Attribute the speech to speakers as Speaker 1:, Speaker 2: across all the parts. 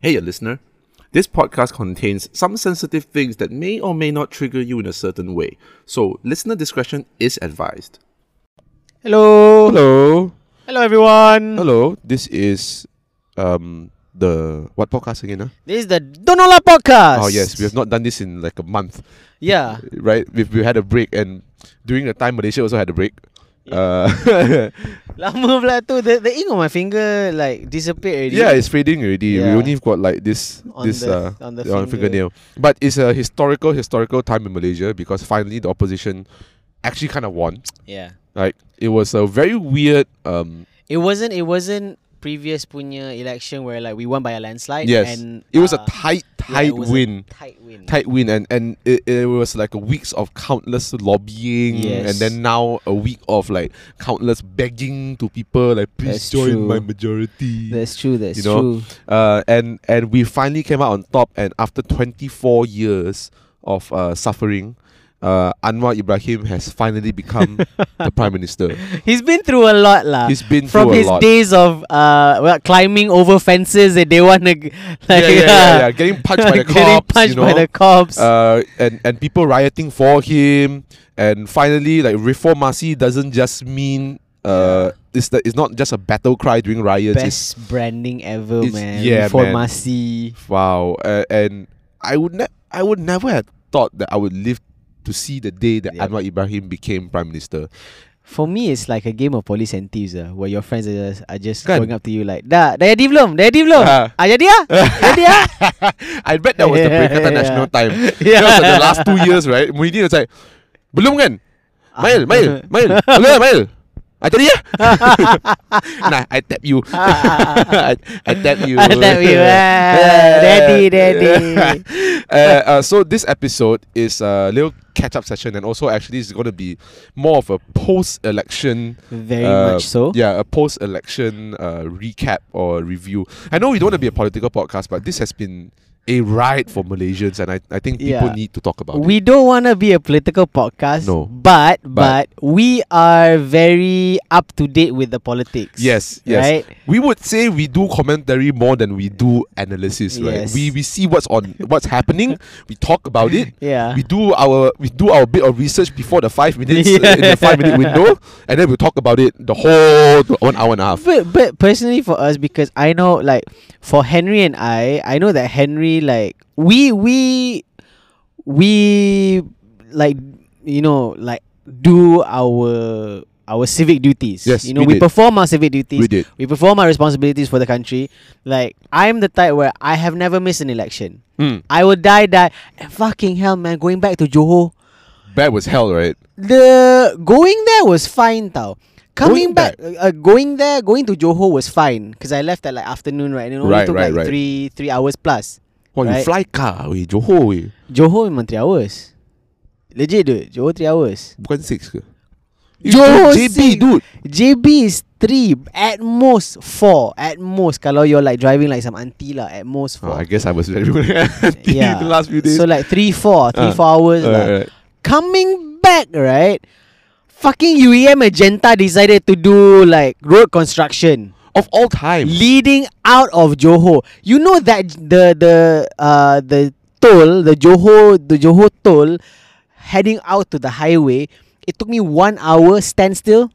Speaker 1: Hey, listener. This podcast contains some sensitive things that may or may not trigger you in a certain way, so listener discretion is advised.
Speaker 2: Hello.
Speaker 3: Hello.
Speaker 2: Hello, everyone.
Speaker 3: Hello. This is um the what podcast again? Huh?
Speaker 2: This is the Donola podcast.
Speaker 3: Oh yes, we have not done this in like a month,
Speaker 2: Yeah.
Speaker 3: right? We've we had a break and during the time Malaysia also had a break. Uh,
Speaker 2: Lama pula tu the, the ink on my finger like disappeared already.
Speaker 3: yeah, it's fading already.
Speaker 2: Yeah.
Speaker 3: We only got like this
Speaker 2: On
Speaker 3: this uh,
Speaker 2: the- on the
Speaker 3: fingernail. But it's a historical historical time in Malaysia because finally the opposition actually kind of won.
Speaker 2: yeah.
Speaker 3: Like it was a very weird um
Speaker 2: It wasn't it wasn't previous punya election where like we won by a landslide
Speaker 3: yes.
Speaker 2: and
Speaker 3: it was a
Speaker 2: uh,
Speaker 3: tight
Speaker 2: yeah,
Speaker 3: tight
Speaker 2: it was a
Speaker 3: win.
Speaker 2: tight win.
Speaker 3: tight win and and it, it was like a weeks of countless lobbying
Speaker 2: Yes.
Speaker 3: and then now a week of like countless begging to people like please
Speaker 2: That's
Speaker 3: join
Speaker 2: true.
Speaker 3: my majority
Speaker 2: That's true, that's
Speaker 3: You know,
Speaker 2: true.
Speaker 3: uh and and we finally came out on top and after 24 years of uh, suffering uh, Anwar Ibrahim has finally become the prime minister.
Speaker 2: He's been through a lot lah.
Speaker 3: He's been
Speaker 2: Uh, From
Speaker 3: through
Speaker 2: his
Speaker 3: a lot.
Speaker 2: days of uh well, climbing over fences that they want to like
Speaker 3: yeah, yeah, yeah, yeah, getting punched by the
Speaker 2: getting
Speaker 3: cops.
Speaker 2: punched
Speaker 3: you know?
Speaker 2: by the cops.
Speaker 3: uh, and and people rioting for him, and finally, like reformasi doesn't just mean uh, it's the, it's not just a battle cry during riots. It's,
Speaker 2: Best branding ever,
Speaker 3: it's-
Speaker 2: man.
Speaker 3: yeah,
Speaker 2: For
Speaker 3: man.
Speaker 2: Masi.
Speaker 3: wow, uh, and I would ne- I would never have thought that I would live to see the day that
Speaker 2: Yep.
Speaker 3: Anwar Ibrahim became prime minister.
Speaker 2: For me, it's like a game of police and thieves ah, where your friends are just, are just
Speaker 3: Kan?
Speaker 2: going up to you like, dah, dah jadi belum? Dah jadi belum?
Speaker 3: Ah.
Speaker 2: Ah, jadi ah? jadi ah?
Speaker 3: I bet that was the
Speaker 2: Yeah,
Speaker 3: Perikatan
Speaker 2: yeah.
Speaker 3: National time.
Speaker 2: Yeah.
Speaker 3: That was like the last two years, right? Muhyiddin was like, belum kan?
Speaker 2: Ah.
Speaker 3: Mail, mail, mail. Belum kan, mail? I tell you. nah, I tap you.
Speaker 2: Ah,
Speaker 3: I, I tap you.
Speaker 2: I tap you. Ah, daddy, daddy.
Speaker 3: uh, uh, so this episode is a little catch-up session, and also actually it's going to be more of a post-election.
Speaker 2: Very
Speaker 3: uh,
Speaker 2: much so.
Speaker 3: Yeah, a post-election uh, recap or review. I know we don't want to be a political podcast, but this has been a ride for Malaysians, and I, I think people
Speaker 2: Yeah.
Speaker 3: need to talk about it.
Speaker 2: We don't want to be a political podcast,
Speaker 3: No.
Speaker 2: but,
Speaker 3: But-
Speaker 2: but we are very up to date with the politics.
Speaker 3: Yes, yes.
Speaker 2: Right?
Speaker 3: We would say we do commentary more than we do analysis, right?
Speaker 2: Yes.
Speaker 3: We we see what's on what's happening. We talk about it.
Speaker 2: Yeah.
Speaker 3: We do our we do our bit of research before the five minutes
Speaker 2: Yeah.
Speaker 3: in the five minute window, and then we will talk about it the whole one hour and a half.
Speaker 2: But but personally for us because I know like for Henry and I, I know that Henry like we we we like you know like do our our civic duties.
Speaker 3: Yes,
Speaker 2: you know
Speaker 3: we
Speaker 2: we,
Speaker 3: did.
Speaker 2: perform our civic duties.
Speaker 3: We did.
Speaker 2: We perform our responsibilities for the country. Like I'm the type where I have never missed an election.
Speaker 3: Mm.
Speaker 2: I will die die. And fucking hell, man! Going back to Johor,
Speaker 3: That was hell, right?
Speaker 2: the going there was fine tau.
Speaker 3: Going
Speaker 2: Coming back, uh, uh, going there, going to Johor was fine because I left at like afternoon, right? And it only
Speaker 3: Right,
Speaker 2: took
Speaker 3: right, right.
Speaker 2: like three three hours plus.
Speaker 3: Well,
Speaker 2: Right.
Speaker 3: you fly car, we Johor, we
Speaker 2: Johor memang three hours. Legit dude, Johor three hours.
Speaker 3: bukan six ke?
Speaker 2: Johor
Speaker 3: JB,
Speaker 2: six.
Speaker 3: dude.
Speaker 2: JB is three at most four at most. Kalau you're like driving like some auntie lah, at most
Speaker 3: Oh,
Speaker 2: four.
Speaker 3: I guess I was very yeah. the last few days.
Speaker 2: So like three four, three
Speaker 3: Ah.
Speaker 2: four hours
Speaker 3: Alright,
Speaker 2: lah.
Speaker 3: alright.
Speaker 2: coming back, right? Fucking E UEM Magenta decided to do like road construction
Speaker 3: Of all time.
Speaker 2: leading out of Johor. You know that the the uh the toll, the Johor the Johor toll heading out to the highway, it took me one hour standstill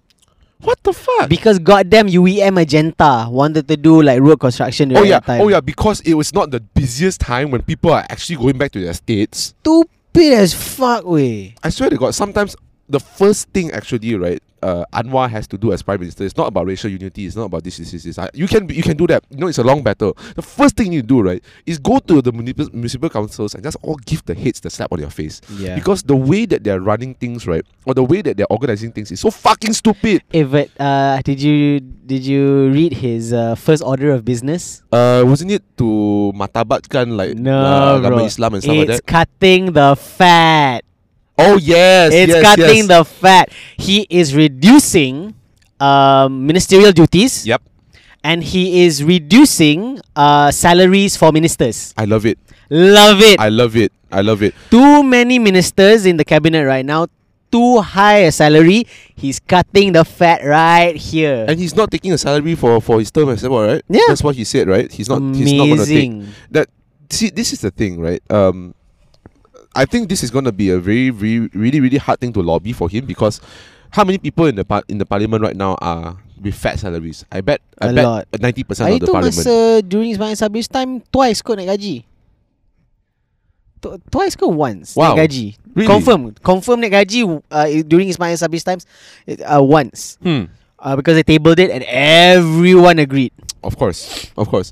Speaker 3: what the fuck?
Speaker 2: because goddamn UEM Magenta E wanted to do like road construction
Speaker 3: oh
Speaker 2: during
Speaker 3: yeah,
Speaker 2: that time.
Speaker 3: oh yeah, because it was not the busiest time when people are actually going back to their states.
Speaker 2: Stupid as fuck way.
Speaker 3: I swear to God, sometimes the first thing actually, right, uh, Anwar has to do as prime minister. It's not about racial unity. It's not about this, this, this, this. I- You can you can do that. You know, it's a long battle. The first thing you do, right, is go to the municipal, municipal councils and just all give the heads the slap on your face.
Speaker 2: Yeah.
Speaker 3: Because the way that they're running things, right, or the way that they're organizing things is so fucking stupid.
Speaker 2: Eh, but uh, did you did you read his uh, first order of business?
Speaker 3: Uh, wasn't it to matabatkan like uh,
Speaker 2: No,
Speaker 3: agama
Speaker 2: bro.
Speaker 3: Islam and stuff like
Speaker 2: it's
Speaker 3: that?
Speaker 2: cutting the fat.
Speaker 3: Oh yes,
Speaker 2: it's
Speaker 3: yes,
Speaker 2: cutting
Speaker 3: yes.
Speaker 2: the fat. He is reducing um, ministerial duties,
Speaker 3: Yep,
Speaker 2: and he is reducing uh, salaries for ministers.
Speaker 3: I love it.
Speaker 2: Love it.
Speaker 3: I love it. I love it.
Speaker 2: Too many ministers in the cabinet right now. too high a salary, he's cutting the fat right here.
Speaker 3: And he's not taking a salary for, for his term as well, right?
Speaker 2: Yeah.
Speaker 3: That's what he said, right? He's not he's not gonna take
Speaker 2: Amazing.
Speaker 3: that see this is the thing right um i think this is going to be a very very really really hard thing to lobby for him because how many people in the par- in the parliament right now are with fat salaries i bet i
Speaker 2: A
Speaker 3: bet
Speaker 2: lot.
Speaker 3: 90%
Speaker 2: Hari
Speaker 3: of the
Speaker 2: tu
Speaker 3: parliament
Speaker 2: masa during Ismail Sabri's time twice kot naik gaji. Tw- Twice ke once
Speaker 3: Wow.
Speaker 2: naik gaji.
Speaker 3: Really?
Speaker 2: Confirm, confirm naik gaji uh, during Ismail Sabri's times uh, once.
Speaker 3: hmm.
Speaker 2: Uh, because they tabled it and everyone agreed.
Speaker 3: of course of course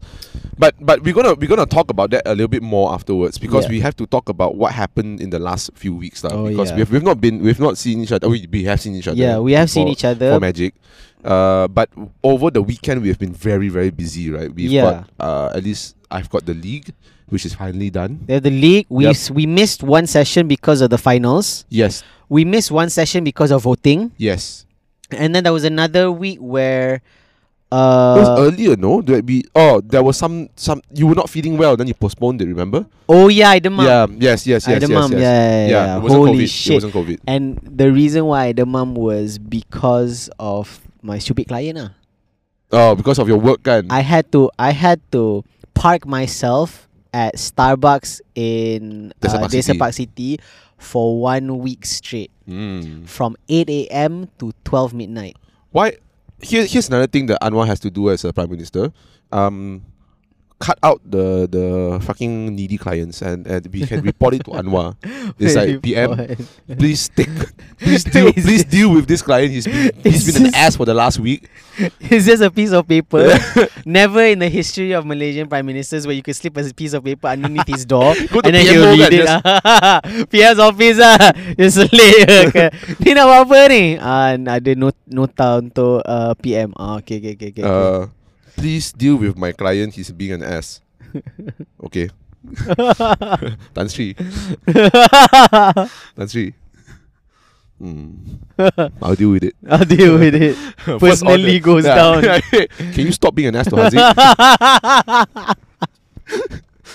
Speaker 3: but but we're gonna we're gonna talk about that a little bit more afterwards because
Speaker 2: Yeah.
Speaker 3: we have to talk about what happened in the last few weeks lah,
Speaker 2: Oh,
Speaker 3: because
Speaker 2: yeah.
Speaker 3: we've, we've not been we've not seen each other we, we have seen each other
Speaker 2: Yeah, we have
Speaker 3: before.
Speaker 2: seen each other.
Speaker 3: for magic. Uh, but w- over the weekend we've been very very busy, right? We've
Speaker 2: Yeah.
Speaker 3: got uh, at least I've got the league, which is finally done.
Speaker 2: They have the league. We
Speaker 3: Yep.
Speaker 2: s- we missed one session because of the finals.
Speaker 3: Yes,
Speaker 2: We missed one session because of voting.
Speaker 3: yes.
Speaker 2: And then there was another week where
Speaker 3: it was
Speaker 2: uh,
Speaker 3: earlier, no? That we oh there was some some you were not feeling well, then you postponed it. Remember?
Speaker 2: oh yeah, I demam.
Speaker 3: Yeah. Yes. Yes.
Speaker 2: I
Speaker 3: Yes. Yes.
Speaker 2: demam.
Speaker 3: Yes.
Speaker 2: Yeah, yeah, yeah.
Speaker 3: It wasn't
Speaker 2: Holy
Speaker 3: COVID.
Speaker 2: shit.
Speaker 3: It wasn't COVID.
Speaker 2: And the reason why I demam was because of my stupid client. Ah.
Speaker 3: Oh, because of your work, can
Speaker 2: I had to I had to park myself at Starbucks in uh,
Speaker 3: Desa Park
Speaker 2: Desa
Speaker 3: City.
Speaker 2: Park City for one week straight
Speaker 3: mm.
Speaker 2: from 8 a.m. to 12 midnight.
Speaker 3: Why? Here, here's another thing that Anwar has to do as a prime minister. Um, cut out the the fucking needy clients, and, and we can report it to Anwar. It's like PM. please take please deal
Speaker 2: Is
Speaker 3: please deal with this client he's been he's
Speaker 2: Is
Speaker 3: been an
Speaker 2: this-
Speaker 3: ass for the last week
Speaker 2: It's just a piece of paper. Never in the history of Malaysian prime ministers where you could slip a piece of paper underneath his door
Speaker 3: Go to
Speaker 2: and then
Speaker 3: PM
Speaker 2: he'll
Speaker 3: mode
Speaker 2: read
Speaker 3: and
Speaker 2: it. ah. PM's office ah, dia selit ke. Ni nak buat apa ni? Ah, ada not- nota untuk uh, PM. Ah, okay, okay, okay, okay. okay.
Speaker 3: uh please deal with my client he's being an ass okay Uh, Tan Sri Tan Sri Hmm. I'll deal with it
Speaker 2: I'll deal with it.
Speaker 3: First
Speaker 2: Personally
Speaker 3: order.
Speaker 2: goes
Speaker 3: Yeah.
Speaker 2: down.
Speaker 3: Can you stop being an ass to Haziq?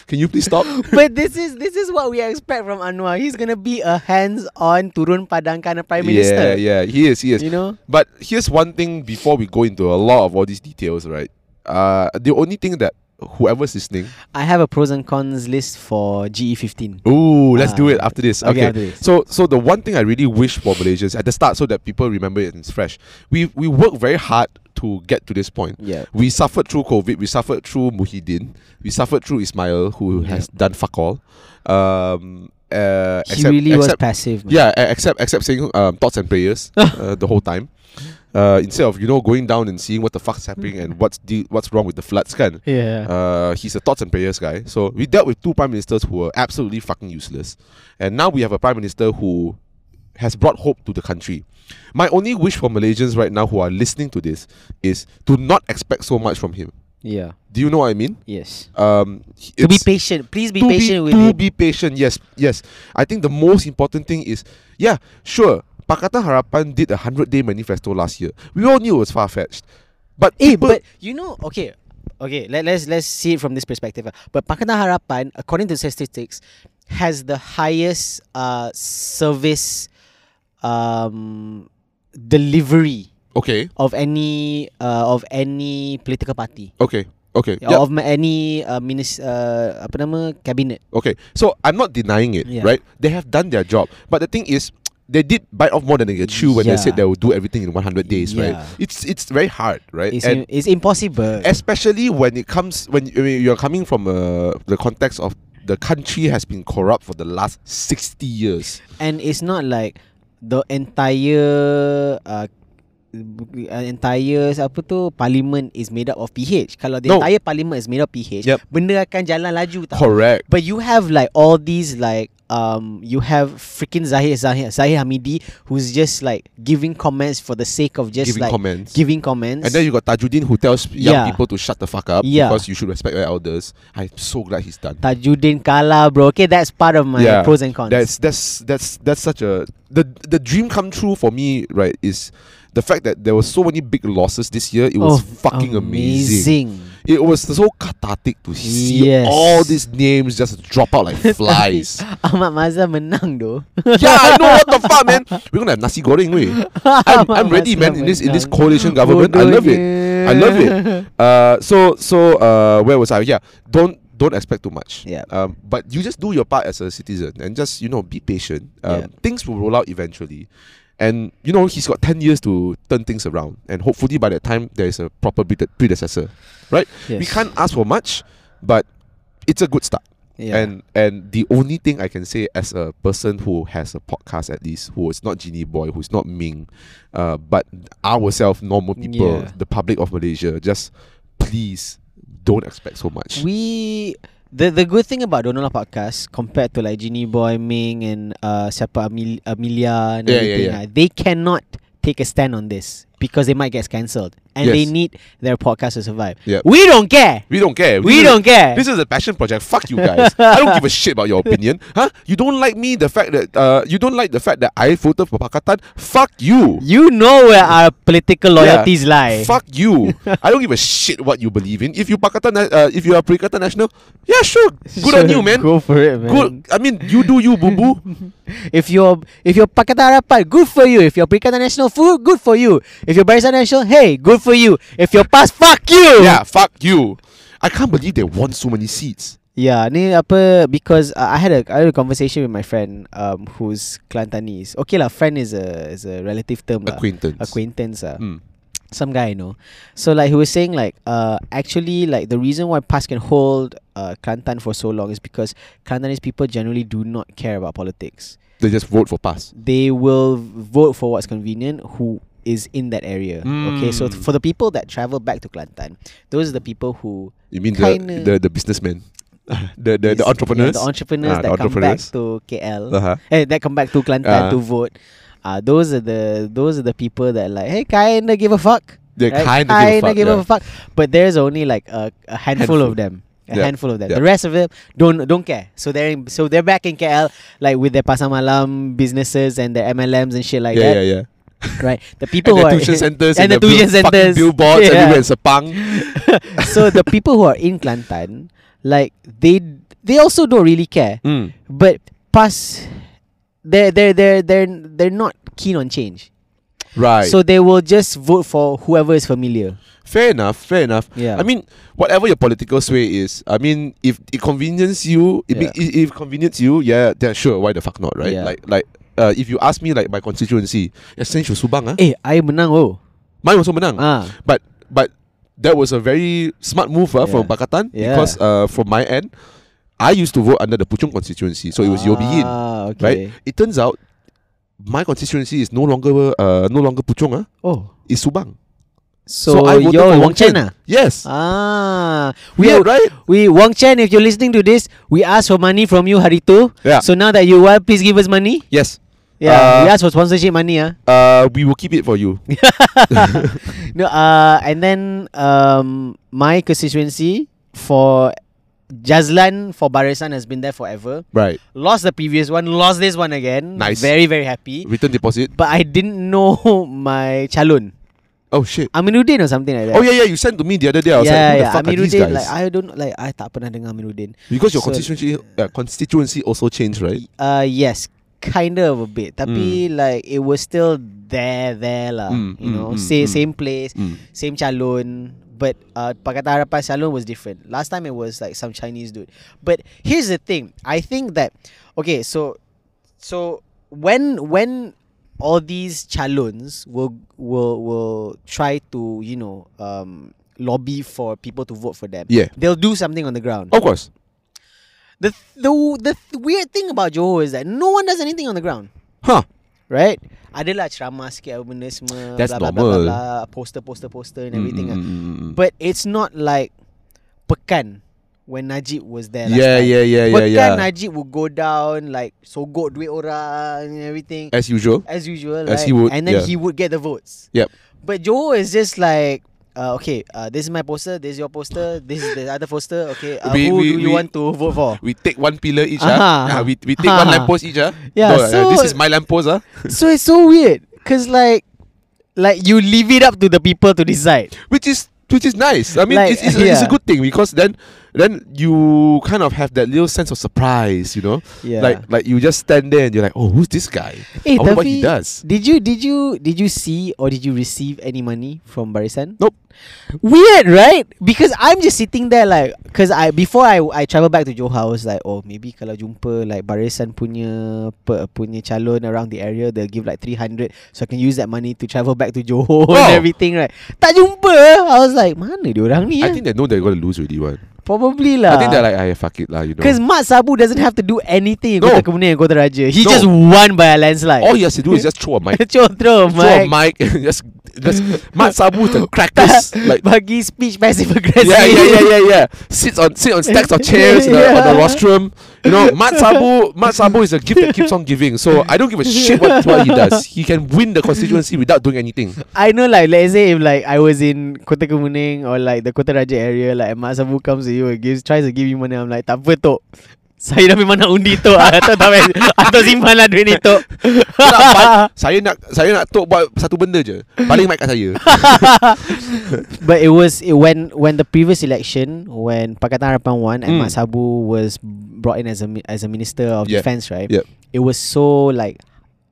Speaker 3: Can you please stop?
Speaker 2: But this is this is what we expect from Anwar. He's gonna be a hands-on turun padang kind of prime
Speaker 3: yeah,
Speaker 2: minister.
Speaker 3: yeah, he is, he is.
Speaker 2: You know?
Speaker 3: But here's one thing before we go into a lot of all these details, right? Uh, the only thing that whoever's listening,
Speaker 2: I have a pros and cons list for E GE15.
Speaker 3: ooh, let's do
Speaker 2: Ah,
Speaker 3: it after this.
Speaker 2: okay,
Speaker 3: Okay.
Speaker 2: after this.
Speaker 3: So, so the one thing I really wish for Malaysians at the start, so that people remember it and it's fresh. We we worked very hard to get to this point.
Speaker 2: Yeah.
Speaker 3: We suffered through COVID. We suffered through Muhyiddin. We suffered through Ismail, who has done fuck all. Um, uh,
Speaker 2: He
Speaker 3: except-
Speaker 2: really was
Speaker 3: except-
Speaker 2: passive. Man.
Speaker 3: Yeah, e- except except saying um, thoughts and prayers uh, the whole time. Uh, instead of you know going down and seeing what the fuck's happening and what's de- what's wrong with the floods can.
Speaker 2: Yeah.
Speaker 3: Uh, he's a thoughts and prayers guy. So we dealt with two prime ministers who were absolutely fucking useless, and now we have a prime minister who has brought hope to the country. My only wish for Malaysians right now who are listening to this is to not expect so much from him.
Speaker 2: yeah.
Speaker 3: Do you know what I mean?
Speaker 2: Yes.
Speaker 3: Um,
Speaker 2: To be
Speaker 3: it's-
Speaker 2: patient. Please be
Speaker 3: to
Speaker 2: patient with
Speaker 3: to
Speaker 2: him.
Speaker 3: be patient. Yes, yes. I think the most important thing is, yeah, sure. Pakatan Harapan did a hundred day manifesto last year. We all knew it was far fetched, but
Speaker 2: Eh,
Speaker 3: people-
Speaker 2: but you know, okay, okay. Let, let's let's see it from this perspective. ah. But Pakatan Harapan, according to statistics, has the highest uh, service um, delivery
Speaker 3: okay,
Speaker 2: of any uh, of any political party
Speaker 3: okay, okay,
Speaker 2: or
Speaker 3: yeah,
Speaker 2: of ma- any uh, minis- uh, apa nama cabinet.
Speaker 3: okay. So I'm not denying it,
Speaker 2: Yeah.
Speaker 3: right? They have done their job, but the thing is. They did bite off more than they could chew when they
Speaker 2: Yeah.
Speaker 3: said they will do everything in 100 days, right?
Speaker 2: Yeah.
Speaker 3: It's it's very hard, right?
Speaker 2: It's,
Speaker 3: And-
Speaker 2: im- it's impossible.
Speaker 3: especially when it comes when you- when you're coming from uh, the context of the country has been corrupt for the last 60 years
Speaker 2: and it's not like the entire uh, b- uh, entire apa tu parliament is made up of PH. Kalau the
Speaker 3: No.
Speaker 2: entire parliament is made up PH,
Speaker 3: Yep.
Speaker 2: benda akan jalan laju tak?
Speaker 3: correct
Speaker 2: But you have like all these like um you have freaking Zahir Zahir Zahir Hamidi who's just like giving comments for the sake of just
Speaker 3: giving
Speaker 2: like
Speaker 3: comments
Speaker 2: giving comments.
Speaker 3: and then you got Tajuddin who tells young
Speaker 2: Yeah.
Speaker 3: people to shut the fuck up
Speaker 2: Yeah.
Speaker 3: because you should respect your elders I'm so glad he's done
Speaker 2: Tajuddin Kala bro. Okay, that's part of my
Speaker 3: Yeah,
Speaker 2: pros and cons.
Speaker 3: that's that's that's that's such a the the dream come true for me right is the fact that there were so many big losses this year it was
Speaker 2: Oh,
Speaker 3: fucking amazing.
Speaker 2: amazing.
Speaker 3: It was so cathartic to see
Speaker 2: Yes.
Speaker 3: all these names just drop out like flies.
Speaker 2: Ahmad Mazhar menang though.
Speaker 3: yeah, I know what the fuck, man. We're gonna have nasi goreng, we. I'm, I'm ready, man. In this in this coalition government, I love it. I love it. Uh, so so uh, where was I? Yeah, don't don't expect too much.
Speaker 2: Yeah.
Speaker 3: Um, but you just do your part as a citizen and just you know be patient. Um,
Speaker 2: Yeah.
Speaker 3: Things will roll out eventually, and you know he's got ten years to turn things around, and hopefully by that time there is a proper prede- predecessor.
Speaker 2: Yes.
Speaker 3: We can't ask for much, but it's a good start.
Speaker 2: Yeah.
Speaker 3: And and the only thing I can say as a person who has a podcast at least, who is not Genie Boy, who's not Ming, uh, but ourselves, normal people,
Speaker 2: Yeah.
Speaker 3: the public of Malaysia, just please don't expect so much.
Speaker 2: we the the good thing about Donala podcast compared to like Genie Boy Ming and uh siapa Amel- Amelia and
Speaker 3: Yeah, yeah,
Speaker 2: everything,
Speaker 3: yeah.
Speaker 2: ah, they cannot take a stand on this because they might get cancelled and they
Speaker 3: Yes.
Speaker 2: need their podcast to survive.
Speaker 3: Yeah.
Speaker 2: We don't care.
Speaker 3: we don't care. This
Speaker 2: We
Speaker 3: is-
Speaker 2: don't care.
Speaker 3: This is a passion project. Fuck you guys. I don't give a shit about your opinion. Huh? You don't like me the fact that uh you don't like the fact that I voted for Pakatan. Fuck you.
Speaker 2: You know where our political loyalties lie.
Speaker 3: Fuck you. I don't give a shit what you believe in. If you Pakatan, na- uh, if you are Perikatan National, yeah, sure. Good on
Speaker 2: Sure,
Speaker 3: you, man.
Speaker 2: Go for it, man.
Speaker 3: Good. I mean, you do you, boo boo.
Speaker 2: If you're if you're Pakatan Harapan, good for you. If you're Perikatan Nasional, food, good for you. If you're Barisan Nasional, hey, good for you. If you're PAS, fuck you.
Speaker 3: yeah, fuck you. I can't believe they won so many seats.
Speaker 2: Yeah, ni apa because uh, I had a I had a conversation with my friend um who's Kelantanese. Okay lah, friend is a is a relative term lah.
Speaker 3: Acquaintance.
Speaker 2: Acquaintance ah.
Speaker 3: Mm.
Speaker 2: Some guy I know. So like he was saying like uh actually like the reason why PAS can hold uh Kelantan for so long is because Kelantanese people generally do not care about politics.
Speaker 3: They just vote for pass.
Speaker 2: They will vote for what's convenient who is in that area. Okay, so
Speaker 3: Mm.
Speaker 2: for the people that travel back to Kelantan, those are the people who
Speaker 3: You mean
Speaker 2: Kinda.
Speaker 3: the the the businessman, the the, the
Speaker 2: is-
Speaker 3: entrepreneurs.
Speaker 2: yeah, the entrepreneurs
Speaker 3: Ah,
Speaker 2: that
Speaker 3: the entrepreneurs.
Speaker 2: come back to KL,
Speaker 3: Uh-huh.
Speaker 2: eh, that come back to Kelantan
Speaker 3: Ah.
Speaker 2: to vote. Uh, those are the those are the people that like, hey, kinda give a fuck.
Speaker 3: They
Speaker 2: right?
Speaker 3: kinda give a fuck,
Speaker 2: give
Speaker 3: yeah.
Speaker 2: a fuck. But there's only like a, a handful,
Speaker 3: Handful.
Speaker 2: of them. A
Speaker 3: Yeah,
Speaker 2: handful of them.
Speaker 3: yeah.
Speaker 2: The rest of them don't don't care. So they're in, so they're back in KL like with their pasamalam businesses and their MLMs and shit like
Speaker 3: yeah,
Speaker 2: that.
Speaker 3: yeah, yeah.
Speaker 2: Right. The people
Speaker 3: And
Speaker 2: who
Speaker 3: the
Speaker 2: are
Speaker 3: tuition centers
Speaker 2: and
Speaker 3: and,
Speaker 2: the tuition
Speaker 3: bill- fucking
Speaker 2: centers.
Speaker 3: billboards
Speaker 2: Yeah.
Speaker 3: everywhere in Sepang.
Speaker 2: so the people who are in Kelantan, like they they also don't really care.
Speaker 3: Mm.
Speaker 2: But PAS, they're they're they're they're they're not keen on change.
Speaker 3: Right.
Speaker 2: So they will just vote for whoever is familiar.
Speaker 3: Fair enough, fair enough.
Speaker 2: Yeah.
Speaker 3: I mean, whatever your political sway is, I mean, if it conveniences you, it,
Speaker 2: Yeah.
Speaker 3: be, if it conveniences you, yeah, then sure, why the fuck not, right?
Speaker 2: Yeah.
Speaker 3: Like, like, uh, if you ask me, like my constituency, essential Subang, ah,
Speaker 2: Eh, I menang oh.
Speaker 3: mine also menang.
Speaker 2: Ah.
Speaker 3: But, but that was a very smart move, ah, from
Speaker 2: Yeah.
Speaker 3: Pakatan
Speaker 2: Yeah.
Speaker 3: because, uh, from my end, I used to vote under the Puchong constituency, so it was Yobiin,
Speaker 2: Ah,
Speaker 3: right?
Speaker 2: okay.
Speaker 3: It turns out my constituency is no longer, uh, no longer Puchong, ah,
Speaker 2: Oh.
Speaker 3: it's Subang.
Speaker 2: So,
Speaker 3: I voted
Speaker 2: you're
Speaker 3: for
Speaker 2: Wong Chen ah.
Speaker 3: Yes.
Speaker 2: Ah, we
Speaker 3: Weird,
Speaker 2: are,
Speaker 3: right?
Speaker 2: we Wong Chen. If you're listening to this, we asked for money from you, Harito.
Speaker 3: Yeah.
Speaker 2: So now that you are, please give us money.
Speaker 3: Yes.
Speaker 2: Yeah,
Speaker 3: Uh,
Speaker 2: we asked for sponsorship money. Ah.
Speaker 3: Uh, we will keep it for you.
Speaker 2: No, uh, and then um, my constituency for Jazlan for Barisan has been there forever.
Speaker 3: Right.
Speaker 2: Lost the previous one, lost this one again.
Speaker 3: Nice.
Speaker 2: Very, very happy.
Speaker 3: Return deposit.
Speaker 2: But I didn't know my chalun.
Speaker 3: Oh shit.
Speaker 2: Aminuddin or something like that.
Speaker 3: Oh yeah, Oh, yeah. You sent to me the other day. I was
Speaker 2: yeah,
Speaker 3: like, who
Speaker 2: yeah.
Speaker 3: the fuck are these
Speaker 2: Aminuddin,
Speaker 3: guys?
Speaker 2: like I don't like I tak pernah dengar Aminuddin.
Speaker 3: because your
Speaker 2: so-
Speaker 3: constituency uh, constituency also changed, right?
Speaker 2: Uh yes, kind of a bit. Tapi like it was still there there lah,
Speaker 3: Mm,
Speaker 2: you
Speaker 3: mm,
Speaker 2: know.
Speaker 3: mm,
Speaker 2: Say,
Speaker 3: mm.
Speaker 2: same place,
Speaker 3: Mm.
Speaker 2: same calon. But uh, Pakatan Harapan calon was different. Last time it was like some Chinese dude. But here's the thing. I think that okay, so so when when all these chalons will will will try to you know um lobby for people to vote for them.
Speaker 3: Yeah.
Speaker 2: They'll do something on the ground.
Speaker 3: Of course.
Speaker 2: The th- the w- the th- weird thing about Johor is that no one does anything on the ground,
Speaker 3: Huh.
Speaker 2: right? Adalah ceramah sikit apa benda semua
Speaker 3: That's
Speaker 2: blah, blah,
Speaker 3: normal.
Speaker 2: blah, blah, blah, poster poster poster and everything
Speaker 3: Mm,
Speaker 2: ah.
Speaker 3: mm, mm, mm, mm.
Speaker 2: But it's not like Pekan when Najib was there last
Speaker 3: yeah,
Speaker 2: time.
Speaker 3: yeah, yeah, yeah,
Speaker 2: Pekan
Speaker 3: yeah.
Speaker 2: Najib would go down like sogok duit orang and everything
Speaker 3: As usual.
Speaker 2: as usual
Speaker 3: As
Speaker 2: like,
Speaker 3: he would,
Speaker 2: and then
Speaker 3: yeah.
Speaker 2: he would get the votes.
Speaker 3: Yep.
Speaker 2: But Johor is just like uh, okay, uh, this is my poster. This is your poster. This is the other poster. Okay, uh,
Speaker 3: We-
Speaker 2: who
Speaker 3: we-
Speaker 2: do you
Speaker 3: we-
Speaker 2: want to vote for?
Speaker 3: We take one pillar each,
Speaker 2: Ah.
Speaker 3: ah. Ah, we, we take one
Speaker 2: Ah.
Speaker 3: lamppost each, ah. No,
Speaker 2: Yeah,
Speaker 3: uh,
Speaker 2: so-
Speaker 3: this is my lamppost, ah.
Speaker 2: so it's so weird because like like you leave it up to the people to decide
Speaker 3: Which is which is nice. I mean,
Speaker 2: Like,
Speaker 3: it's, it's, a- it's a
Speaker 2: yeah.
Speaker 3: good thing because then then you kind of have that little sense of surprise, you know,
Speaker 2: Yeah.
Speaker 3: like like you just stand there and you're like, oh, who's this guy? I
Speaker 2: Eh,
Speaker 3: wonder what he
Speaker 2: tapi-
Speaker 3: does.
Speaker 2: Did you did you did you see or did you receive any money from Barisan?
Speaker 3: Nope.
Speaker 2: Weird, right? Because I'm just sitting there like cuz I before I I travel back to Johor I was like oh maybe kalau jumpa like Barisan punya pe, punya calon around the area they'll give like 300 so I can use that money to travel back to Johor and
Speaker 3: Wow.
Speaker 2: everything right. Tak jumpa. I was like mana dia orang ni?
Speaker 3: I think they know they're gonna lose already. One,
Speaker 2: probably lah.
Speaker 3: I think they're like, I fuck it lah, you know.
Speaker 2: Because Mat Sabu doesn't have to do anything in
Speaker 3: No.
Speaker 2: Kota Kemuning and Kota Raja. He
Speaker 3: No.
Speaker 2: just won by a landslide.
Speaker 3: All he has to do is just throw a mic.
Speaker 2: Throw, throw,
Speaker 3: throw a
Speaker 2: Mike.
Speaker 3: mic and just just Mat Sabu the crackers like
Speaker 2: Bagi speech passive aggressive.
Speaker 3: yeah yeah yeah yeah yeah sits on sit on stacks of chairs in the, on the rostrum you know Mat Sabu Mat Sabu is a gift that keeps on giving so I don't give a shit what, what he does he can win the constituency without doing anything
Speaker 2: I know like let's say if like I was in Kota Kemuning or like the Kota Raja area like Mak Sabu comes to you and gives tries to give you money I'm like tak apa tok. Saya dah memang nak undi tok ah. Atau tak payah- Atau simpan lah duit ni tok
Speaker 3: Tak, ba- saya nak saya nak tok buat satu benda je paling mic kat saya
Speaker 2: But it was it, when when the previous election when Pakatan Harapan won and
Speaker 3: Mm.
Speaker 2: Mat Sabu was brought in as a mi- as a minister of
Speaker 3: Yep.
Speaker 2: defense, right?
Speaker 3: Yep.
Speaker 2: It was so like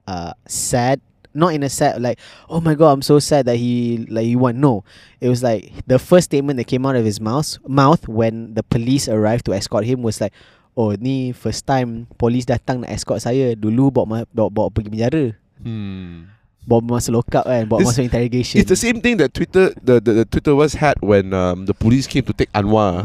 Speaker 2: uh sad. Not in a sad like oh my god I'm so sad that he like he won. No, it was like the first statement that came out of his mouth mouth when the police arrived to escort him was like oh ni first time police datang nak escort saya dulu bawa ma- bawa, bawa pergi penjara
Speaker 3: hmm.
Speaker 2: bawa masuk lockup kan bawa
Speaker 3: This-
Speaker 2: masuk interrogation.
Speaker 3: it's the same thing that Twitter the, the, the Twitter was had when um, the police came to take Anwar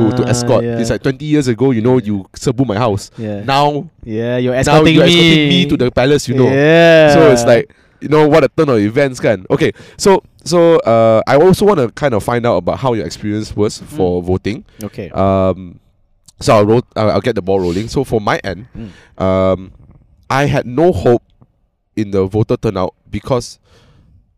Speaker 3: to, to
Speaker 2: Ah,
Speaker 3: escort
Speaker 2: yeah.
Speaker 3: it's like 20 years ago you know you serbu my house
Speaker 2: yeah.
Speaker 3: now
Speaker 2: Yeah, you're
Speaker 3: now
Speaker 2: escorting
Speaker 3: you're
Speaker 2: me.
Speaker 3: escorting me to the palace you know
Speaker 2: Yeah.
Speaker 3: So it's like you know what a turn of events can. Okay, so so uh, I also want to kind of find out about how your experience was for voting.
Speaker 2: okay.
Speaker 3: Um, so I'll, roll, I'll I'll get the ball rolling. So for my end, um, I had no hope in the voter turnout because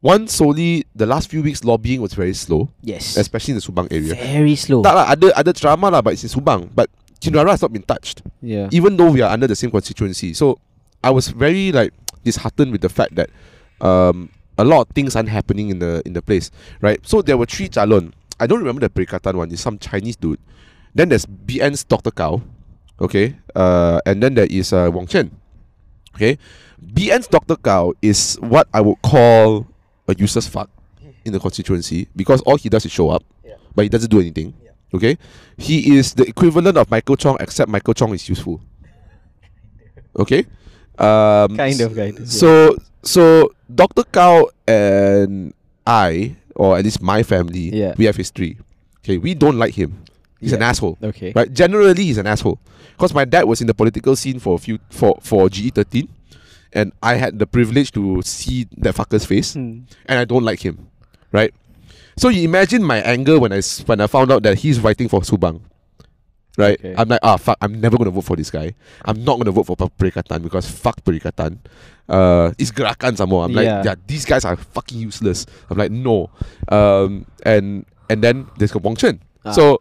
Speaker 3: one solely the last few weeks lobbying was very slow,
Speaker 2: yes.
Speaker 3: especially in the Subang area.
Speaker 2: Very slow.
Speaker 3: Tak lah, ada ada drama lah, but it's in Subang. But Kinrara has not been touched
Speaker 2: yeah.
Speaker 3: even though we are under the same constituency. So I was very like disheartened with the fact that um, a lot of things aren't happening in the in the place, right? So there were three calon. I don't remember the Perikatan one. It's some Chinese dude. Then there's BN's Dr. Gao, okay, uh, and then there is uh, Wong Chen, okay. BN's Dr. Gao is what I would call a useless fuck in the constituency because all he does is show up, but he doesn't do anything. Okay, he is the equivalent of Michael Chong, except Michael Chong is useful. Okay, um,
Speaker 2: Kind of kind. of,
Speaker 3: So so Doctor Cow and I, or at least my family,
Speaker 2: Yeah.
Speaker 3: we have history. Okay, we don't like him. He's an
Speaker 2: Yeah.
Speaker 3: asshole.
Speaker 2: yeah. Okay.
Speaker 3: Right? Generally, he's an asshole. Because my dad was in the political scene for a few for for GE thirteen, and I had the privilege to see that fucker's face,
Speaker 2: Hmm.
Speaker 3: and I don't like him. Right? So you imagine my anger when I s- when I found out that he's writing for Subang. Right?
Speaker 2: Okay.
Speaker 3: I'm like, ah, fuck, I'm never going to vote for this guy. I'm not going to vote for Per- Perikatan because fuck Perikatan. Uh, it's Gerakan some more. I'm
Speaker 2: Yeah.
Speaker 3: like, yeah, these guys are fucking useless. I'm like, no. Um, and and then there's Wong Chen.
Speaker 2: Ah.
Speaker 3: So,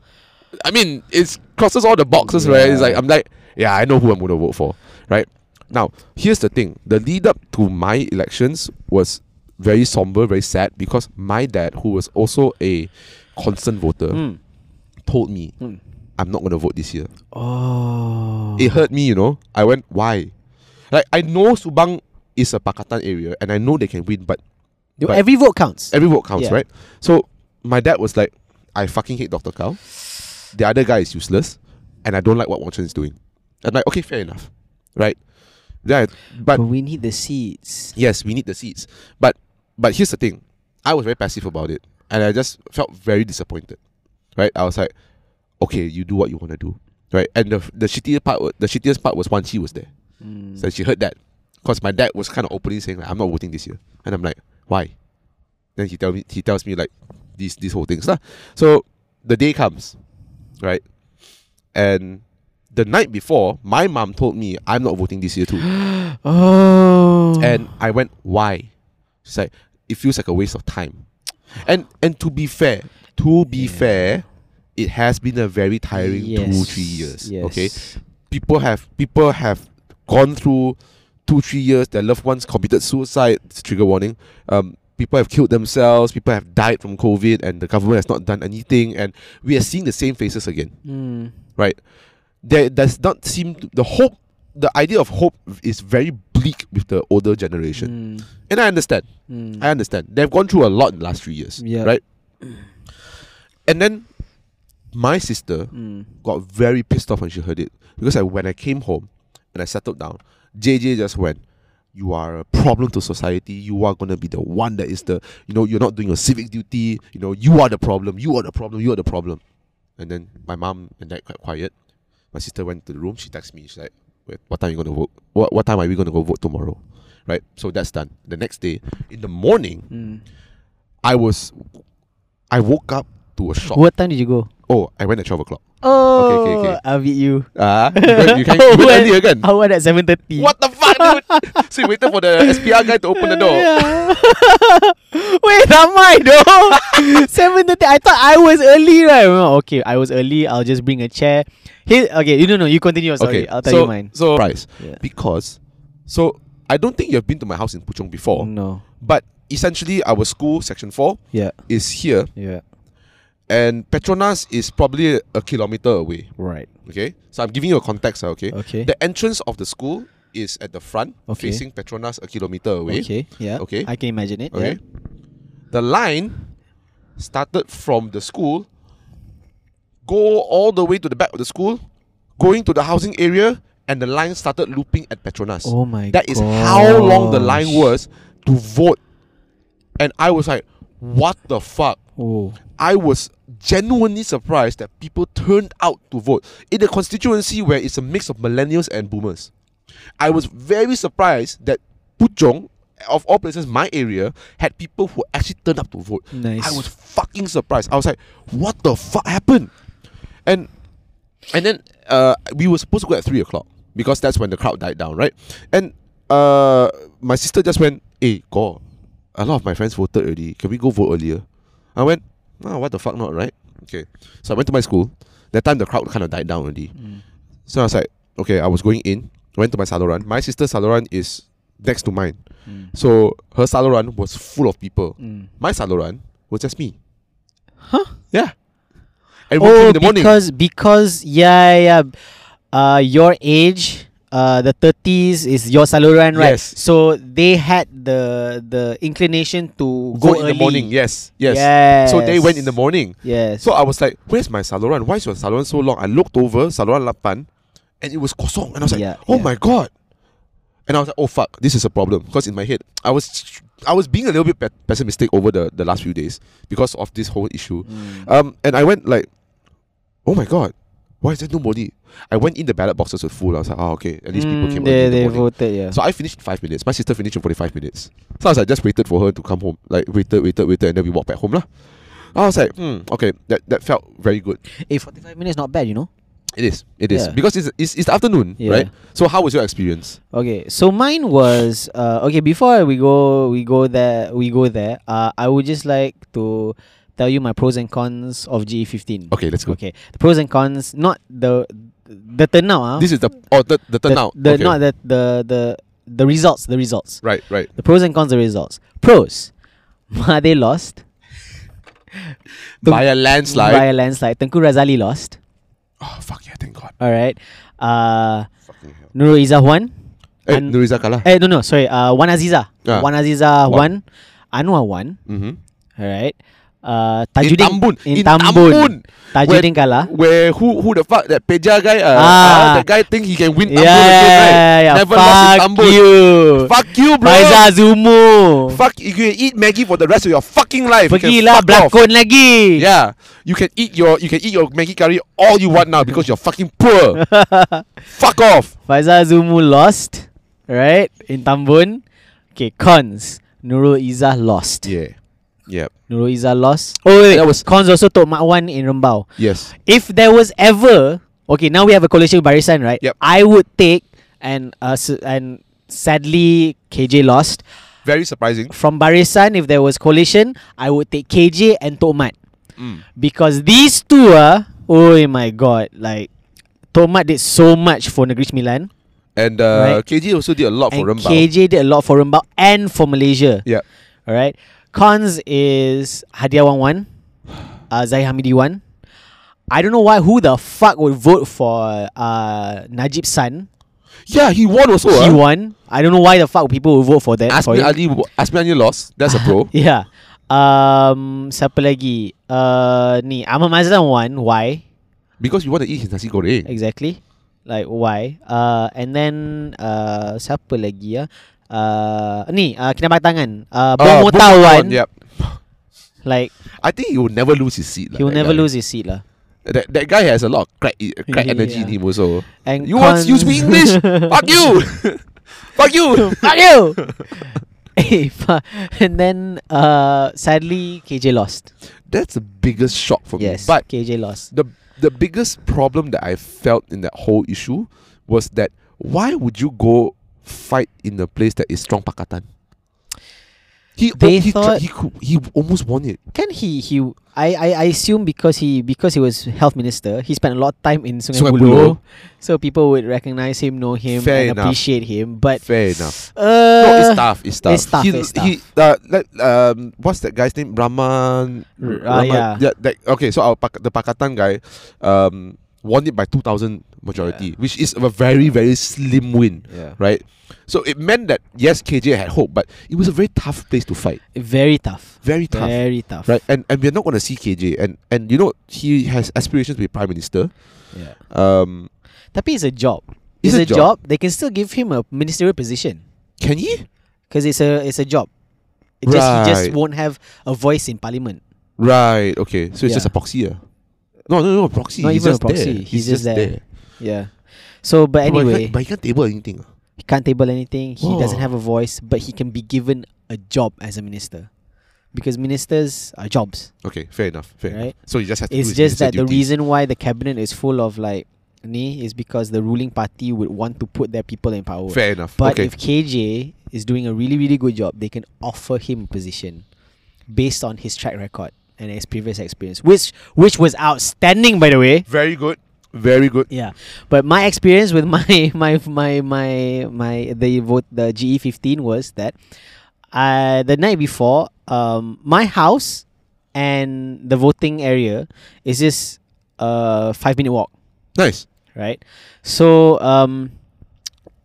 Speaker 3: I mean, it crosses all the boxes, right? It's
Speaker 2: Yeah.
Speaker 3: like, I'm like, yeah, I know who I'm going to vote for, right? Now, here's the thing. The lead up to my elections was very somber, very sad because my dad, who was also a constant voter,
Speaker 2: Hmm.
Speaker 3: told me,
Speaker 2: Hmm.
Speaker 3: I'm not going to vote this year.
Speaker 2: Oh.
Speaker 3: It hurt me, you know. I went, why? Like, I know Subang is a Pakatan area and I know they can win, but
Speaker 2: Do-
Speaker 3: but-
Speaker 2: Every vote counts.
Speaker 3: every vote counts,
Speaker 2: Yeah.
Speaker 3: right? So, my dad was like, I fucking hate Dr. Cow. The other guy is useless and I don't like what Wong Chen is doing. I'm like, okay, fair enough, right? Then I- but
Speaker 2: but we need the seats.
Speaker 3: yes, we need the seats. But but here's the thing. I was very passive about it. And I just felt very disappointed. Right? I was like, okay, you do what you want to do. Right? And the the shittiest part wa- the shittiest part was when she was there. So she heard that. Because my dad was kind of openly saying, like, I'm not voting this year. And I'm like, why? Then he tell me he tells me like these these whole things. lah. So the day comes, right? And the night before, my mom told me I'm not voting this year too.
Speaker 2: Oh.
Speaker 3: And I went, why? She's like, it feels like a waste of time. And and to be fair, to be fair, it has been a very tiring two,
Speaker 2: Yes,
Speaker 3: three years.
Speaker 2: yes.
Speaker 3: Okay. People have people have gone through two, three years, their loved ones committed suicide, trigger warning. Um, people have killed themselves, people have died from COVID, and the government has not done anything, and we are seeing the same faces again
Speaker 2: Mm.
Speaker 3: right? There does not seem to, the hope, the idea of hope is very bleak with the older generation,
Speaker 2: Mm.
Speaker 3: and I understand.
Speaker 2: Mm.
Speaker 3: I understand they've gone through a lot in the last three years,
Speaker 2: Yeah.
Speaker 3: right? And then my sister
Speaker 2: Mm.
Speaker 3: got very pissed off when she heard it because I, when I came home and I settled down, JJ just went. You are a problem to society. You are gonna be the one that is the you know you're not doing your civic duty. You know you are the problem. You are the problem. You are the problem. And then my mom and dad quite quiet. My sister went to the room. She texted me. She's like, "Wait, "What time are you gonna vote? What what time are we gonna go vote tomorrow?" Right. So that's done. The next day in the morning,
Speaker 2: Mm.
Speaker 3: I was I woke up to a shock.
Speaker 2: What time did you go?
Speaker 3: Oh, I went at twelve o'clock.
Speaker 2: Oh,
Speaker 3: okay, okay.
Speaker 2: I'll beat you.
Speaker 3: Ah, you can you, can,
Speaker 2: Oh,
Speaker 3: you went earlier again.
Speaker 2: I went at seven thirty.
Speaker 3: What the fuck, dude? so you waited for the SPR guy to open the door.
Speaker 2: Uh, Yeah. Wait, Ramai though. Seven thirty. I thought I was early, right? No, okay, I was early. I'll just bring a chair. Here, okay, you don't know. You continue. your Story.
Speaker 3: Okay,
Speaker 2: I'll tell
Speaker 3: so,
Speaker 2: you mine.
Speaker 3: So price
Speaker 2: Yeah.
Speaker 3: because so I don't think you've been to my house in Puchong before,
Speaker 2: No.
Speaker 3: but essentially our school section four
Speaker 2: Yeah.
Speaker 3: is here,
Speaker 2: Yeah.
Speaker 3: and Petronas is probably a kilometer away.
Speaker 2: Right.
Speaker 3: Okay, so I'm giving you a context. ah, Okay,
Speaker 2: Okay.
Speaker 3: the entrance of the school is at the front,
Speaker 2: Okay.
Speaker 3: facing Petronas a kilometer away.
Speaker 2: Okay. Yeah.
Speaker 3: Okay.
Speaker 2: I can imagine it.
Speaker 3: Okay. The line started from the school, go all the way to the back of the school, going to the housing area, and the line started looping at Petronas.
Speaker 2: Oh my
Speaker 3: That is how long the line
Speaker 2: gosh.
Speaker 3: was to vote. And I was like, what the fuck?
Speaker 2: Oh.
Speaker 3: I was genuinely surprised that people turned out to vote in a constituency where it's a mix of millennials and boomers. I was very surprised that Puchong, of all places, my area, had people who actually turned up to vote.
Speaker 2: Nice.
Speaker 3: I was fucking surprised. I was like, what the fuck happened? And and then uh, we were supposed to go at three o'clock because that's when the crowd died down, right? And uh, my sister just went, "Hey, go! A lot of my friends voted already. Can we go vote earlier?" I went, "No, what the fuck not, right?" Okay, so I went to my school. That time the crowd kind of died down already. So I was like, "Okay," I was going in. Went to my saloran. My sister's saloran is next to mine, so her saloran was full of people. My saloran was just me. Huh? Yeah. And we came
Speaker 2: Oh,
Speaker 3: in the morning.
Speaker 2: because because yeah yeah, uh, your age, uh, the thirties is your saluran, right?
Speaker 3: Yes.
Speaker 2: So they had the the inclination to
Speaker 3: go,
Speaker 2: go,
Speaker 3: in the
Speaker 2: early.
Speaker 3: morning. Yes, yes.
Speaker 2: Yes.
Speaker 3: So they went in the morning.
Speaker 2: Yes.
Speaker 3: So uh, I was like, "Where's my saluran? Why is your saluran so long?" I looked over saluran lapan, and it was kosong. And I was like,
Speaker 2: Yeah,
Speaker 3: "Oh
Speaker 2: yeah.
Speaker 3: my god!" And I was like, "Oh fuck, this is a problem." Because in my head, I was I was being a little bit pe- pessimistic over the the last few days because of this whole issue.
Speaker 2: Mm.
Speaker 3: Um, and I went like, "Oh my god." Why is there nobody? I went in the ballot boxes were full. I was like, oh, okay, at least people
Speaker 2: Mm,
Speaker 3: came. early
Speaker 2: They
Speaker 3: in the
Speaker 2: they
Speaker 3: morning."
Speaker 2: voted yeah.
Speaker 3: So I finished in five minutes. My sister finished in forty five minutes. So I was like, just waited for her to come home. Like waited, waited, waited, and then we walked back home lah. I was like, hmm, okay, that, that felt very good.
Speaker 2: Eh, forty five minutes not bad, you know.
Speaker 3: It is, it is
Speaker 2: Yeah.
Speaker 3: because it's it's, it's the afternoon,
Speaker 2: Yeah.
Speaker 3: right? So how was your experience?
Speaker 2: Okay, so mine was uh, okay. Before we go, we go there, we go there. Uh, I would just like to tell you my pros and cons of GE fifteen.
Speaker 3: Okay, let's go.
Speaker 2: Okay, the pros and cons, not the the turnout. ah.
Speaker 3: This is the oh the the
Speaker 2: the,
Speaker 3: turnout.
Speaker 2: The,
Speaker 3: okay.
Speaker 2: Not the, the the the results. The results.
Speaker 3: right, right.
Speaker 2: The pros and cons. The results. Pros. Mahathir lost The-
Speaker 3: By a landslide.
Speaker 2: by a landslide. Tengku Razali lost.
Speaker 3: oh fuck yeah, thank God.
Speaker 2: All right. Uh,
Speaker 3: Fucking hell.
Speaker 2: Nurul Izzah won.
Speaker 3: Eh,
Speaker 2: And-
Speaker 3: Nuriza kalah.
Speaker 2: Eh, no, no, sorry. Uh, Wan Aziza.
Speaker 3: Ah.
Speaker 2: Wan Aziza
Speaker 3: Wan.
Speaker 2: won. Anwar won.
Speaker 3: Mm-hmm.
Speaker 2: All right. Uh,
Speaker 3: In
Speaker 2: Tajuddin.
Speaker 3: Tambun,
Speaker 2: In
Speaker 3: in
Speaker 2: Tambun.
Speaker 3: Tambun.
Speaker 2: Tajuddin kalah.
Speaker 3: Where who who the fuck that Peja guy? Uh,
Speaker 2: Ah.
Speaker 3: ah, that guy think he can win.
Speaker 2: Yeah,
Speaker 3: Tambun again, right?
Speaker 2: yeah, yeah.
Speaker 3: Never lost in
Speaker 2: Fuck
Speaker 3: Tambun.
Speaker 2: you.
Speaker 3: Fuck you, bro.
Speaker 2: Faiza Azumu.
Speaker 3: Fuck, you can eat Maggie for the rest of your fucking life. You can
Speaker 2: Pergilah
Speaker 3: fuck off. Ya.
Speaker 2: berlakon lagi.
Speaker 3: Yeah, you can eat your you can eat your Maggie curry all you want now because you're fucking poor. fuck off.
Speaker 2: Faiza Azumu lost, right? In Tambun. Okay, cons. Nurul Izzah lost.
Speaker 3: Yeah, yeah,
Speaker 2: Nurul Izzah lost. Oh, wait,
Speaker 3: That
Speaker 2: wait.
Speaker 3: was-
Speaker 2: cons also Tok Mak Wan in Rembau.
Speaker 3: yes.
Speaker 2: If there was ever okay, now we have a coalition with Barisan, right?
Speaker 3: Yep.
Speaker 2: I would take and uh, s- and sadly KJ lost
Speaker 3: Very surprising.
Speaker 2: from Barisan. If there was coalition, I would take KJ and Tok Mat
Speaker 3: Mm.
Speaker 2: because these two are oh my god, like Tok Mat did so much for Negeri Sembilan.
Speaker 3: And uh,
Speaker 2: Right.
Speaker 3: KG also did a lot for
Speaker 2: and
Speaker 3: Rembau.
Speaker 2: KJ did a lot for Rembau and for Malaysia.
Speaker 3: Yeah.
Speaker 2: All right. Cons is Hadiah Wan Wan, uh, Zahid Hamidi Wan. I don't know why who the fuck would vote for uh, Najib San.
Speaker 3: Yeah, he won also.
Speaker 2: He
Speaker 3: ah.
Speaker 2: won. I don't know why the fuck people would vote for that. for
Speaker 3: Asmi
Speaker 2: him.
Speaker 3: Ali, wo- Asmi Ali lost. That's a pro.
Speaker 2: Yeah. Um, siapa lagi? Uh, ni Ahmad Mazlan won. Why
Speaker 3: because you want to eat his nasi goreng.
Speaker 2: exactly? Like why? Uh, and then uh, siapa lagi ya? Uh, ni uh, kena tangan.
Speaker 3: Ah,
Speaker 2: Uh,
Speaker 3: Bong
Speaker 2: Bong Mota won.
Speaker 3: Yep.
Speaker 2: Like
Speaker 3: I think he will never lose his seat. lah,
Speaker 2: he will
Speaker 3: that
Speaker 2: never
Speaker 3: guy.
Speaker 2: lose his seat lah.
Speaker 3: That, that guy has a lot of crack, i- crack
Speaker 2: Yeah.
Speaker 3: energy in him also.
Speaker 2: And
Speaker 3: You want you
Speaker 2: cons-
Speaker 3: speak English? Fuck you! Fuck you!
Speaker 2: Fuck you. Eh, fu- and then uh, sadly KJ lost.
Speaker 3: That's the biggest shock for
Speaker 2: Yes,
Speaker 3: me. But
Speaker 2: KJ lost.
Speaker 3: the the biggest problem that I felt in that whole issue was that why would you go fight in a place that is strong pakatan? He
Speaker 2: They
Speaker 3: he,
Speaker 2: thought-
Speaker 3: he, could, he almost won it.
Speaker 2: Can he he I, I I assume because he because he was health minister, he spent a lot of time in Sungai,
Speaker 3: Sungai Buloh.
Speaker 2: Buloh, so people would recognize him, know him,
Speaker 3: Fair
Speaker 2: and
Speaker 3: enough.
Speaker 2: appreciate him. But
Speaker 3: Fair enough.
Speaker 2: uh,
Speaker 3: no, it's tough. It's tough.
Speaker 2: it's tough,
Speaker 3: He,
Speaker 2: it's
Speaker 3: he- uh, like, um, what's that guy's name? Raman.
Speaker 2: R-
Speaker 3: Raman-
Speaker 2: ah, yeah.
Speaker 3: that, okay, so our pak- the Pakatan guy um, won it by two thousand majority, which is a very very slim win,
Speaker 2: Yeah.
Speaker 3: right? So it meant that yes, KJ had hope, but it was a very tough place to fight.
Speaker 2: very tough,
Speaker 3: Very tough.
Speaker 2: very tough.
Speaker 3: Right, and, and we're not going to see KJ, and and you know he has aspirations to be prime minister.
Speaker 2: Yeah.
Speaker 3: Um,
Speaker 2: Tapi it's a job.
Speaker 3: It's
Speaker 2: It's,
Speaker 3: a
Speaker 2: a job. They can still give him a ministerial position
Speaker 3: can he?
Speaker 2: because it's a it's a job. It just he just
Speaker 3: Right.
Speaker 2: won't have a voice in parliament.
Speaker 3: Right. Okay. So it's just
Speaker 2: Yeah.
Speaker 3: a proxy. ah? No, no, no, proxy.
Speaker 2: Not
Speaker 3: he's
Speaker 2: even a
Speaker 3: just
Speaker 2: proxy,
Speaker 3: There.
Speaker 2: he's just there. Yeah. So,
Speaker 3: But
Speaker 2: but
Speaker 3: he
Speaker 2: anyway,
Speaker 3: can't- but he can't table anything. ah.
Speaker 2: he can't table anything. He doesn't
Speaker 3: Whoa.
Speaker 2: have a voice, but he can be given a job as a minister, because ministers are jobs.
Speaker 3: Okay, fair enough. Fair enough.
Speaker 2: Right.
Speaker 3: So he just has to. do
Speaker 2: It's
Speaker 3: his
Speaker 2: just that the
Speaker 3: minister duties.
Speaker 2: reason why the cabinet is full of like ni is because the ruling party would want to put their people in power.
Speaker 3: Fair enough.
Speaker 2: But
Speaker 3: okay.
Speaker 2: if KJ is doing a really really good job, they can offer him a position based on his track record and his previous experience, which which was outstanding by the way.
Speaker 3: very good, very good.
Speaker 2: Yeah, but my experience with my my my my my the vote the GE fifteen was that uh, the night before um my house and the voting area is just a five minute walk
Speaker 3: Nice.
Speaker 2: right? So um,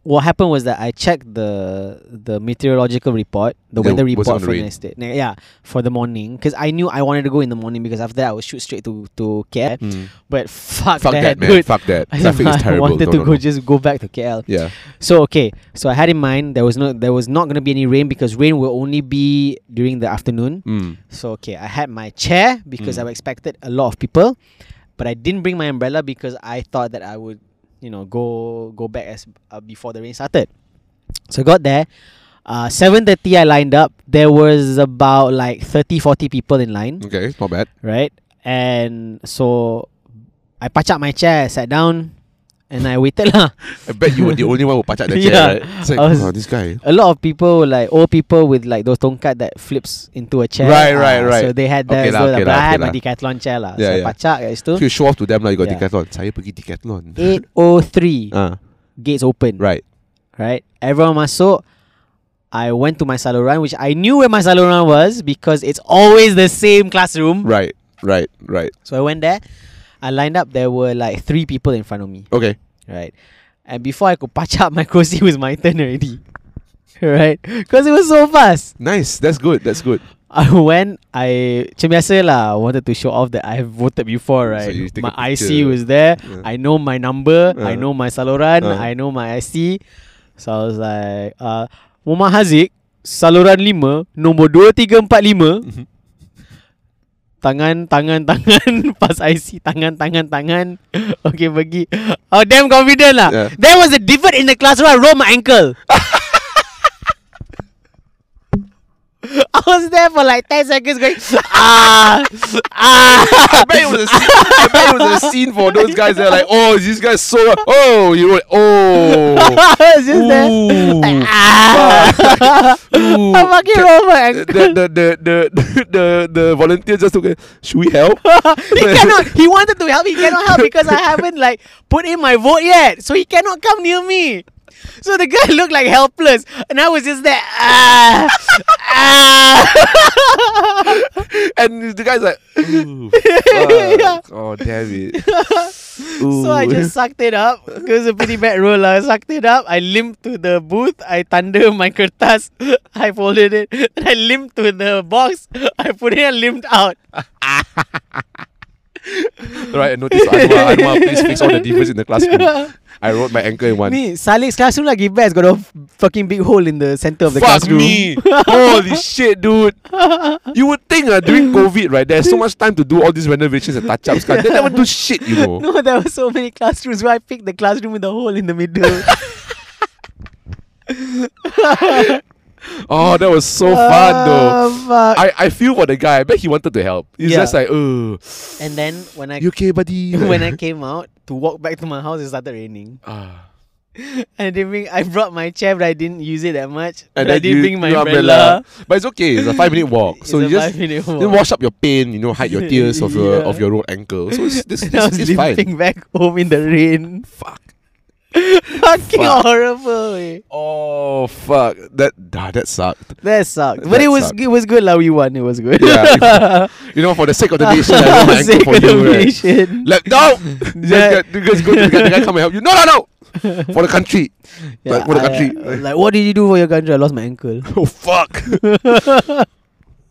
Speaker 2: what happened was that I checked the the meteorological report, the
Speaker 3: There
Speaker 2: weather
Speaker 3: was
Speaker 2: report
Speaker 3: gonna
Speaker 2: for the
Speaker 3: rain.
Speaker 2: next day. Ne- Yeah, for the morning, because I knew I wanted to go in the morning because after that I would shoot straight to to KL. But fuck,
Speaker 3: Hmm. Fuck that, man.
Speaker 2: dude.
Speaker 3: Fuck that.
Speaker 2: I,
Speaker 3: Traffic is terrible.
Speaker 2: wanted
Speaker 3: No,
Speaker 2: to
Speaker 3: no,
Speaker 2: go
Speaker 3: no.
Speaker 2: just go back to KL.
Speaker 3: Yeah.
Speaker 2: So okay, so I had in mind there was no there was not gonna be any rain because rain will only be during the afternoon.
Speaker 3: Mm.
Speaker 2: So okay, I had my chair because
Speaker 3: Mm.
Speaker 2: I expected a lot of people, but I didn't bring my umbrella because I thought that I would, you know, go go back as uh, before the rain started. So I got there, uh, seven thirty. I lined up. There was about like 30, 40 people in line,
Speaker 3: Okay, not bad.
Speaker 2: right? And so I patch up my chair, sat down, and I waited lah.
Speaker 3: I bet you were the only one who patched that chair,
Speaker 2: Yeah.
Speaker 3: right? It's like,
Speaker 2: I was-
Speaker 3: oh, this guy.
Speaker 2: a lot of people were like old people with like those tonkat that flips into a chair. Ah,
Speaker 3: Right, right, right.
Speaker 2: So they had that.
Speaker 3: Okay
Speaker 2: so
Speaker 3: lah, okay
Speaker 2: but
Speaker 3: lah,
Speaker 2: I had
Speaker 3: okay
Speaker 2: my
Speaker 3: lah.
Speaker 2: decathlon chair lah.
Speaker 3: Yeah,
Speaker 2: so
Speaker 3: yeah.
Speaker 2: pacak kat situ.
Speaker 3: If you show off to them, like, you got
Speaker 2: Yeah.
Speaker 3: decathlon. Saya pergi decathlon.
Speaker 2: 803
Speaker 3: Ah,
Speaker 2: gates open.
Speaker 3: right.
Speaker 2: Right. Everyone masuk. I went to my saluran, which I knew where my saluran was because it's always the same classroom.
Speaker 3: Right. Right. Right.
Speaker 2: So I went there. I lined up. There were like three people in front of me.
Speaker 3: Okay.
Speaker 2: Right. And before I could patch up my cozy, it was my turn already. right. Because it was so fast.
Speaker 3: Nice. That's good. That's good.
Speaker 2: I went, I macam biasa lah wanted to show off that I have voted
Speaker 3: So
Speaker 2: before, right?
Speaker 3: you take a
Speaker 2: my
Speaker 3: picture.
Speaker 2: IC was there.
Speaker 3: Yeah.
Speaker 2: I know my number. I
Speaker 3: Uh.
Speaker 2: know my saluran.
Speaker 3: Uh.
Speaker 2: I know my IC. So I was like, uh, Muhammad Haziq, saluran 5, nombor 2345.
Speaker 3: Mhm.
Speaker 2: Tangan, tangan, tangan. Pas IC, tangan, tangan, tangan. Okay, pergi. Oh, damn confident lah.
Speaker 3: Yeah.
Speaker 2: There was a divot in the classroom. I rolled my ankle. I was there for like 10 seconds going, ah, ah.
Speaker 3: I bet it was a scene, I bet it was a scene for those guys. They're like, oh, this guy's so. Oh, you were. Oh.
Speaker 2: I was just there.
Speaker 3: Ooh.
Speaker 2: Ah.
Speaker 3: Ooh.
Speaker 2: I fucking rolled my ankle.
Speaker 3: the, the, the, the, the, the volunteer just took it. Should we help?
Speaker 2: he cannot. He wanted to help. He cannot help because I haven't like put in my vote yet. So he cannot come near me. So the guy looked like helpless, and I was just there. Ah, ah.
Speaker 3: and the guy's like, "Ooh,
Speaker 2: Yeah.
Speaker 3: fuck. oh damn it.
Speaker 2: so I
Speaker 3: Ooh.
Speaker 2: just sucked it up. It was a pretty bad roll. lah. I sucked it up. I limped to the booth. I thunder my kertas. I folded it, and I limped to the box. I put it and limped out.
Speaker 3: right. I noticed Anwar, Anwar, please fix all the difference in the classroom. I wrote my anchor in one.
Speaker 2: Ni Salik's classroom lagi best. Got a f- fucking big hole in the center of the
Speaker 3: Fuck
Speaker 2: classroom.
Speaker 3: me! Holy shit, dude! You would think uh, during COVID, right? There's so much time to do all these renovations and touch ups. They never do shit, you know.
Speaker 2: No, there were so many classrooms where I picked the classroom with the hole in the middle.
Speaker 3: Oh, that was so fun, though.
Speaker 2: Ah, fuck.
Speaker 3: I, I feel for the guy. I bet he wanted to help. He's
Speaker 2: Yeah.
Speaker 3: just like, oh,
Speaker 2: and then when I
Speaker 3: you okay, buddy?
Speaker 2: when I came out to walk back to my house, it started raining.
Speaker 3: Ah.
Speaker 2: And I didn't bring, I brought my chair, but I didn't use it that much.
Speaker 3: And
Speaker 2: But I
Speaker 3: then
Speaker 2: didn't
Speaker 3: you-
Speaker 2: bring my
Speaker 3: your
Speaker 2: umbrella.
Speaker 3: But it's okay. It's a five minute walk. so you
Speaker 2: it's a
Speaker 3: just
Speaker 2: five-minute
Speaker 3: then
Speaker 2: walk.
Speaker 3: wash up your pain, you know, hide your tears of your
Speaker 2: Yeah.
Speaker 3: of your own ankle. So it's this,
Speaker 2: And I
Speaker 3: this
Speaker 2: was
Speaker 3: it's fine.
Speaker 2: limping back home in the rain.
Speaker 3: Fuck.
Speaker 2: Fucking
Speaker 3: Fuck.
Speaker 2: horrible. eh.
Speaker 3: Oh fuck. That ah, that sucked.
Speaker 2: That sucked. But
Speaker 3: That
Speaker 2: it was
Speaker 3: sucked.
Speaker 2: it was good lah. We won. It was good.
Speaker 3: Yeah. You know, for the sake of the nation, I know my ankle
Speaker 2: Sick
Speaker 3: for you. Right?
Speaker 2: combination.
Speaker 3: Like, no! Just
Speaker 2: Yeah.
Speaker 3: get- you guys go to the guy, the guy come and help you. No, no, no! For the country. Like, for the
Speaker 2: I-
Speaker 3: country.
Speaker 2: uh, like, what did you do for your country? I lost my ankle.
Speaker 3: Oh, fuck.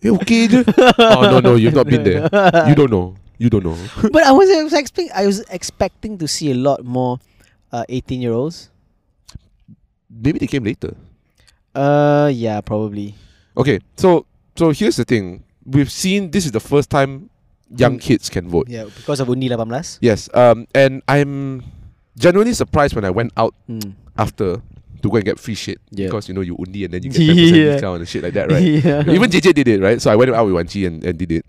Speaker 3: you okay, dude? Oh, no, no, you've not been there. You don't know. You don't know.
Speaker 2: but I was, I was expecting I was expecting to see a lot more uh, 18 year olds.
Speaker 3: Maybe they came later.
Speaker 2: Uh, yeah, probably.
Speaker 3: Okay, so so here's the thing. We've seen this is the first time young kids can vote.
Speaker 2: Yeah, because of Undi 18.
Speaker 3: Yes, um, and I'm genuinely surprised when I went out
Speaker 2: Mm.
Speaker 3: after to go and get free shit
Speaker 2: Yeah.
Speaker 3: because you know you undi and then you get 10%
Speaker 2: Yeah.
Speaker 3: discount and shit like that, right?
Speaker 2: yeah.
Speaker 3: Even JJ did it, right? So I went out with Wanchi and, and did it.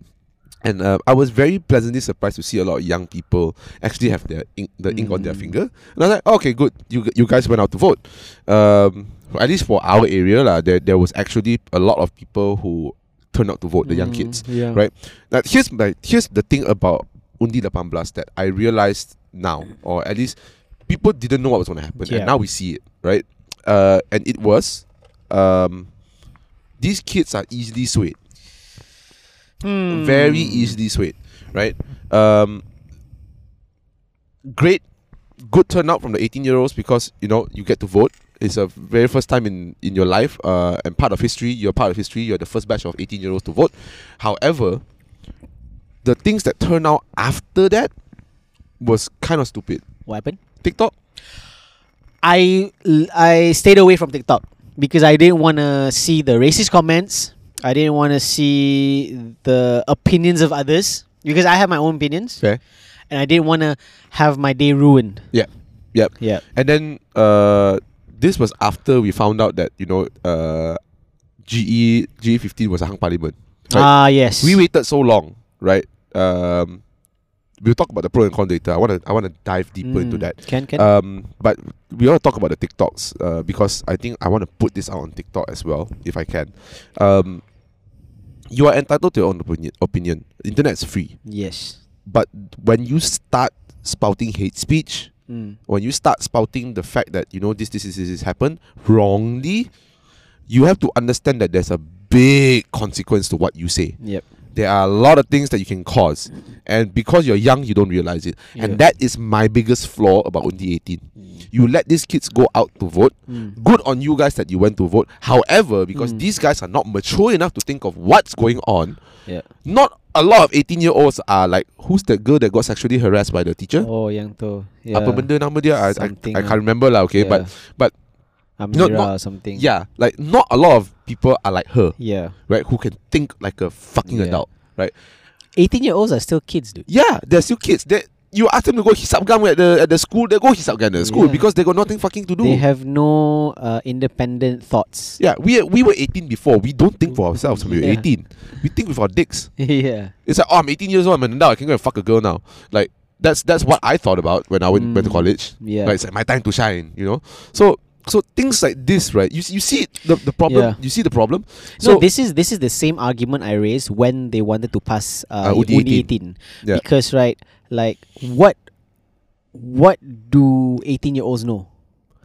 Speaker 3: And uh, I was very pleasantly surprised to see a lot of young people actually have their ink, the ink on their
Speaker 2: Mm.
Speaker 3: finger. And I was like, oh, okay, good. You g- you guys went out to vote. Um, at least for our area, lah, there, there was actually a lot of people who turned out to vote, the young kids.
Speaker 2: Mm, Yeah.
Speaker 3: right? Now, here's my here's the thing about Undi 18 that I realized now, or at least people didn't know what was going to happen,
Speaker 2: Yeah.
Speaker 3: and now we see it, right? Uh, and it was, um, these kids are easily swayed,
Speaker 2: Hmm.
Speaker 3: very easily swayed, right? Um, great, good turnout from the 18 year olds because you know you get to vote. It's a very first time in, in your life, uh, and part of history. You're part of history. You're the first batch of 18 year olds to vote. However, the things that turn out after that was kind of stupid.
Speaker 2: What happened?
Speaker 3: TikTok,
Speaker 2: I I stayed away from TikTok because I didn't want to see the racist comments. I didn't want to see the opinions of others because I have my own opinions
Speaker 3: okay,
Speaker 2: and I didn't want to have my day ruined.
Speaker 3: yeah, yep.
Speaker 2: Yeah.
Speaker 3: And then uh, this was after we found out that you know uh, GE GE E fifteen was a hung parliament. Right?
Speaker 2: Ah yes.
Speaker 3: we waited so long, right? Um, we'll talk about the pro and con later. I wanna I wanna dive deeper into
Speaker 2: Mm.
Speaker 3: that.
Speaker 2: Can can.
Speaker 3: Um, but we want to talk about the TikToks uh, because I think I want to put this out on TikTok as well if I can. Um, you are entitled to your own opinion. Opinion. Internet's free,
Speaker 2: yes.
Speaker 3: but when you start spouting hate speech,
Speaker 2: Mm.
Speaker 3: when you start spouting the fact that you know this this this this, this happened wrongly, you have to understand that there's a big consequence to what you say
Speaker 2: Yep.
Speaker 3: there are a lot of things that you can cause and because you're young you don't realize it
Speaker 2: Yeah.
Speaker 3: and that is my biggest flaw about Undi 18 you let these kids go out to vote
Speaker 2: Mm.
Speaker 3: good on you guys that you went to vote however because
Speaker 2: Mm.
Speaker 3: these guys are not mature enough to think of what's going on
Speaker 2: Yeah.
Speaker 3: not a lot of 18 year olds are like who's the girl that got sexually harassed by the teacher
Speaker 2: Oh yang tu. Yeah.
Speaker 3: Apa benda nama dia? I, I,
Speaker 2: Something
Speaker 3: I
Speaker 2: lah.
Speaker 3: can't remember lah. Okay, but but-
Speaker 2: Amira
Speaker 3: not-
Speaker 2: or something.
Speaker 3: yeah, like not a lot of people are like her,
Speaker 2: Yeah.
Speaker 3: right? Who can think like a fucking
Speaker 2: Yeah.
Speaker 3: adult, right?
Speaker 2: 18 year olds are still kids, dude.
Speaker 3: Yeah, they're still kids. They, you ask them to go hisap gum at the at the school, they go hisap gum at the school
Speaker 2: Yeah.
Speaker 3: because they got nothing fucking to do.
Speaker 2: They have no uh, independent thoughts.
Speaker 3: yeah, we we were 18 before. We don't think for ourselves when we were
Speaker 2: Yeah.
Speaker 3: 18. We think with our dicks.
Speaker 2: yeah.
Speaker 3: It's like, oh, I'm 18 years old. I'm an adult. I can go and fuck a girl now. Like that's that's what I thought about when I went, went to
Speaker 2: Mm.
Speaker 3: college.
Speaker 2: Yeah.
Speaker 3: Like it's like my time to shine. You know. So so things like this, right? You s- you see it, the the problem.
Speaker 2: Yeah.
Speaker 3: You see the problem. So
Speaker 2: So no, this is this is the same argument I raised when they wanted to pass uh,
Speaker 3: Uh, UD
Speaker 2: UD 18.
Speaker 3: 18. Yeah.
Speaker 2: Because right, like what what do 18 year olds know?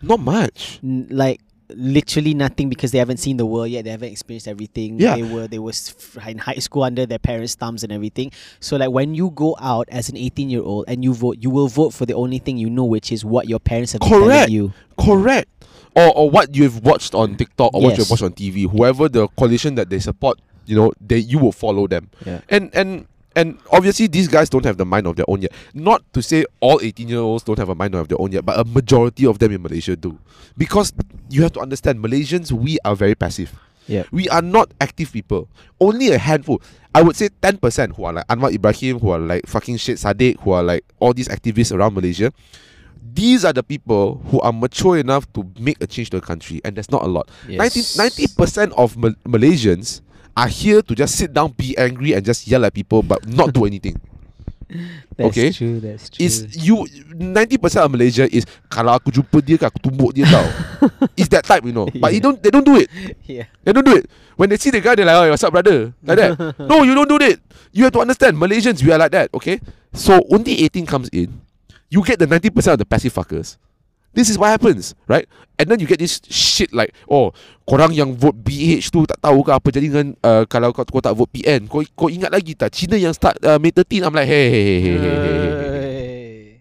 Speaker 3: Not much.
Speaker 2: n- like literally nothing because they haven't seen the world yet. They haven't experienced everything.
Speaker 3: Yeah.
Speaker 2: They were they were s- f- in high school under their parents' thumbs and everything. So like when you go out as an 18 year old and you vote, you will vote for the only thing you know, which is what your parents have been telling
Speaker 3: Correct.
Speaker 2: you.
Speaker 3: Correct. Or, or what you've watched on TikTok or what
Speaker 2: Yes.
Speaker 3: you've watched on TV. Whoever the coalition that they support, you know, they you will follow them.
Speaker 2: Yeah.
Speaker 3: And and and obviously these guys don't have the mind of their own yet. Not to say all eighteen year olds don't have a mind of their own yet, but a majority of them in Malaysia do. Because you have to understand Malaysians, we are very passive.
Speaker 2: Yeah.
Speaker 3: We are not active people. Only a handful. I would say 10% who are like Anwar Ibrahim, who are like fucking shit Sadiq, who are like all these activists around Malaysia. These are the people who are mature enough to make a change to the country, and there's not a lot. 90 percent of Mal- Malaysians are here to just sit down, be angry, and just yell at people, but not do anything.
Speaker 2: That's
Speaker 3: okay.
Speaker 2: true. That's true.
Speaker 3: It's you. 90 percent of Malaysia is kalau aku jumpa dia, aku tumbuk dia tau. it's that type, you know. But you
Speaker 2: Yeah.
Speaker 3: don't. They don't do it.
Speaker 2: yeah.
Speaker 3: They don't do it. When they see the guy, they're like, oh, what's up, brother? Like that. no, you don't do that. You have to understand, Malaysians, we are like that, okay? So only 18 comes in, you get the 90% of the passive fuckers. This is what happens, right? And then you get this shit like, oh, korang yang vote BH tu tak tahu ke apa jadi dengan uh, kalau kau, kau tak vote PN. Kau, kau ingat lagi tak Cina yang start uh, May 13? I'm like, hey, hey, hey, hey, hey, hey, hey, hey.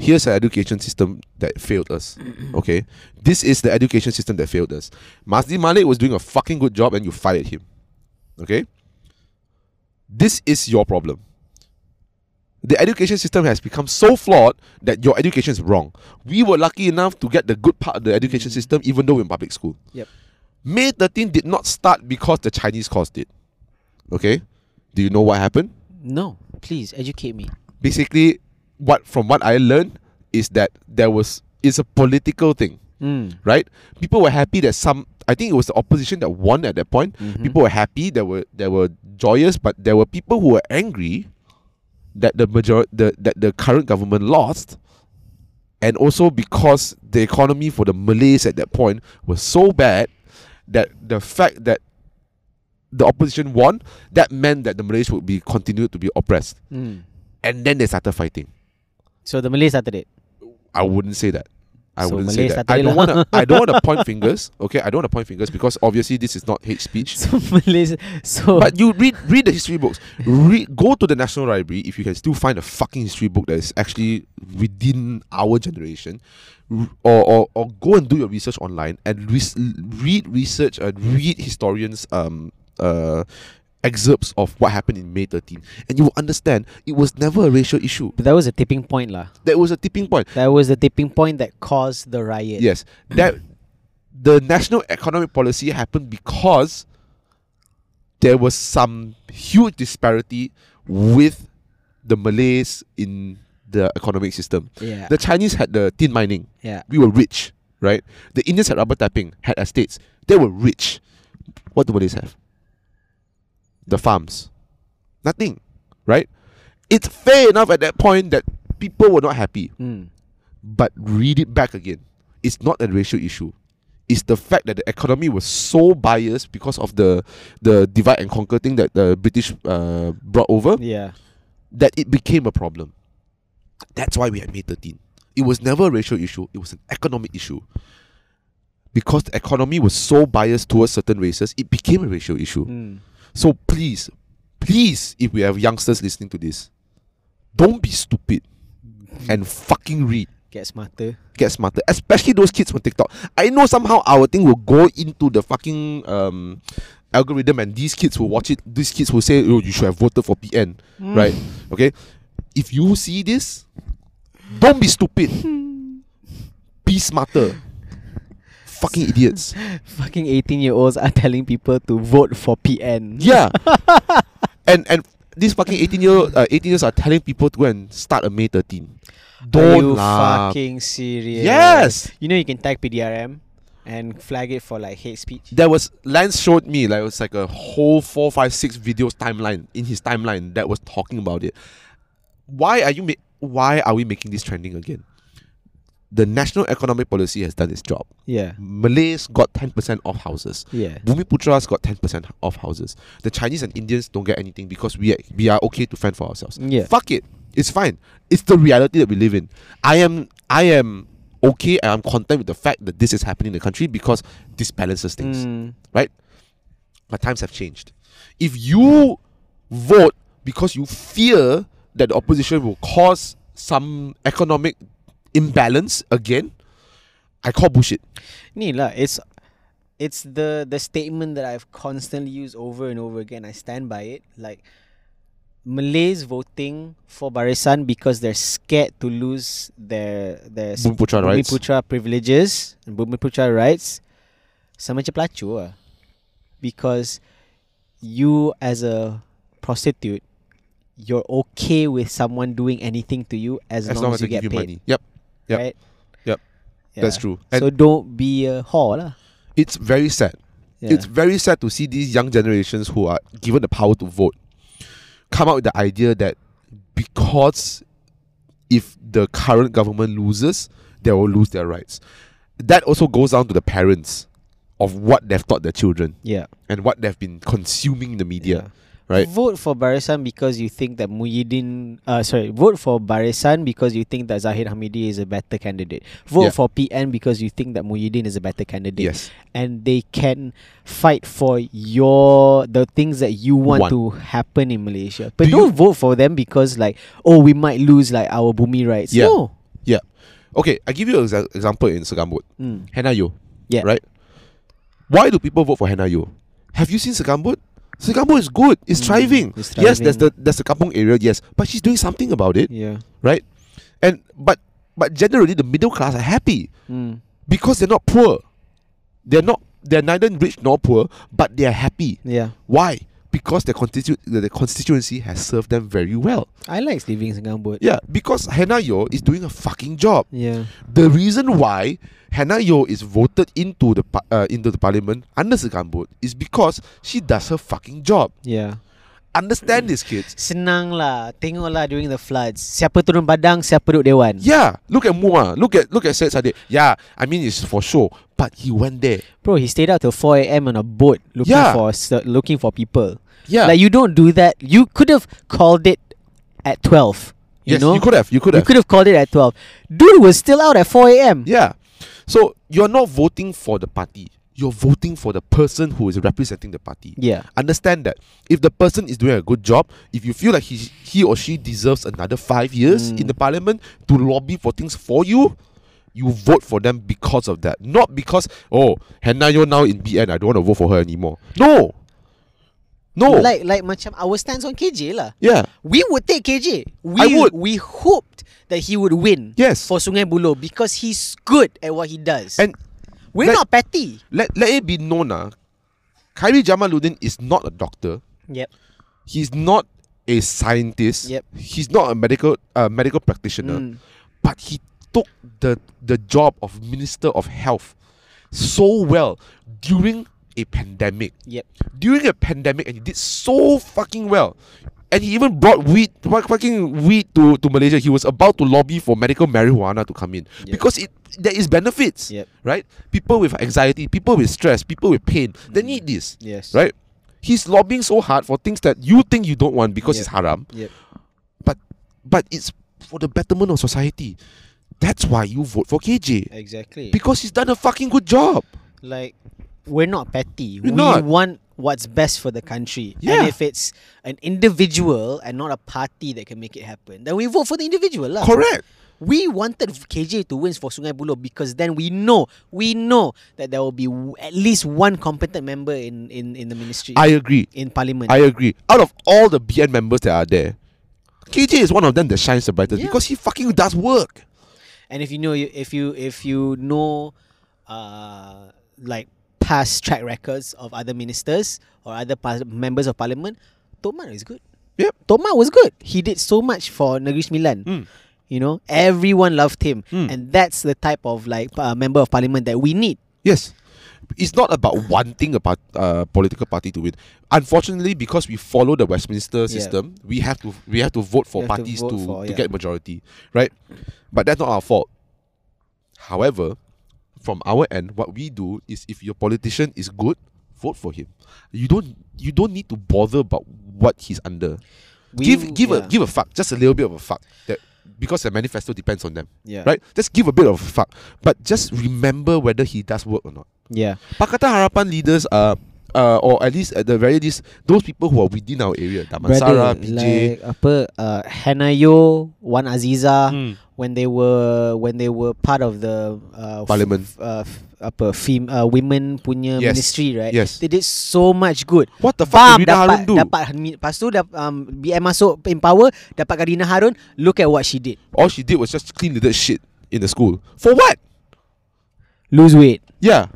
Speaker 3: here's an education system that failed us. okay, this is the education system that failed us. Masdi Malik was doing a fucking good job, and you fired him. Okay, this is your problem. The education system has become so flawed that your education is wrong. We were lucky enough to get the good part of the education system, even though we're in public school.
Speaker 2: Yep.
Speaker 3: May 13 did not start because the Chinese course did. Okay, do you know what happened?
Speaker 2: No, please educate me.
Speaker 3: basically what from what I learned is that there was it's a political thing,
Speaker 2: Mm.
Speaker 3: right? People were happy that some I think it was the opposition that won at that point. People were happy, there were there were joyous, but there were people who were angry that the major the that the current government lost. And also because the economy for the Malays at that point was so bad that the fact that the opposition won, that meant that the Malays would be continued to be oppressed
Speaker 2: Mm.
Speaker 3: and then they started fighting.
Speaker 2: So the Malays started it.
Speaker 3: I wouldn't say that. I
Speaker 2: So
Speaker 3: wouldn't
Speaker 2: Malay
Speaker 3: say that.
Speaker 2: started
Speaker 3: I
Speaker 2: it
Speaker 3: don't
Speaker 2: lah.
Speaker 3: want to. I don't want to point fingers. Okay, I don't want to point fingers because obviously this is not hate speech.
Speaker 2: So Malays. So
Speaker 3: But you read read the history books. Read, go to the National Library if you can still find a fucking history book that is actually within our generation, R- or or, or go and do your research online and res- read research and read historians um uh excerpts of what happened in May 13, and you will understand it was never a racial issue.
Speaker 2: But that was a tipping point, lah.
Speaker 3: There was a tipping point.
Speaker 2: That was the tipping point that caused the riot.
Speaker 3: Yes, that the national economic policy happened because there was some huge disparity with the Malays in the economic system.
Speaker 2: Yeah.
Speaker 3: The Chinese had the tin mining.
Speaker 2: yeah.
Speaker 3: We were rich, right? The Indians had rubber tapping, had estates. They were rich. What do Malays have? The farms. Nothing, right? It's fair enough at that point that people were not happy
Speaker 2: Mm.
Speaker 3: but read it back again. It's not a racial issue. It's the fact that the economy was so biased because of the the divide and conquer thing that the British uh, brought over
Speaker 2: Yeah.
Speaker 3: that it became a problem. That's why we had May 13. It was never a racial issue, it was an economic issue. Because the economy was so biased towards certain races, it became a racial issue.
Speaker 2: Mm.
Speaker 3: So please, please, if we have youngsters listening to this, don't be stupid and fucking read
Speaker 2: Get smarter.
Speaker 3: get smarter, especially those kids on TikTok. I know somehow our thing will go into the fucking um, algorithm, and these kids will watch it. These kids will say, "Oh, you should have voted for PN,"
Speaker 2: Mm.
Speaker 3: right? Okay, if you see this, don't be stupid. be smarter. fucking idiots.
Speaker 2: Fucking 18 year olds are telling people to vote for PN.
Speaker 3: Yeah. and and these fucking eighteen year uh, eighteen years are telling people to go and start a May thirteen.
Speaker 2: Are
Speaker 3: Don't
Speaker 2: you
Speaker 3: laugh.
Speaker 2: fucking serious?
Speaker 3: Yes.
Speaker 2: You know you can tag PDRM and flag it for like hate speech.
Speaker 3: there was Lance showed me like it was like a whole four, five, six videos timeline in his timeline that was talking about it. Why are you ma- why are we making this trending again? The national economic policy has done its job.
Speaker 2: Yeah.
Speaker 3: Malays got ten percent off houses.
Speaker 2: Yeah.
Speaker 3: Bumiputras got ten percent off houses. The Chinese and Indians don't get anything because we are, we are okay to fend for ourselves.
Speaker 2: Yeah.
Speaker 3: Fuck it. It's fine. It's the reality that we live in. I am I am okay and I'm content with the fact that this is happening in the country because this balances things,
Speaker 2: Mm.
Speaker 3: right? But times have changed. If you vote because you fear that the opposition will cause some economic imbalance again, I call bullshit.
Speaker 2: Ni lah, it's it's the the statement that I've constantly used over and over again. I stand by it. Like Malays voting for Barisan because they're scared to lose their their s-
Speaker 3: Bumi Putra rights.
Speaker 2: Putra privileges and Bumi Putra rights. Sama macam pelacur lah. Because you as a prostitute, you're okay with someone doing anything to you as,
Speaker 3: As
Speaker 2: long, as,
Speaker 3: they
Speaker 2: you get
Speaker 3: give you
Speaker 2: paid.
Speaker 3: money. Yep. Yep.
Speaker 2: Right?
Speaker 3: Yep. That's
Speaker 2: Yeah.
Speaker 3: true.
Speaker 2: so don't be a whore lah.
Speaker 3: it's very sad.
Speaker 2: Yeah.
Speaker 3: It's very sad to see these young generations who are given the power to vote come out with the idea that because if the current government loses, they will lose their rights. That also goes down to the parents of what they've taught their children
Speaker 2: yeah.
Speaker 3: and what they've been consuming in the media. Right?
Speaker 2: Vote for Barisan because you think that Muhyiddin, uh, sorry, vote for Barisan because you think that Zahid Hamidi is a better candidate. Vote
Speaker 3: Yeah.
Speaker 2: for PN because you think that Muhyiddin is a better candidate.
Speaker 3: Yes.
Speaker 2: And they can fight for your the things that you want,
Speaker 3: Want.
Speaker 2: to happen in Malaysia.
Speaker 3: Do
Speaker 2: But
Speaker 3: you-
Speaker 2: don't vote for them because like, oh, we might lose like our bumi rights.
Speaker 3: Yeah.
Speaker 2: No.
Speaker 3: Yeah. Okay, I give you an exa- example in Segambut.
Speaker 2: Mm.
Speaker 3: Hannah Yeo.
Speaker 2: Yeah.
Speaker 3: Right? Why do people vote for Hannah Yeo? Have you seen Segambut? Segambut is good. It's,
Speaker 2: Mm,
Speaker 3: thriving.
Speaker 2: it's
Speaker 3: Yes, there's the
Speaker 2: thriving.
Speaker 3: there's the kampung area, yes. But she's doing something about it,
Speaker 2: Yeah.
Speaker 3: right? And but but generally the middle class are happy
Speaker 2: Mm.
Speaker 3: because they're not poor. They're not they're neither rich nor poor, but they're happy.
Speaker 2: Yeah.
Speaker 3: Why? Because their constitu- their constituency has served them very well.
Speaker 2: I like living in Singapore.
Speaker 3: Yeah, because Hannah Yeo is doing a fucking job.
Speaker 2: Yeah.
Speaker 3: The reason why Hannah Yeo is voted into the par- uh, into the parliament under Segambut is because she does her fucking job.
Speaker 2: Yeah.
Speaker 3: Understand this, kids?
Speaker 2: Senang lah Tengok lah during the floods Siapa turun padang Siapa duduk dewan
Speaker 3: Yeah, look at Mua. Look at look at Said Sadek. Yeah, I mean it's for sure, but he went there.
Speaker 2: Bro he stayed out till 4am on a boat Looking
Speaker 3: Yeah.
Speaker 2: for ser- Looking for people
Speaker 3: Yeah,
Speaker 2: Like you don't do that You could have called it At 12
Speaker 3: yes,
Speaker 2: You know
Speaker 3: you could have, you could have.
Speaker 2: You could have called it at 12 Dude was still out at 4am
Speaker 3: Yeah, so you're not voting for the party. You're voting for the person who is representing the party.
Speaker 2: yeah.
Speaker 3: Understand that if the person is doing a good job, if you feel like he he or she deserves another five years
Speaker 2: Mm.
Speaker 3: in the parliament to lobby for things for you, you vote for them because of that, not because oh Hannah you're now in BN, I don't want to vote for her anymore. No, no,
Speaker 2: Like like macam Our stance on KJ lah
Speaker 3: yeah,
Speaker 2: We would take KJ we,
Speaker 3: I would.
Speaker 2: We hoped That he would win
Speaker 3: yes.
Speaker 2: For Sungai Buloh Because he's good At what he does
Speaker 3: and
Speaker 2: We're
Speaker 3: that-
Speaker 2: not petty
Speaker 3: let let it be known, ah, Khairi Jamaluddin is not a doctor.
Speaker 2: Yep
Speaker 3: He's not a scientist.
Speaker 2: Yep.
Speaker 3: He's not a medical uh, medical practitioner.
Speaker 2: Mm.
Speaker 3: but he took the the job of minister of health so well during a pandemic
Speaker 2: Yep
Speaker 3: during a pandemic and he did so fucking well and he even brought weed fuck- fucking weed to, to malaysia he was about to lobby for medical marijuana to come in
Speaker 2: Yep.
Speaker 3: because it there is benefits
Speaker 2: Yep
Speaker 3: right people with anxiety people with stress people with pain
Speaker 2: Mm.
Speaker 3: they need this
Speaker 2: Yes
Speaker 3: right he's lobbying so hard for things that you think you don't want because
Speaker 2: Yep.
Speaker 3: it's haram
Speaker 2: Yep
Speaker 3: but but it's for the betterment of society. That's why you vote for KJ
Speaker 2: Exactly.
Speaker 3: because he's done a fucking good job.
Speaker 2: like we're not petty.
Speaker 3: We're
Speaker 2: we
Speaker 3: not.
Speaker 2: want what's best for the country.
Speaker 3: Yeah.
Speaker 2: And if it's an individual and not a party that can make it happen, then we vote for the individual. lah.
Speaker 3: Correct.
Speaker 2: We wanted KJ to win for Sungai Buloh because then we know, we know that there will be w- at least one competent member in, in, in the ministry,
Speaker 3: I agree.
Speaker 2: in parliament.
Speaker 3: I agree. Out of all the BN members that are there, KJ is one of them that shines the brightest
Speaker 2: Yeah.
Speaker 3: because he fucking does work.
Speaker 2: and if you know, if you, if you know, uh, like past track records of other ministers or other par- members of parliament, Toman is good.
Speaker 3: Yep.
Speaker 2: Toma was good. He did so much for Negeri Sembilan.
Speaker 3: Mm.
Speaker 2: You know, everyone loved him,
Speaker 3: Mm.
Speaker 2: and that's the type of like uh, member of parliament that we need.
Speaker 3: Yes. It's not about wanting a part, uh, political party to win. Unfortunately, because we follow the Westminster system, we have to we have to vote for
Speaker 2: We have to
Speaker 3: parties to, to,
Speaker 2: vote for, yeah.
Speaker 3: get majority, right? But that's not our fault. However, from our end, what we do is if your politician is good, vote for him. You don't you don't need to bother about what he's under.
Speaker 2: We,
Speaker 3: give give a
Speaker 2: yeah.
Speaker 3: give a fuck, just a little bit of a fuck. That because the manifesto depends on them,
Speaker 2: Yeah.
Speaker 3: right? Just give a bit of a fuck, but just remember whether he does work or not.
Speaker 2: Yeah.
Speaker 3: Pakatan Harapan leaders are. Uh, or at least at the very least, those people who are within our area, Damansara,
Speaker 2: Brother,
Speaker 3: PJ,
Speaker 2: like apa uh, Hanayo, Wan Aziza
Speaker 3: Mm.
Speaker 2: when they were when they were part of the uh,
Speaker 3: Parliament.
Speaker 2: f- uh, f- apa fem- uh, women punya
Speaker 3: Yes.
Speaker 2: ministry, right?
Speaker 3: Yes.
Speaker 2: They did so much good.
Speaker 3: What the fuck
Speaker 2: Bam,
Speaker 3: did Rina
Speaker 2: dapat,
Speaker 3: Harun do?
Speaker 2: dapat Hami- lepas tu dap, um, BM masuk in power, dapat Karina Harun, look at what she did.
Speaker 3: All she did was just clean the dirt shit in the school. For what?
Speaker 2: Lose weight.
Speaker 3: Yeah.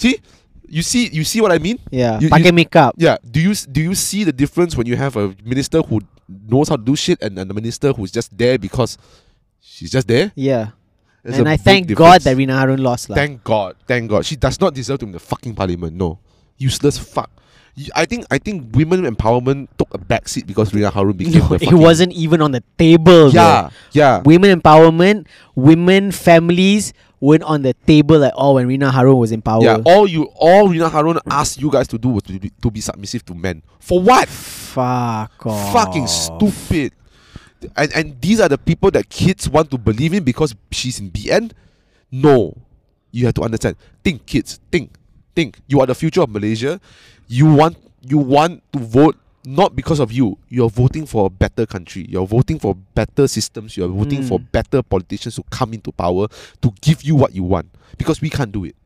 Speaker 3: See, you see, you see what I mean?
Speaker 2: Yeah.
Speaker 3: You-
Speaker 2: Pakai makeup.
Speaker 3: Yeah. Do you s- do you see the difference when you have a minister who knows how to do shit and, and a minister who's just there because she's just there?
Speaker 2: Yeah.
Speaker 3: There's
Speaker 2: and
Speaker 3: a
Speaker 2: I
Speaker 3: big
Speaker 2: thank God
Speaker 3: difference.
Speaker 2: that Rina Harun lost lah.
Speaker 3: Thank God, thank God. She does not deserve to be in the fucking parliament. No, useless fuck. Y- I think I think women empowerment took a backseat because Rina Harun became
Speaker 2: No,
Speaker 3: the
Speaker 2: it
Speaker 3: fucking-
Speaker 2: wasn't even on the table. bro.
Speaker 3: Yeah, yeah.
Speaker 2: women empowerment, women families weren't on the table at all when Rina Harun was in power.
Speaker 3: Yeah, all you, all Rina Harun asked you guys to do was to, be- to be submissive to men. For what?
Speaker 2: Fuck off.
Speaker 3: Fucking stupid. And and these are the people that kids want to believe in because she's in BN. No, you have to understand. Think, kids. Think, think. You are the future of Malaysia. You want you want to vote not because of you. You're voting for a better country. You're voting for better systems. You're voting
Speaker 2: Mm.
Speaker 3: for better politicians to come into power to give you what you want. Because we can't do it.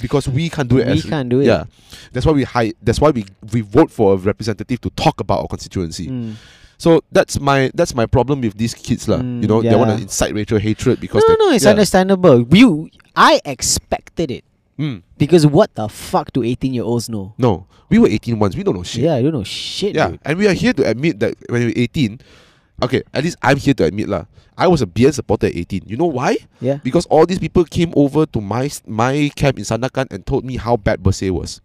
Speaker 3: Because we can't do it.
Speaker 2: We
Speaker 3: as-
Speaker 2: can't do it.
Speaker 3: Yeah, that's why we hire. That's why we we vote for a representative to talk about our constituency.
Speaker 2: Mm.
Speaker 3: So that's my that's my problem with these kids lah.
Speaker 2: Mm,
Speaker 3: you know, they want to
Speaker 2: yeah.
Speaker 3: incite racial hatred because
Speaker 2: No,
Speaker 3: they,
Speaker 2: no, it's
Speaker 3: yeah.
Speaker 2: understandable. You, I expected it
Speaker 3: Mm,
Speaker 2: because what the fuck do eighteen-year-olds know?
Speaker 3: no, we were 18 once. We don't know shit.
Speaker 2: Yeah, I don't know shit.
Speaker 3: Yeah,
Speaker 2: dude.
Speaker 3: and we are here to admit that when we were 18. Okay, at least I'm here to admit lah. I was a BN supporter at 18. You know why?
Speaker 2: yeah.
Speaker 3: Because all these people came over to my my camp in Sandakan and told me how bad Bersay was.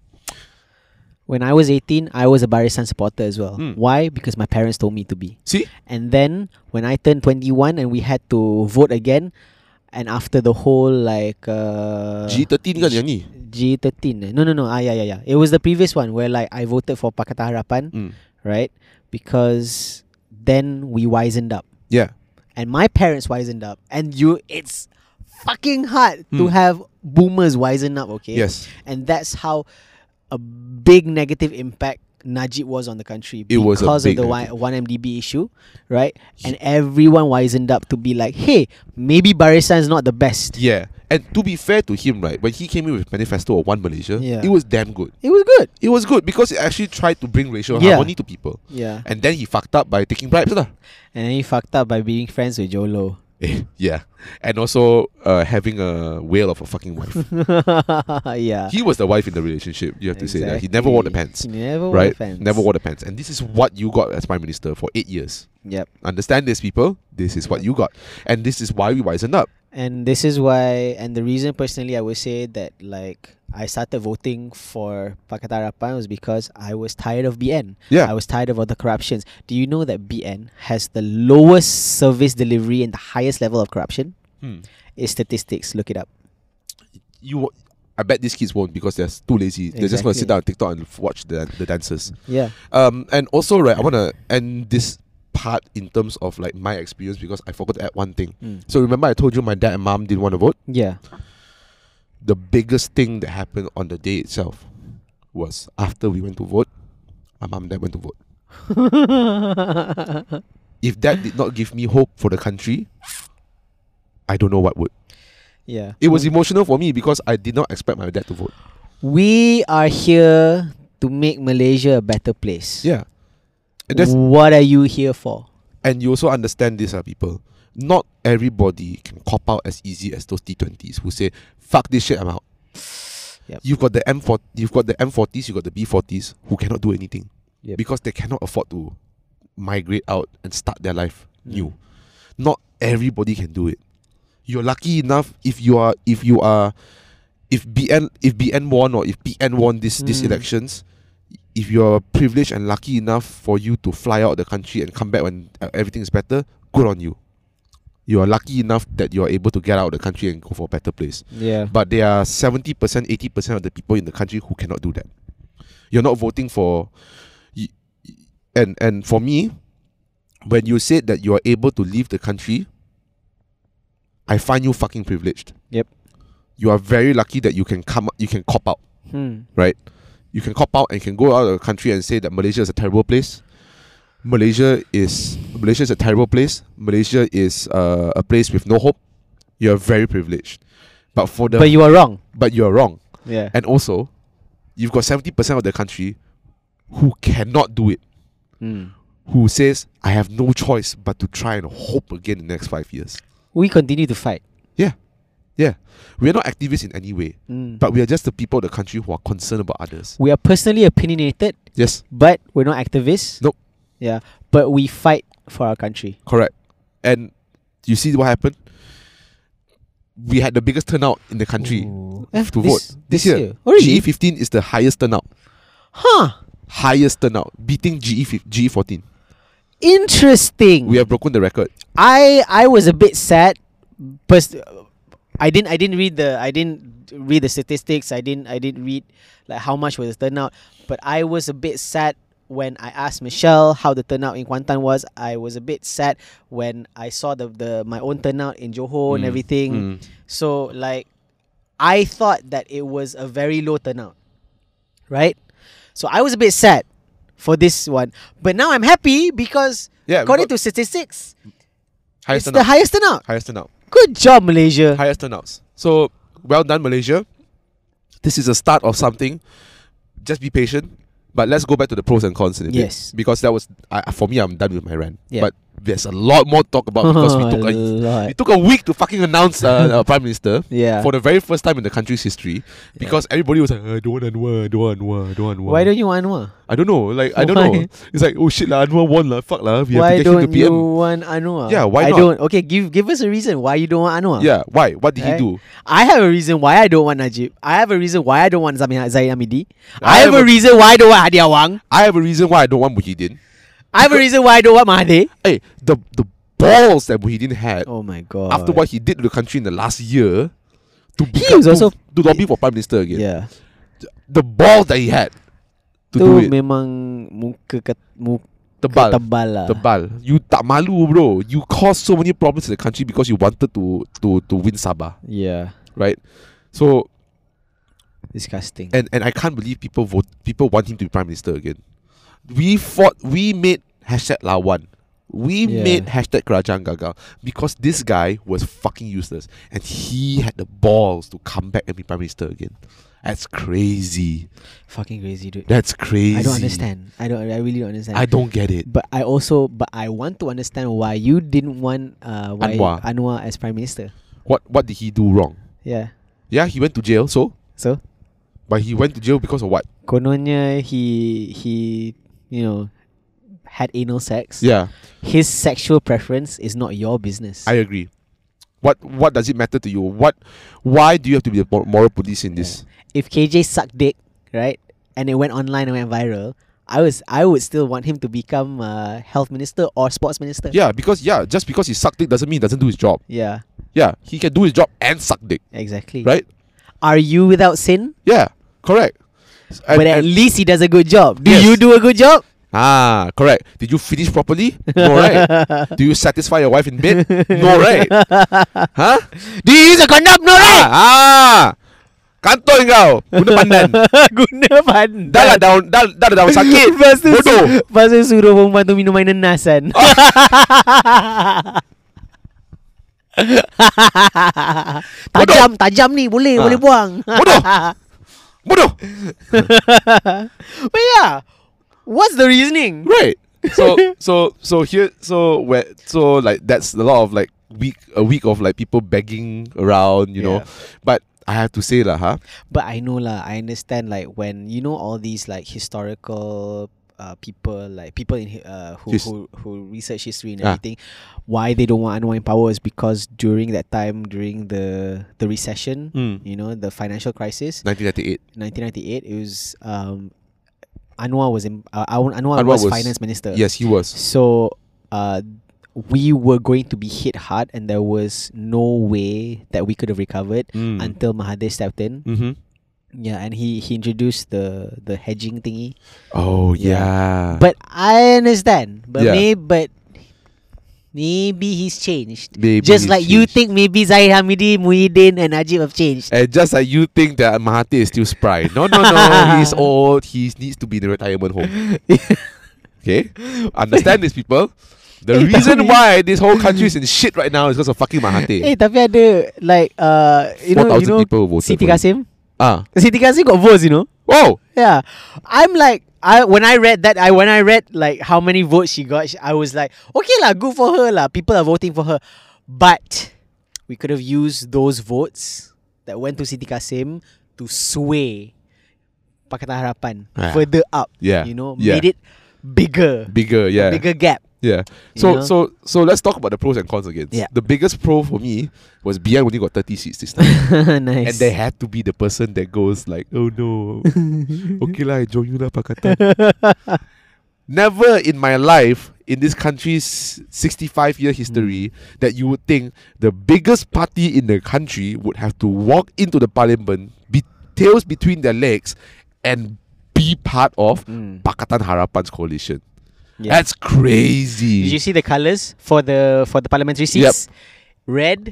Speaker 2: When I was eighteen, I was a Barisan supporter as well.
Speaker 3: Mm.
Speaker 2: Why? Because my parents told me to be.
Speaker 3: See,
Speaker 2: And then when I turned 21 and we had to vote again, and after the whole like uh,
Speaker 3: G13 kan yang ni.
Speaker 2: G13. eh? No, no, no. Ah, yeah, yeah, yeah. It was the previous one where like I voted for Pakatan Harapan,
Speaker 3: Mm,
Speaker 2: right? Because then we wisened up,
Speaker 3: Yeah,
Speaker 2: and my parents wisened up, and you, it's fucking hard to
Speaker 3: Mm.
Speaker 2: have boomers wisen up. Okay.
Speaker 3: yes.
Speaker 2: And that's how a big negative impact Najib was on the country
Speaker 3: It was a
Speaker 2: because of
Speaker 3: big
Speaker 2: the
Speaker 3: negative.
Speaker 2: one MDB issue, right? And everyone wisened up to be like, hey, maybe Barisan is not the best.
Speaker 3: Yeah. And to be fair to him, right, when he came in with Manifesto of One Malaysia,
Speaker 2: Yeah.
Speaker 3: it was damn good.
Speaker 2: It was good.
Speaker 3: It was good because it actually tried to bring racial
Speaker 2: Yeah.
Speaker 3: harmony to people.
Speaker 2: Yeah.
Speaker 3: And then he fucked up by taking bribes. Lah.
Speaker 2: And then he fucked up by being friends with Jolo.
Speaker 3: Eh, yeah. And also uh, having a whale of a fucking wife.
Speaker 2: yeah.
Speaker 3: he was the wife in the relationship, you have to say that. He never wore the pants.
Speaker 2: He never wore
Speaker 3: right?
Speaker 2: the pants.
Speaker 3: Never wore the pants. And this is what you got as Prime Minister for eight years.
Speaker 2: Yep.
Speaker 3: Understand this, people? This is what you got. And this is why we wisened up.
Speaker 2: And this is why, and the reason personally I would say that like I started voting for Pakatan Harapan was because I was tired of BN.
Speaker 3: Yeah.
Speaker 2: I was tired of all the corruptions. Do you know that BN has the lowest service delivery and the highest level of corruption?
Speaker 3: Hmm.
Speaker 2: It's statistics. Look it up.
Speaker 3: You. I bet these kids won't because they're s- too lazy. They're just going to
Speaker 2: Exactly.
Speaker 3: sit down on TikTok and f- watch the, the dancers.
Speaker 2: Yeah.
Speaker 3: Um, and also, right, I want to end this part in terms of like my experience because I forgot to add one thing.
Speaker 2: Mm.
Speaker 3: So remember, I told you my dad and mom didn't want to vote.
Speaker 2: Yeah.
Speaker 3: The biggest thing that happened on the day itself was after we went to vote, my mom and dad went to vote. If that did not give me hope for the country, I don't know what would.
Speaker 2: yeah.
Speaker 3: It was emotional for me because I did not expect my dad to vote.
Speaker 2: We are here to make Malaysia a better place.
Speaker 3: Yeah, and that's
Speaker 2: what are you here for?
Speaker 3: and you also understand these are people. Not everybody can cop out as easy as those T20s who say, fuck this shit, I'm out.
Speaker 2: Yep.
Speaker 3: You've got the M4, you've got the M40s, you've got the B40s who cannot do anything
Speaker 2: Yep.
Speaker 3: because they cannot afford to migrate out and start their life
Speaker 2: Mm.
Speaker 3: new. Not everybody can do it. You're lucky enough if you are if you are if BN if BN won or if PN won this these
Speaker 2: Mm.
Speaker 3: elections, if you're privileged and lucky enough for you to fly out the country and come back when uh, everything is better, good on you. You are lucky enough that you are able to get out of the country and go for a better place.
Speaker 2: Yeah.
Speaker 3: But there are 70%, 80% of the people in the country who cannot do that. You're not voting for. y- y- And, and for me, when you said that you are able to leave the country, I find you fucking privileged.
Speaker 2: Yep.
Speaker 3: You are very lucky that you can come you can cop out,
Speaker 2: Hmm.
Speaker 3: right? You can cop out and can go out of the country and say that Malaysia is a terrible place. Malaysia is Malaysia is a terrible place. Malaysia is uh, a place with no hope. You are very privileged. But for the
Speaker 2: But you are wrong.
Speaker 3: but you are wrong.
Speaker 2: Yeah.
Speaker 3: And also, you've got 70% of the country who cannot do it,
Speaker 2: Mm.
Speaker 3: who says, I have no choice but to try and hope again in the next five years.
Speaker 2: We continue to fight.
Speaker 3: Yeah. We're not activists in any way,
Speaker 2: Mm.
Speaker 3: but we are just the people of the country who are concerned about others.
Speaker 2: we are personally opinionated,
Speaker 3: Yes,
Speaker 2: but we're not activists.
Speaker 3: Nope.
Speaker 2: Yeah. But we fight for our country.
Speaker 3: correct. And you see what happened? We had the biggest turnout in the country
Speaker 2: Eh,
Speaker 3: to vote this,
Speaker 2: this,
Speaker 3: year.
Speaker 2: Oh, really?
Speaker 3: GE15 is the highest turnout.
Speaker 2: Huh.
Speaker 3: Highest turnout, beating GE fif- GE14.
Speaker 2: Interesting.
Speaker 3: We have broken the record.
Speaker 2: I I was a bit sad, but I didn't I didn't read the I didn't read the statistics. I didn't I didn't read like how much was the turnout. But I was a bit sad when I asked Michelle how the turnout in Kuantan was. I was a bit sad when I saw the, the my own turnout in Johor and
Speaker 3: Mm,
Speaker 2: everything.
Speaker 3: mm.
Speaker 2: So like I thought that it was a very low turnout. Right? So I was a bit sad for this one. But now I'm happy because
Speaker 3: Yeah, we
Speaker 2: according
Speaker 3: got
Speaker 2: to statistics,
Speaker 3: highest
Speaker 2: it's the highest turnout.
Speaker 3: highest turnout.
Speaker 2: Good job, Malaysia.
Speaker 3: highest turnouts. So well done, Malaysia. This is a start of something. Just be patient. But let's go back to the pros and cons in a bit.
Speaker 2: Yes.
Speaker 3: Because that was I, for me. I'm done with my rant.
Speaker 2: Yeah.
Speaker 3: But there's a lot more to talk about because we took
Speaker 2: a
Speaker 3: a,
Speaker 2: lot.
Speaker 3: it took a week to fucking announce uh, our prime minister
Speaker 2: Yeah.
Speaker 3: for the very first time in the country's history because everybody was like, I don't want Anwar, I don't want Anwar, I don't want Anwar.
Speaker 2: Why don't you want Anwar?
Speaker 3: I don't know. Like I don't
Speaker 2: Why?
Speaker 3: know. It's like oh shit lah, Anwar won lah, fuck lah. We have to
Speaker 2: Why
Speaker 3: get him to
Speaker 2: don't
Speaker 3: PM.
Speaker 2: you want Anwar?
Speaker 3: Yeah, why
Speaker 2: I
Speaker 3: not?
Speaker 2: don't. Okay, give give us a reason why you don't want Anwar.
Speaker 3: Yeah. Why? What did he
Speaker 2: Right?
Speaker 3: do?
Speaker 2: I have a reason why I don't want Najib. I have a reason why I don't want Zami- Zaid Amidi.
Speaker 3: I
Speaker 2: I have
Speaker 3: have a-
Speaker 2: a reason why I don't want Hadi Awang.
Speaker 3: I have a reason why I don't want Muhyiddin.
Speaker 2: I have a reason why I don't want Mahathir.
Speaker 3: hey, Eh, the the balls that Muhyiddin had
Speaker 2: Oh my god.
Speaker 3: after what he did to the country in the last year to he
Speaker 2: was also-
Speaker 3: to, to lobby for prime minister again.
Speaker 2: Yeah.
Speaker 3: The balls that he had to
Speaker 2: Itu
Speaker 3: do it.
Speaker 2: memang muka ket, muka
Speaker 3: Tebal.
Speaker 2: tebal lah.
Speaker 3: Tebal. You tak malu bro. You caused so many problems in the country because you wanted to to to win Sabah,
Speaker 2: Yeah.
Speaker 3: right? So
Speaker 2: Disgusting.
Speaker 3: and and I can't believe people vote people want him to be prime minister again. We fought we made hashtag Lawan. We
Speaker 2: Yeah.
Speaker 3: made hashtag Kerajaan Gagal because this guy was fucking useless and he had the balls to come back and be prime minister again. That's crazy.
Speaker 2: Fucking crazy, dude.
Speaker 3: That's crazy.
Speaker 2: I don't understand. I don't. I really don't understand.
Speaker 3: I don't get it.
Speaker 2: But I also, but I want to understand why you didn't want uh, why Anwar.
Speaker 3: Anwar.
Speaker 2: as prime minister.
Speaker 3: What what did he do wrong?
Speaker 2: Yeah.
Speaker 3: Yeah, he went to jail, so
Speaker 2: So
Speaker 3: but he went to jail because of what?
Speaker 2: kononnya he he you know had anal sex.
Speaker 3: Yeah,
Speaker 2: His sexual preference is not your business.
Speaker 3: I agree. What what does it matter to you? What why do you have to be the mor- moral police in this?
Speaker 2: if KJ sucked dick, right, and it went online and went viral, I was I would still want him to become uh, health minister or sports minister.
Speaker 3: Yeah, because yeah, just because he sucked dick doesn't mean he doesn't do his job.
Speaker 2: Yeah.
Speaker 3: Yeah, he can do his job and suck dick,
Speaker 2: Exactly.
Speaker 3: right?
Speaker 2: Are you without sin?
Speaker 3: Yeah, correct. S- and-
Speaker 2: but at
Speaker 3: and-
Speaker 2: least he does a good job. Do
Speaker 3: Yes.
Speaker 2: you do a good job?
Speaker 3: ah, correct. Did you finish properly? No, right. do you satisfy your wife in bed? No, right. huh?
Speaker 2: Do you use a condom? No, right?
Speaker 3: Ah, ah. Kantoi kau, guna pandan.
Speaker 2: Guna pandan
Speaker 3: Dah lah daun, dah, dah ada daun sakit.
Speaker 2: Lepas tu
Speaker 3: Bodoh.
Speaker 2: Lepas tu suruh perempuan tu minum air nenas kan Tajam Tajam ni Boleh
Speaker 3: Ah.
Speaker 2: Boleh buang
Speaker 3: Bodoh. Bodoh.
Speaker 2: But yeah What's the reasoning?
Speaker 3: Right. So so so here so where so like that's a lot of like week a week of like people begging around, you know.
Speaker 2: Yeah.
Speaker 3: But I have to say lah, huh?
Speaker 2: But I know lah I understand like When you know all these like Historical uh, people like people in hi- uh, who,
Speaker 3: His-
Speaker 2: who who research history and
Speaker 3: Ah.
Speaker 2: everything why they don't want Anwar in power is because during that time during the the recession
Speaker 3: Mm.
Speaker 2: you know the financial crisis
Speaker 3: 1998.
Speaker 2: 1998 it was um anwar was in uh, Aw-
Speaker 3: Anwar
Speaker 2: anwar, was,
Speaker 3: was-
Speaker 2: finance minister
Speaker 3: Yes, he was.
Speaker 2: so uh we were going to be hit hard and there was no way that we could have recovered
Speaker 3: Mm.
Speaker 2: until mahathir stepped in
Speaker 3: mm-hmm.
Speaker 2: yeah and he he introduced the the hedging thingy
Speaker 3: Oh
Speaker 2: Yeah.
Speaker 3: yeah.
Speaker 2: but i understand but
Speaker 3: Yeah.
Speaker 2: may but Maybe he's changed.
Speaker 3: Maybe he's
Speaker 2: Just like
Speaker 3: changed.
Speaker 2: you think maybe Zahid Hamidi, Muhyiddin, and Najib have changed.
Speaker 3: And just like you think that Mahathir is still spry. No, no, no. he's old. He needs to be in a retirement home. okay? Understand this, people. The
Speaker 2: Eh,
Speaker 3: reason
Speaker 2: tapi-
Speaker 3: why this whole country is in shit right now is because of fucking Mahathir.
Speaker 2: Eh, tapi ada like uh, you know,
Speaker 3: 4,000
Speaker 2: you know,
Speaker 3: people voted
Speaker 2: Siti
Speaker 3: for him.
Speaker 2: Kasim.
Speaker 3: Ah.
Speaker 2: Siti Kasim got votes, you know.
Speaker 3: Oh!
Speaker 2: Yeah, I'm like I when I read that I when I read like how many votes she got, sh- I was like, okay lah, good for her lah. People are voting for her, but we could have used those votes that went to Siti Kasim to sway Pakatan Harapan
Speaker 3: Ah.
Speaker 2: further up.
Speaker 3: Yeah,
Speaker 2: you know,
Speaker 3: yeah.
Speaker 2: made it bigger,
Speaker 3: Bigger, yeah.
Speaker 2: bigger gap.
Speaker 3: Yeah.
Speaker 2: You
Speaker 3: So
Speaker 2: know?
Speaker 3: so so let's talk about the pros and cons again.
Speaker 2: Yeah.
Speaker 3: The biggest pro for me was BI only got 30 seats this time.
Speaker 2: nice.
Speaker 3: and they had to be the person that goes like, oh no. okay lah, I join you lah Pakatan. Never in my life, in this country's 65 year
Speaker 2: Mm.
Speaker 3: history, that you would think the biggest party in the country would have to walk into the parliament, be tails between their legs, and be part of
Speaker 2: Mm.
Speaker 3: Pakatan Harapan's coalition.
Speaker 2: Yeah.
Speaker 3: That's crazy.
Speaker 2: Did you see the colours for the for the parliamentary seats? Red,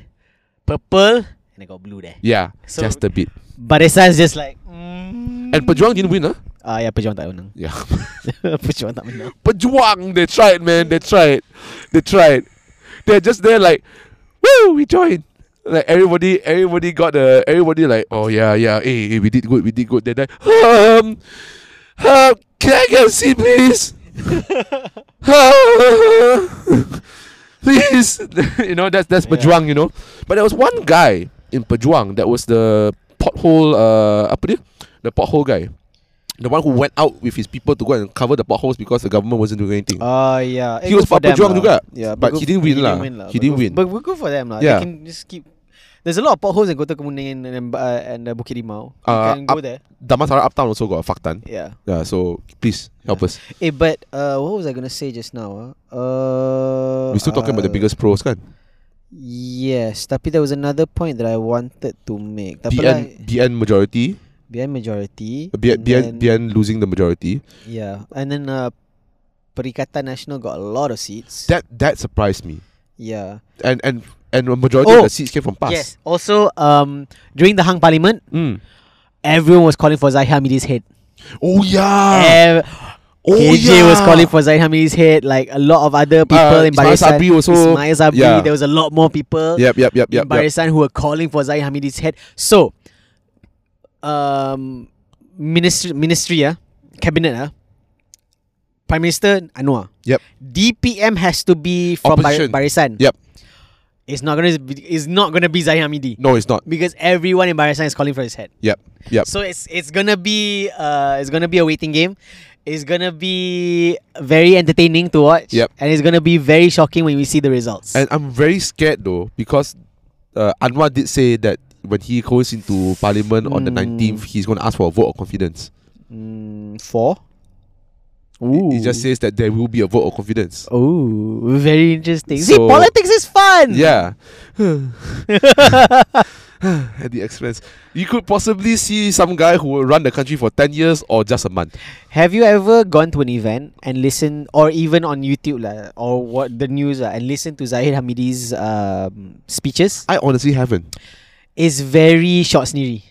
Speaker 2: purple, and I got blue there.
Speaker 3: Yeah,
Speaker 2: So-
Speaker 3: just a bit.
Speaker 2: But it sounds just like mm.
Speaker 3: And Pejuang didn't win, huh?
Speaker 2: Ah ya pejuang tak menang.
Speaker 3: Yeah.
Speaker 2: pejuang tak menang.
Speaker 3: Pejuang, they tried, man. They tried. They tried. They're just there like, woo, we joined. Like everybody, everybody got the everybody like, oh yeah, yeah, hey, hey, we did good, we did good. They're like, um, um, can I get a seat, please? please, you know that's that's
Speaker 2: Yeah.
Speaker 3: Pejuang, you know. But there was one guy in Pejuang that was the pothole, uh, apa dia? The pothole guy. The one who went out with his people to go and cover the potholes because the government wasn't doing anything.
Speaker 2: Ah yeah.
Speaker 3: He was part pejuang juga. But he didn't win lah. He didn't win.
Speaker 2: But we're good for them lah.
Speaker 3: Yeah.
Speaker 2: They can just keep There's a lot of potholes in Kota Kemuning and and, uh, and uh, Bukit Rimau. You
Speaker 3: Uh,
Speaker 2: can go
Speaker 3: up-
Speaker 2: there.
Speaker 3: Damansara Uptown also got a faktan.
Speaker 2: Yeah.
Speaker 3: Yeah, so please help us.
Speaker 2: Eh, but uh, what was I gonna say just now? ah? Uh,
Speaker 3: We're still talking about the
Speaker 2: uh,
Speaker 3: biggest pros, kan?
Speaker 2: Yes, tapi there was another point that I wanted to make. Tapi lah,
Speaker 3: BN, BN majority, uh,
Speaker 2: BN majority.
Speaker 3: BN,
Speaker 2: and
Speaker 3: BN,
Speaker 2: then-
Speaker 3: BN losing the majority.
Speaker 2: Yeah, and then uh, Perikatan National got a lot of seats.
Speaker 3: That that surprised me.
Speaker 2: yeah.
Speaker 3: And and and a majority
Speaker 2: Oh.
Speaker 3: of the seats came from PAS.
Speaker 2: Yes. Also, um, during the Hang Parliament,
Speaker 3: Mm.
Speaker 2: everyone was calling for Zahid Hamidi's head.
Speaker 3: Oh yeah.
Speaker 2: Ev-
Speaker 3: oh
Speaker 2: KJ
Speaker 3: yeah. Ah,
Speaker 2: was calling for Zahid Hamidi's head. Like a lot of other people in
Speaker 3: Ismail
Speaker 2: Barisan.
Speaker 3: Sabri also.
Speaker 2: Ismail Sabri.
Speaker 3: Yeah.
Speaker 2: There was a lot more people
Speaker 3: Yep, yep, yep,
Speaker 2: in
Speaker 3: yep. yep.
Speaker 2: Barisan who were calling for Zahid Hamidi's head. So, um, ministry, ministry, ah, cabinet, ah, Prime Minister Anwar.
Speaker 3: Yep.
Speaker 2: DPM has to be from Bar-
Speaker 3: Opposition.
Speaker 2: Barisan.
Speaker 3: Yep.
Speaker 2: It's not gonna be, it's not gonna be Zahid Hamidi
Speaker 3: No, it's not.
Speaker 2: because everyone in Barisan is calling for his head.
Speaker 3: Yep, yep.
Speaker 2: So it's it's gonna be uh it's gonna be a waiting game. It's gonna be very entertaining to watch.
Speaker 3: Yep.
Speaker 2: And it's gonna be very shocking when we see the results.
Speaker 3: And I'm very scared though because uh, Anwar did say that when he goes into parliament on the
Speaker 2: Mm.
Speaker 3: 19th, he's going to ask for a vote of confidence.
Speaker 2: mm, four.
Speaker 3: It, it just says that there will be a vote of confidence.
Speaker 2: Oh, very interesting. see,
Speaker 3: So-
Speaker 2: politics is fun.
Speaker 3: Yeah. At the expense. You could possibly see some guy who will run the country for 10 years or just a month.
Speaker 2: Have you ever gone to an event and listened, or even on YouTube lah, or what the news lah, and listened to Zahid Hamidi's um, speeches?
Speaker 3: I honestly haven't.
Speaker 2: is very short sneery.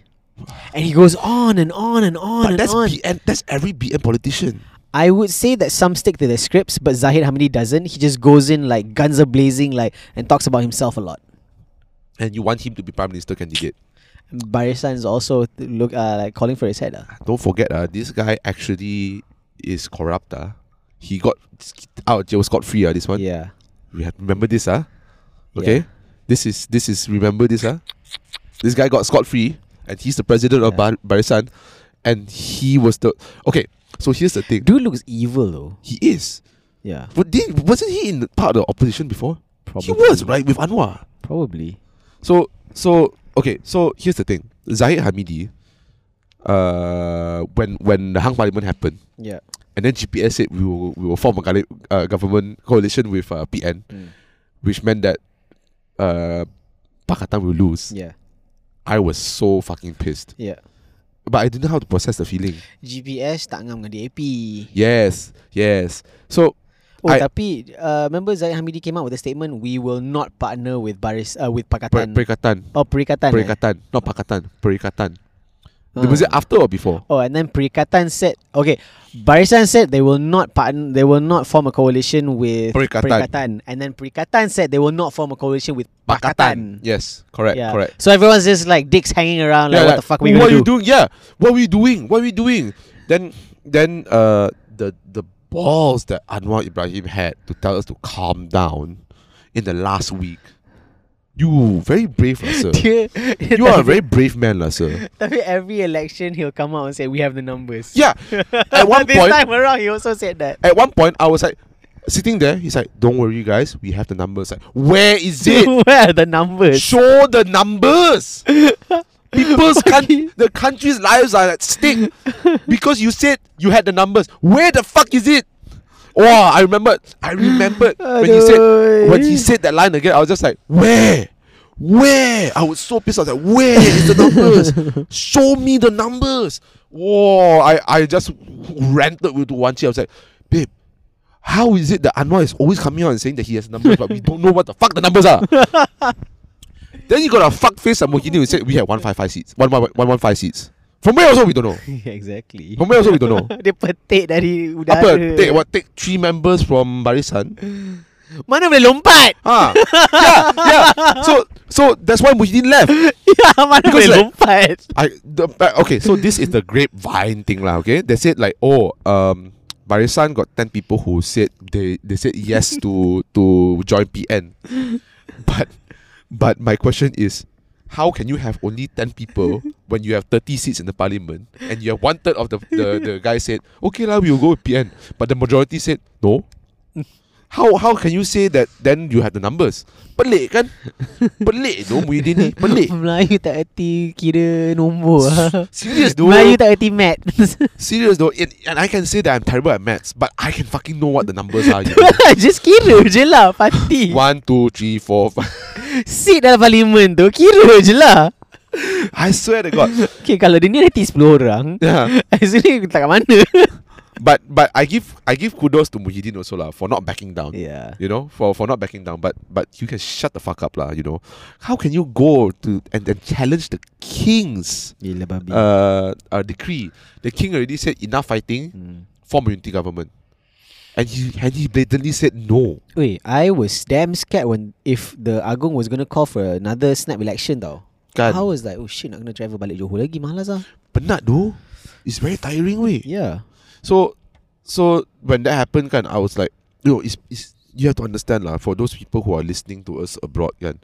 Speaker 2: And he goes on and on and
Speaker 3: But
Speaker 2: on and
Speaker 3: that's,
Speaker 2: on.
Speaker 3: BN, that's every BN politician.
Speaker 2: I would say that some stick to their scripts, but Zahid Hamidi doesn't. He just goes in like guns are blazing, like and talks about himself a lot.
Speaker 3: And you want him to be prime minister candidate.
Speaker 2: Barisan is also th- look uh, like calling for his head. ah.
Speaker 3: Don't forget, uh, this guy actually is corrupt. Uh. He got out of jail scot free. Uh, this one.
Speaker 2: Yeah.
Speaker 3: We have remember this, ah. Okay,
Speaker 2: Yeah.
Speaker 3: this is this is remember this, ah. This guy got scot free, and he's the president of
Speaker 2: Yeah.
Speaker 3: Bar- Barisan, and he was the okay. So here's the thing.
Speaker 2: Dude looks evil though.
Speaker 3: He is.
Speaker 2: Yeah.
Speaker 3: But did, wasn't he in part of the opposition before?
Speaker 2: Probably.
Speaker 3: He was right with Anwar.
Speaker 2: Probably.
Speaker 3: So so okay. So here's the thing. Zahid Hamidi, uh, when when the Hang Parliament happened.
Speaker 2: Yeah.
Speaker 3: And then GPS said we will we will form a gale- uh, government coalition with uh, PN,
Speaker 2: Mm.
Speaker 3: which meant that uh, Pakatan will lose.
Speaker 2: Yeah.
Speaker 3: I was so fucking pissed,
Speaker 2: Yeah.
Speaker 3: but I didn't know how to process the feeling.
Speaker 2: GPS tak ngam dengan DAP.
Speaker 3: Yes, yes. So
Speaker 2: Oh,
Speaker 3: I-
Speaker 2: tapi uh, remember Zaid Hamidi came out with a statement: we will not partner with Baris uh, with
Speaker 3: Per-
Speaker 2: Pakatan.
Speaker 3: perikatan.
Speaker 2: oh, Perikatan. eh?
Speaker 3: Perikatan. Not pakatan. Perikatan.
Speaker 2: Ah.
Speaker 3: Was it after or before?
Speaker 2: Oh, and then Perikatan said, okay, Barisan said they will not partner, they will not form a coalition with
Speaker 3: Perikatan.
Speaker 2: and then Perikatan said they will not form a coalition with Pakatan.
Speaker 3: Yes, correct,
Speaker 2: Yeah.
Speaker 3: correct.
Speaker 2: So everyone's just like dicks hanging around, like
Speaker 3: Yeah,
Speaker 2: what
Speaker 3: like,
Speaker 2: the fuck we
Speaker 3: what
Speaker 2: gonna
Speaker 3: you
Speaker 2: do?
Speaker 3: doing? Yeah, what we doing? What we doing? Then, then uh, the the balls that Anwar Ibrahim had to tell us to calm down in the last week. You very brave, lah, sir.
Speaker 2: Dia-
Speaker 3: you are a very brave man, lah, sir.
Speaker 2: Tapi every election he'll come out and say we have the numbers.
Speaker 3: Yeah. At one
Speaker 2: this
Speaker 3: point,
Speaker 2: time around he also said that.
Speaker 3: at one point, I was like sitting there. He's like, "Don't worry, guys. We have the numbers." Like, where is it?
Speaker 2: Where are the numbers?
Speaker 3: Show the numbers. People's coun- the country's lives are at stake because you said you had the numbers. Where the fuck is it? Oh, I remembered. I remembered when he said when he
Speaker 2: Aduh.
Speaker 3: said that line again. I was just like, where, where? I was so pissed. I was like, where is the numbers? Show me the numbers. Whoa! I I just ranted with Wanchi. I was like, babe. How is it that Anwar is always coming out and saying that he has numbers, but we don't know what the fuck the numbers are? Then you got a fuck face at Mohini who said we had one five five seats. One one one one five seats. From where also we don't know.
Speaker 2: exactly.
Speaker 3: From where also we don't know.
Speaker 2: Dia petik dari udara.
Speaker 3: Apa take what take three members from Barisan?
Speaker 2: Mana boleh lompat?
Speaker 3: Ah, yeah, yeah. So so that's why Muhyiddin left.
Speaker 2: Ya, mana
Speaker 3: Because
Speaker 2: boleh
Speaker 3: like-
Speaker 2: lompat?
Speaker 3: I the, uh, okay. So this is the grapevine thing lah. Okay, they said like oh um Barisan got ten people who said they they said yes to to join PN, but but my question is. How can you have only 10 people when you have 30 seats in the parliament and you have one third of the, the, the guy said, okay, lah, we will go with PN. But the majority said, no. How how can you say that then you have the numbers? Pelik kan? Pelik no Muhyiddin ni. Pelik.
Speaker 2: Melayu tak erti kira nombor. ah.
Speaker 3: Serious dude.
Speaker 2: Melayu tak erti mat.
Speaker 3: Serious though, it, and I can say that I'm terrible at maths, but I can fucking know what the numbers are. You know?
Speaker 2: Just kira je lah parti.
Speaker 3: One, two, three, four, five.
Speaker 2: Seat dalam parlimen tu kira je lah.
Speaker 3: I swear to God.
Speaker 2: Okay, kalau dia ni nanti 10 orang.
Speaker 3: Yeah.
Speaker 2: Actually tak kat mana.
Speaker 3: But but I give I give kudos to Muhyiddin also lah for not backing down.
Speaker 2: yeah.
Speaker 3: You know, for, for not backing down. But but you can shut the fuck up lah. You know, how can you go to and then challenge the king's
Speaker 2: Gila babi.
Speaker 3: uh, uh decree? The king already said enough fighting,
Speaker 2: Hmm.
Speaker 3: form a unity government, and he and he blatantly said no.
Speaker 2: Wait, I was damn scared when if the Agong was gonna call for another snap election tau.
Speaker 3: Kan?
Speaker 2: I was like, oh shit, nak kena travel balik Johor lagi, malas lah. Ya.
Speaker 3: Penat though. It's very tiring way.
Speaker 2: Yeah.
Speaker 3: So, so when that happened, kan, I was like, you know, it's, it's you have to understand lah. For those people who are listening to us abroad, kan,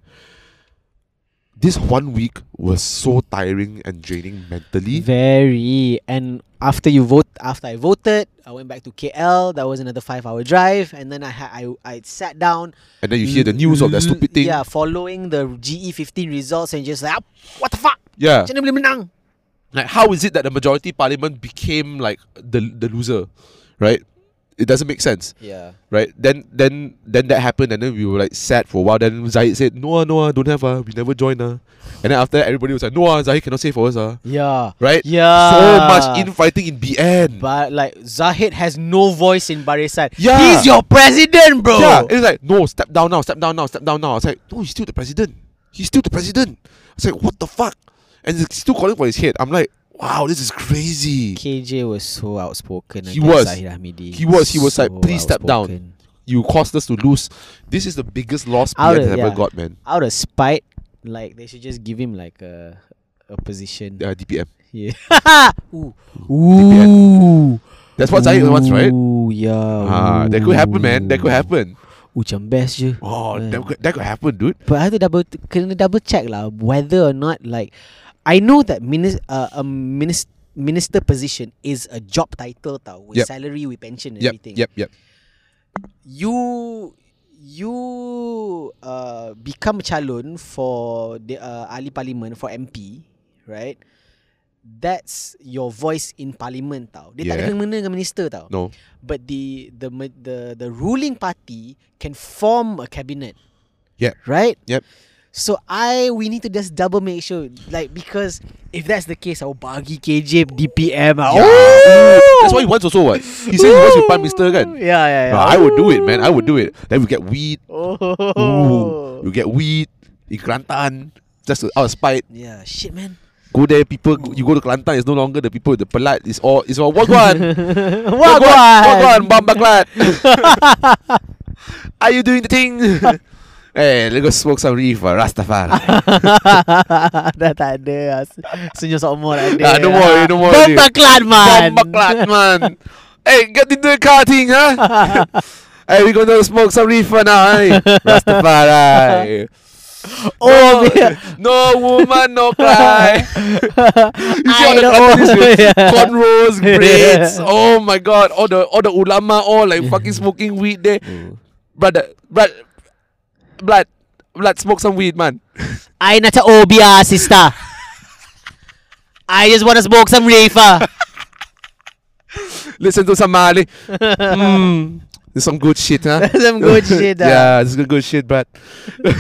Speaker 3: this one week was so tiring and draining mentally.
Speaker 2: Very. And after you vote, after I voted, I went back to KL. That was another five-hour drive, and then I had I I sat down.
Speaker 3: And then you hear the news of that
Speaker 2: l-
Speaker 3: stupid thing.
Speaker 2: Mm, Yeah, following the GE15 results and just like, "Ah, what the fuck?
Speaker 3: Yeah.
Speaker 2: Macam mana boleh menang?
Speaker 3: Like, how is it that the majority parliament became like the the loser, right? It doesn't make sense,
Speaker 2: Yeah.
Speaker 3: right? Then then then that happened, and then we were like sad for a while. Then Zahid said, "No, ah, no, ah, don't have ah, we never join ah." And then after that, everybody was like, "No, ah, Zahid cannot say for us ah."
Speaker 2: Yeah.
Speaker 3: right?
Speaker 2: Yeah.
Speaker 3: So much infighting in BN.
Speaker 2: But like Zahid has no voice in Barisan.
Speaker 3: Yeah.
Speaker 2: He's your president, bro.
Speaker 3: Yeah, it's like no, step down now, step down now, step down now. It's like no, he's still the president. He's still the president. It's like what the fuck, and he's still calling for his head. I'm like, wow, this is crazy.
Speaker 2: KJ was so outspoken.
Speaker 3: He
Speaker 2: against
Speaker 3: was.
Speaker 2: Zahid Ahmedi.
Speaker 3: He was. He was like,
Speaker 2: So
Speaker 3: "Please step down."
Speaker 2: outspoken.
Speaker 3: You caused us to lose. This is the biggest loss BN
Speaker 2: Out of-
Speaker 3: has ever
Speaker 2: yeah.
Speaker 3: got, man.
Speaker 2: Out of spite, like they should just give him like a a position.
Speaker 3: Uh, DPM.
Speaker 2: Yeah. Ooh. Ooh.
Speaker 3: That's what Zahid wants, right?
Speaker 2: Ooh, yeah.
Speaker 3: Ah, that could happen, man. That could happen.
Speaker 2: Ooh, macam best je.
Speaker 3: Oh,
Speaker 2: Man.
Speaker 3: that could, that could happen, dude.
Speaker 2: But I have to double kena double check lah whether or not like I know that minis- uh, a minister minister position is a job title tau with
Speaker 3: Yep.
Speaker 2: salary with pension and
Speaker 3: Yep,
Speaker 2: everything.
Speaker 3: yep, yep.
Speaker 2: You you uh, become calon for the uh, ahli parlimen for MP, right? That's your voice in parlimen tau. Dia
Speaker 3: Yeah.
Speaker 2: tak ada kena dengan minister tau.
Speaker 3: No,
Speaker 2: But the the ma- the the ruling party can form a cabinet.
Speaker 3: Yep.
Speaker 2: Right?
Speaker 3: Yep.
Speaker 2: So I we need to just double make sure like because if that's the case, I'll bagi KJ DPM. ah. Oh!
Speaker 3: That's what he wants also what. He says he wants to prime minister
Speaker 2: Yeah,
Speaker 3: kan.
Speaker 2: yeah, yeah.
Speaker 3: Nah, I would do it, man. I would do it. Then we get weed.
Speaker 2: Oh.
Speaker 3: Ooh, you get weed in Kelantan. Just out of spite,
Speaker 2: Yeah, shit, man.
Speaker 3: go there. People, you go to Kelantan. It's no longer the people, the pelat. It's all, it's all wagwan, wagwan, wagwan,
Speaker 2: Wagwan.
Speaker 3: bambaklat. Are you doing the thing? hey, let's go smoke some reef, uh, Rastafari.
Speaker 2: Dah tak ada. ah. Se- Senyum sokmo dah ada.
Speaker 3: Ah, no more, no more already.
Speaker 2: Bombaklat, man.
Speaker 3: Bambaklat, man. Hey, get into the car thing, huh? hey, we're gonna smoke some reef uh, now, eh? Rastafari.
Speaker 2: Oh,
Speaker 3: no, no woman, no cry. You see all
Speaker 2: I
Speaker 3: the
Speaker 2: know.
Speaker 3: companies with
Speaker 2: Yeah.
Speaker 3: cornrows,
Speaker 2: Yeah.
Speaker 3: braids. Oh my god, all the all the ulama all like fucking smoking weed there. Brother, blood, blood, blood, smoke some weed, man.
Speaker 2: I not a obia sister. I just want to smoke some reefer.
Speaker 3: Listen to some Mali. mm, this some good shit, huh?
Speaker 2: Some good shit, ah.
Speaker 3: yeah, this is good shit, but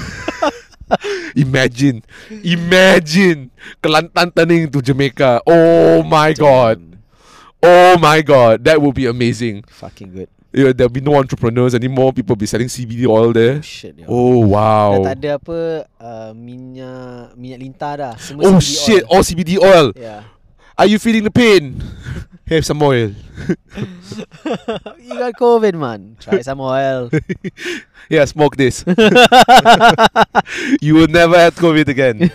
Speaker 3: imagine, imagine Kelantan turning to Jamaica. Oh my god. Oh my god, that would be amazing.
Speaker 2: Fucking good.
Speaker 3: Yeah, there'll be no entrepreneurs anymore. People be selling CBD oil there.
Speaker 2: Shit, yo.
Speaker 3: Oh
Speaker 2: Dah
Speaker 3: wow.
Speaker 2: tak ada apa uh, minyak minyak lintah dah. Semua Ya.
Speaker 3: Oh
Speaker 2: CBD
Speaker 3: shit, Oh.
Speaker 2: oil.
Speaker 3: all CBD oil.
Speaker 2: Yeah.
Speaker 3: Are you feeling the pain? Have some oil.
Speaker 2: you got COVID, man. Try some oil.
Speaker 3: Yeah, smoke this. you will never have COVID again.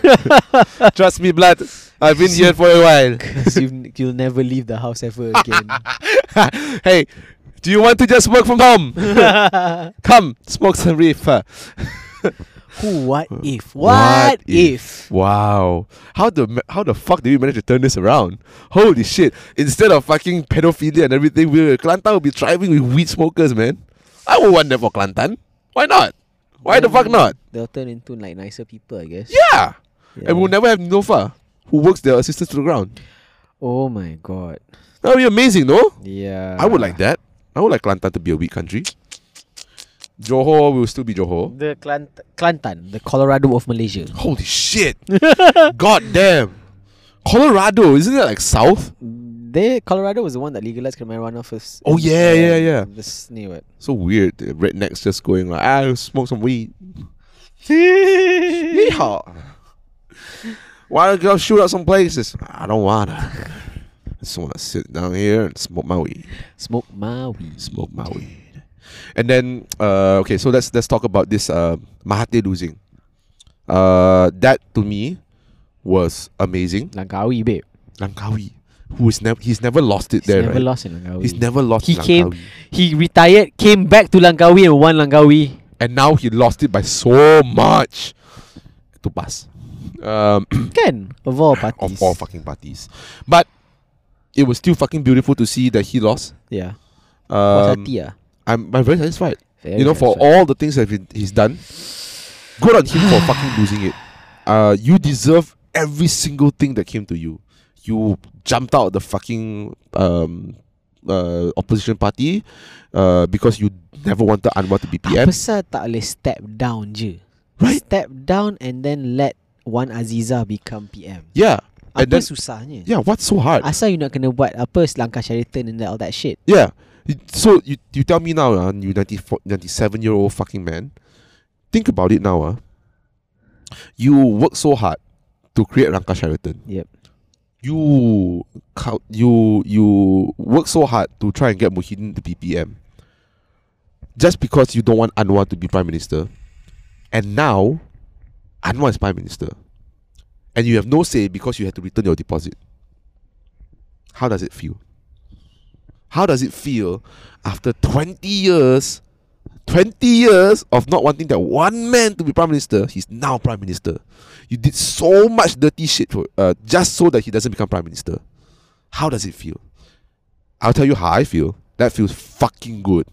Speaker 3: Trust me, blood. I've been here for a while.
Speaker 2: 'Cause you, you'll never leave the house ever again.
Speaker 3: hey, do you want to just work from home? Come, smoke some reef. Uh, huh?
Speaker 2: Who? What if?
Speaker 3: What
Speaker 2: What,
Speaker 3: if?
Speaker 2: if?
Speaker 3: Wow. How the ma- how the fuck did we manage to turn this around? Holy shit. Instead of fucking pedophilia and everything, we Kelantan will be thriving with weed smokers, man. I would want that for Kelantan. Why not? Why the fuck not?
Speaker 2: They'll turn into like nicer people, I guess.
Speaker 3: Yeah.
Speaker 2: Yeah.
Speaker 3: And we'll never have Nofa who works their assistants to the ground.
Speaker 2: oh my god.
Speaker 3: That would be amazing, no?
Speaker 2: Yeah.
Speaker 3: I would like that. I would like Kelantan to be a weed country. Johor will still be Johor.
Speaker 2: The Kelant- Kelantan, the Colorado of Malaysia.
Speaker 3: Holy shit. God damn. Colorado, isn't that like south?
Speaker 2: They Colorado was the one that legalized marijuana first.
Speaker 3: Oh, yeah, yeah, yeah.
Speaker 2: This new it.
Speaker 3: So weird. The rednecks just going like, I smoke some weed. Yeehaw. Why don't you go shoot up some places? I don't wanna. I just wanna sit down here and smoke my weed.
Speaker 2: Smoke my weed.
Speaker 3: Smoke my weed. And then uh, okay, so let's let's talk about this uh, Mahathir losing. Uh, that to me was amazing.
Speaker 2: Langkawi, babe.
Speaker 3: Langkawi, who is never he's never lost it
Speaker 2: He's
Speaker 3: there.
Speaker 2: never
Speaker 3: right?
Speaker 2: lost in Langkawi.
Speaker 3: he's never lost.
Speaker 2: He
Speaker 3: Langkawi.
Speaker 2: came. He retired, came back to Langkawi and won Langkawi.
Speaker 3: and now he lost it by so much to pass um,
Speaker 2: Can of all parties.
Speaker 3: of all fucking parties. But it was still fucking beautiful to see that he lost.
Speaker 2: Yeah.
Speaker 3: Um,
Speaker 2: Puas hati ah.
Speaker 3: I'm, I'm very satisfied.
Speaker 2: Very
Speaker 3: you know, for
Speaker 2: satisfied.
Speaker 3: all the things that he- he's done, good on him for fucking losing it. Uh, you deserve every single thing that came to you. You jumped out of the fucking um, uh, opposition party uh, because you never wanted Anwar to be
Speaker 2: Apa
Speaker 3: PM.
Speaker 2: pasal tak boleh step down je?
Speaker 3: Right.
Speaker 2: Step down and then let Wan Aziza become PM.
Speaker 3: Yeah.
Speaker 2: Apa
Speaker 3: And then,
Speaker 2: susahnya?
Speaker 3: yeah, what's so hard?
Speaker 2: Asal you nak kena buat apa selangkah Sheraton and all that shit?
Speaker 3: Yeah. You- So you you tell me now, uh, you 94, 97 year old fucking man. Think about it now, uh. You work so hard to create Rangka Sheraton.
Speaker 2: Yep.
Speaker 3: You cou- you you work so hard to try and get Muhyiddin to be PM. Just because you don't want Anwar to be Prime Minister. And now Anwar is Prime Minister. And you have no say because you had to return your deposit. How does it feel? how does it feel after 20 years 20 years of not wanting that one man to be prime minister he's now prime minister you did so much dirty shit for uh, just so that he doesn't become prime minister how does it feel i'll tell you how i feel that feels fucking good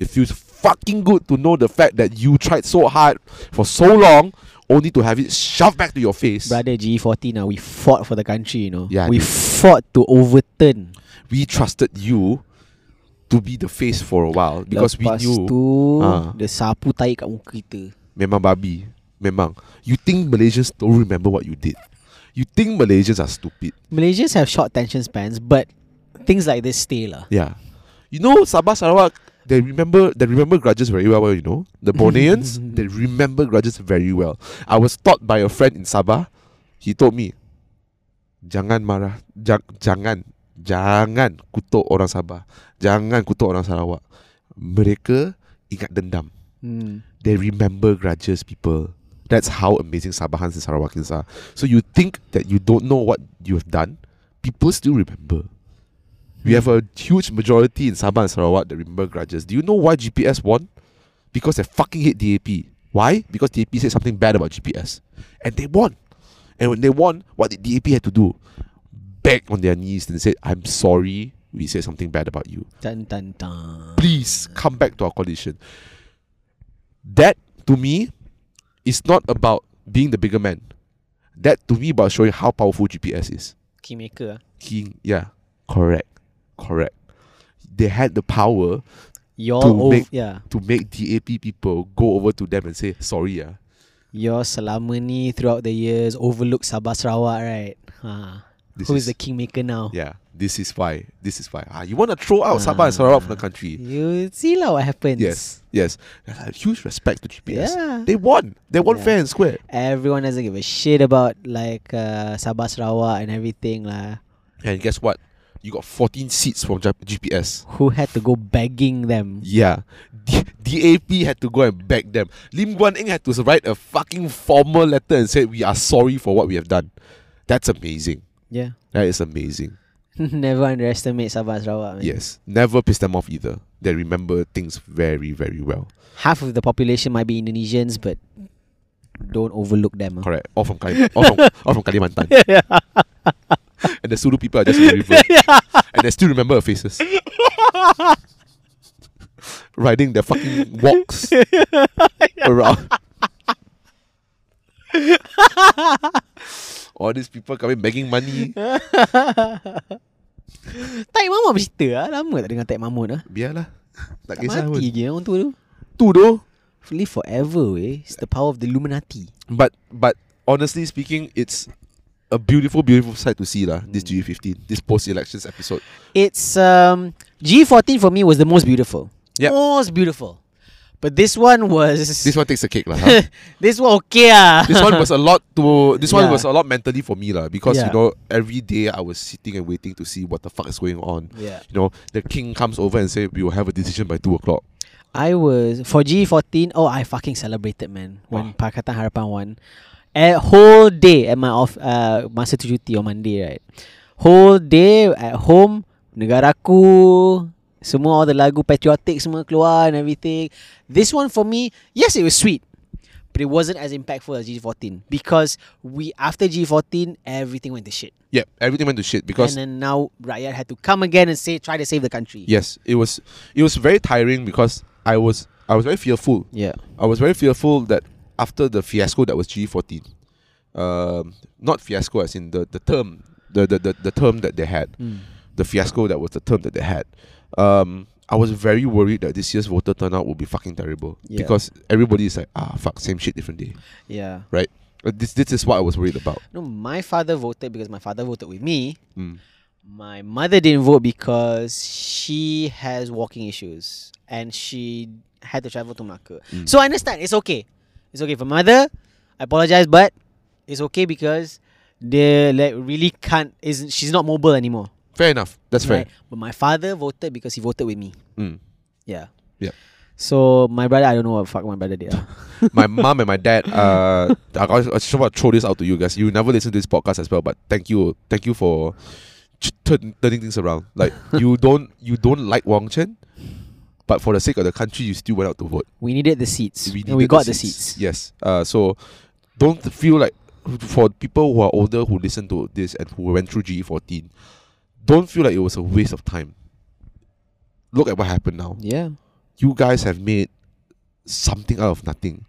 Speaker 3: it feels fucking good to know the fact that you tried so hard for so long only to have it shoved back to your face
Speaker 2: Brother G14 ah, we fought for the country, you know.
Speaker 3: Yeah,
Speaker 2: we
Speaker 3: dude.
Speaker 2: fought to overturn.
Speaker 3: we trusted you to be the face for a while because we
Speaker 2: Lepas
Speaker 3: knew
Speaker 2: tu
Speaker 3: Ah.
Speaker 2: dia sapu tahi kat muka kita.
Speaker 3: memang babi memang you think Malaysians don't remember what you did. You think Malaysians are stupid.
Speaker 2: Malaysians have short tension spans, but things like this stay lah.
Speaker 3: Yeah. You know Sabah Sarawak they remember they remember grudges very well, well you know. The Borneans, they remember grudges very well. I was taught by a friend in Sabah. He told me, "Jangan marah, jang, jangan jangan kutuk orang Sabah. Jangan kutuk orang Sarawak. Mereka ingat dendam.
Speaker 2: Mm.
Speaker 3: They remember grudges, people. That's how amazing Sabahans and Sarawakans are. So you think that you don't know what you have done, people still remember. We have a huge majority in Sabah and Sarawak that remember grudges. Do you know why GPS won? Because they fucking hate DAP. Why? Because DAP said something bad about GPS. And they won. And when they won, what did DAP had to do? Beg on their knees and said, I'm sorry we said something bad about you
Speaker 2: Dun dun dun.
Speaker 3: please come back to our coalition. That to me is not about being the bigger man. That to me about showing how powerful GPS is.
Speaker 2: Keymaker. ah.
Speaker 3: King, yeah, correct, correct. They had the power
Speaker 2: Your
Speaker 3: To
Speaker 2: ov-
Speaker 3: make-
Speaker 2: yeah.
Speaker 3: to make DAP people go over to them and say sorry, yeah.
Speaker 2: Your selama ni throughout the years overlook Sabah Sarawak, right? Ha.
Speaker 3: This
Speaker 2: Who is, the kingmaker now?
Speaker 3: yeah? This is why. This is why. Ah, you want to throw out Sabah and Sarawak from the country?
Speaker 2: You see lah what happens.
Speaker 3: Yes, yes. Uh, Huge respect to GPS.
Speaker 2: Yeah.
Speaker 3: They won. They won
Speaker 2: Yeah.
Speaker 3: fair and square.
Speaker 2: Everyone doesn't give a shit about like uh, Sabah Sarawak and everything lah.
Speaker 3: And guess what? You got 14 seats from Jap- GPS.
Speaker 2: Who had to go begging them?
Speaker 3: Yeah. D- DAP had to go and beg them. Lim Guan Eng had to write a fucking formal letter and said, We are sorry for what we have done. That's amazing.
Speaker 2: Yeah.
Speaker 3: That is amazing.
Speaker 2: Never underestimate Sabah Sarawak. man.
Speaker 3: Yes. Never piss them off either. They remember things very, very well.
Speaker 2: Half of the population might be Indonesians, but don't overlook them. ah.
Speaker 3: Correct. All from, Kali- all from, all from Kalimantan. And the Sulu people are just in the river. And they still remember our faces. Riding their fucking walks around. All these people coming begging money.
Speaker 2: Taik Mahmud apa cerita lah Lama tak dengar Taik Mahmud lah
Speaker 3: Biarlah. Tak
Speaker 2: Tak
Speaker 3: kisah
Speaker 2: mati
Speaker 3: pun.
Speaker 2: je orang tua tu
Speaker 3: Tu doh.
Speaker 2: Live forever weh It's the power of the Illuminati
Speaker 3: But but honestly speaking, it's a beautiful, beautiful sight to see lah. This GU15, this post-elections episode.
Speaker 2: It's um G14 for me was the most beautiful
Speaker 3: Yep.
Speaker 2: Most beautiful But this one was
Speaker 3: This one takes the cake lah. huh?
Speaker 2: This one okay ah.
Speaker 3: this one was a lot to this one
Speaker 2: Yeah.
Speaker 3: was a lot mentally for me lah because
Speaker 2: Yeah.
Speaker 3: you know every day I was sitting and waiting to see what the fuck is going on.
Speaker 2: Yeah
Speaker 3: You know the king comes over and say we will have a decision by two o'clock.
Speaker 2: I was For G14 Oh I fucking celebrated man When Pakatan Harapan won A whole day At my off uh, Masa tu cuti on Monday right Whole day At home Negaraku Semua all the lagu patriotic Semua keluar and everything This one for me Yes it was sweet But it wasn't as impactful as G14 Because We After G14 Everything went to shit
Speaker 3: Yep, everything went to shit because
Speaker 2: And then now Rakyat had to come again And say Try to save the country
Speaker 3: yes, it was it was very tiring because I was I was very fearful.
Speaker 2: Yeah
Speaker 3: I was very fearful that after the fiasco that was G fourteen, um, not fiasco as in the the term the the, the, the term that they had,
Speaker 2: Hmm.
Speaker 3: the fiasco that was the term that they had. Um, I was very worried that this year's voter turnout would be fucking terrible
Speaker 2: Yeah.
Speaker 3: because everybody is like, ah, fuck, same shit, different day,
Speaker 2: Yeah
Speaker 3: right? Uh, This this is what I was worried about.
Speaker 2: No, my father voted because my father voted with me.
Speaker 3: Mm.
Speaker 2: My mother didn't vote because she has walking issues and she had to travel to Melaka.
Speaker 3: Mm.
Speaker 2: So I understand. It's okay. It's okay for my mother. I apologize, but it's okay because they like really can't. Is she's not mobile anymore.
Speaker 3: Fair enough. That's fair.
Speaker 2: Right. But my father voted because he voted with me.
Speaker 3: Mm.
Speaker 2: Yeah.
Speaker 3: Yep.
Speaker 2: So my brother, I don't know what the fuck my brother did. ah.
Speaker 3: my mom and my dad. Uh, I, I just want to throw this out to you guys. You never listen to this podcast as well, but thank you, thank you for ch- turn, turning things around. Like you don't, you don't like Wang Chen, but for the sake of the country, you still went out to vote.
Speaker 2: we needed the seats, and we
Speaker 3: needed
Speaker 2: got the seats.
Speaker 3: Yes. Uh, so don't feel like for people who are older who listen to this and who went through GE fourteen, don't feel like it was a waste of time. Look at what happened now
Speaker 2: Yeah.
Speaker 3: you guys have made something out of nothing.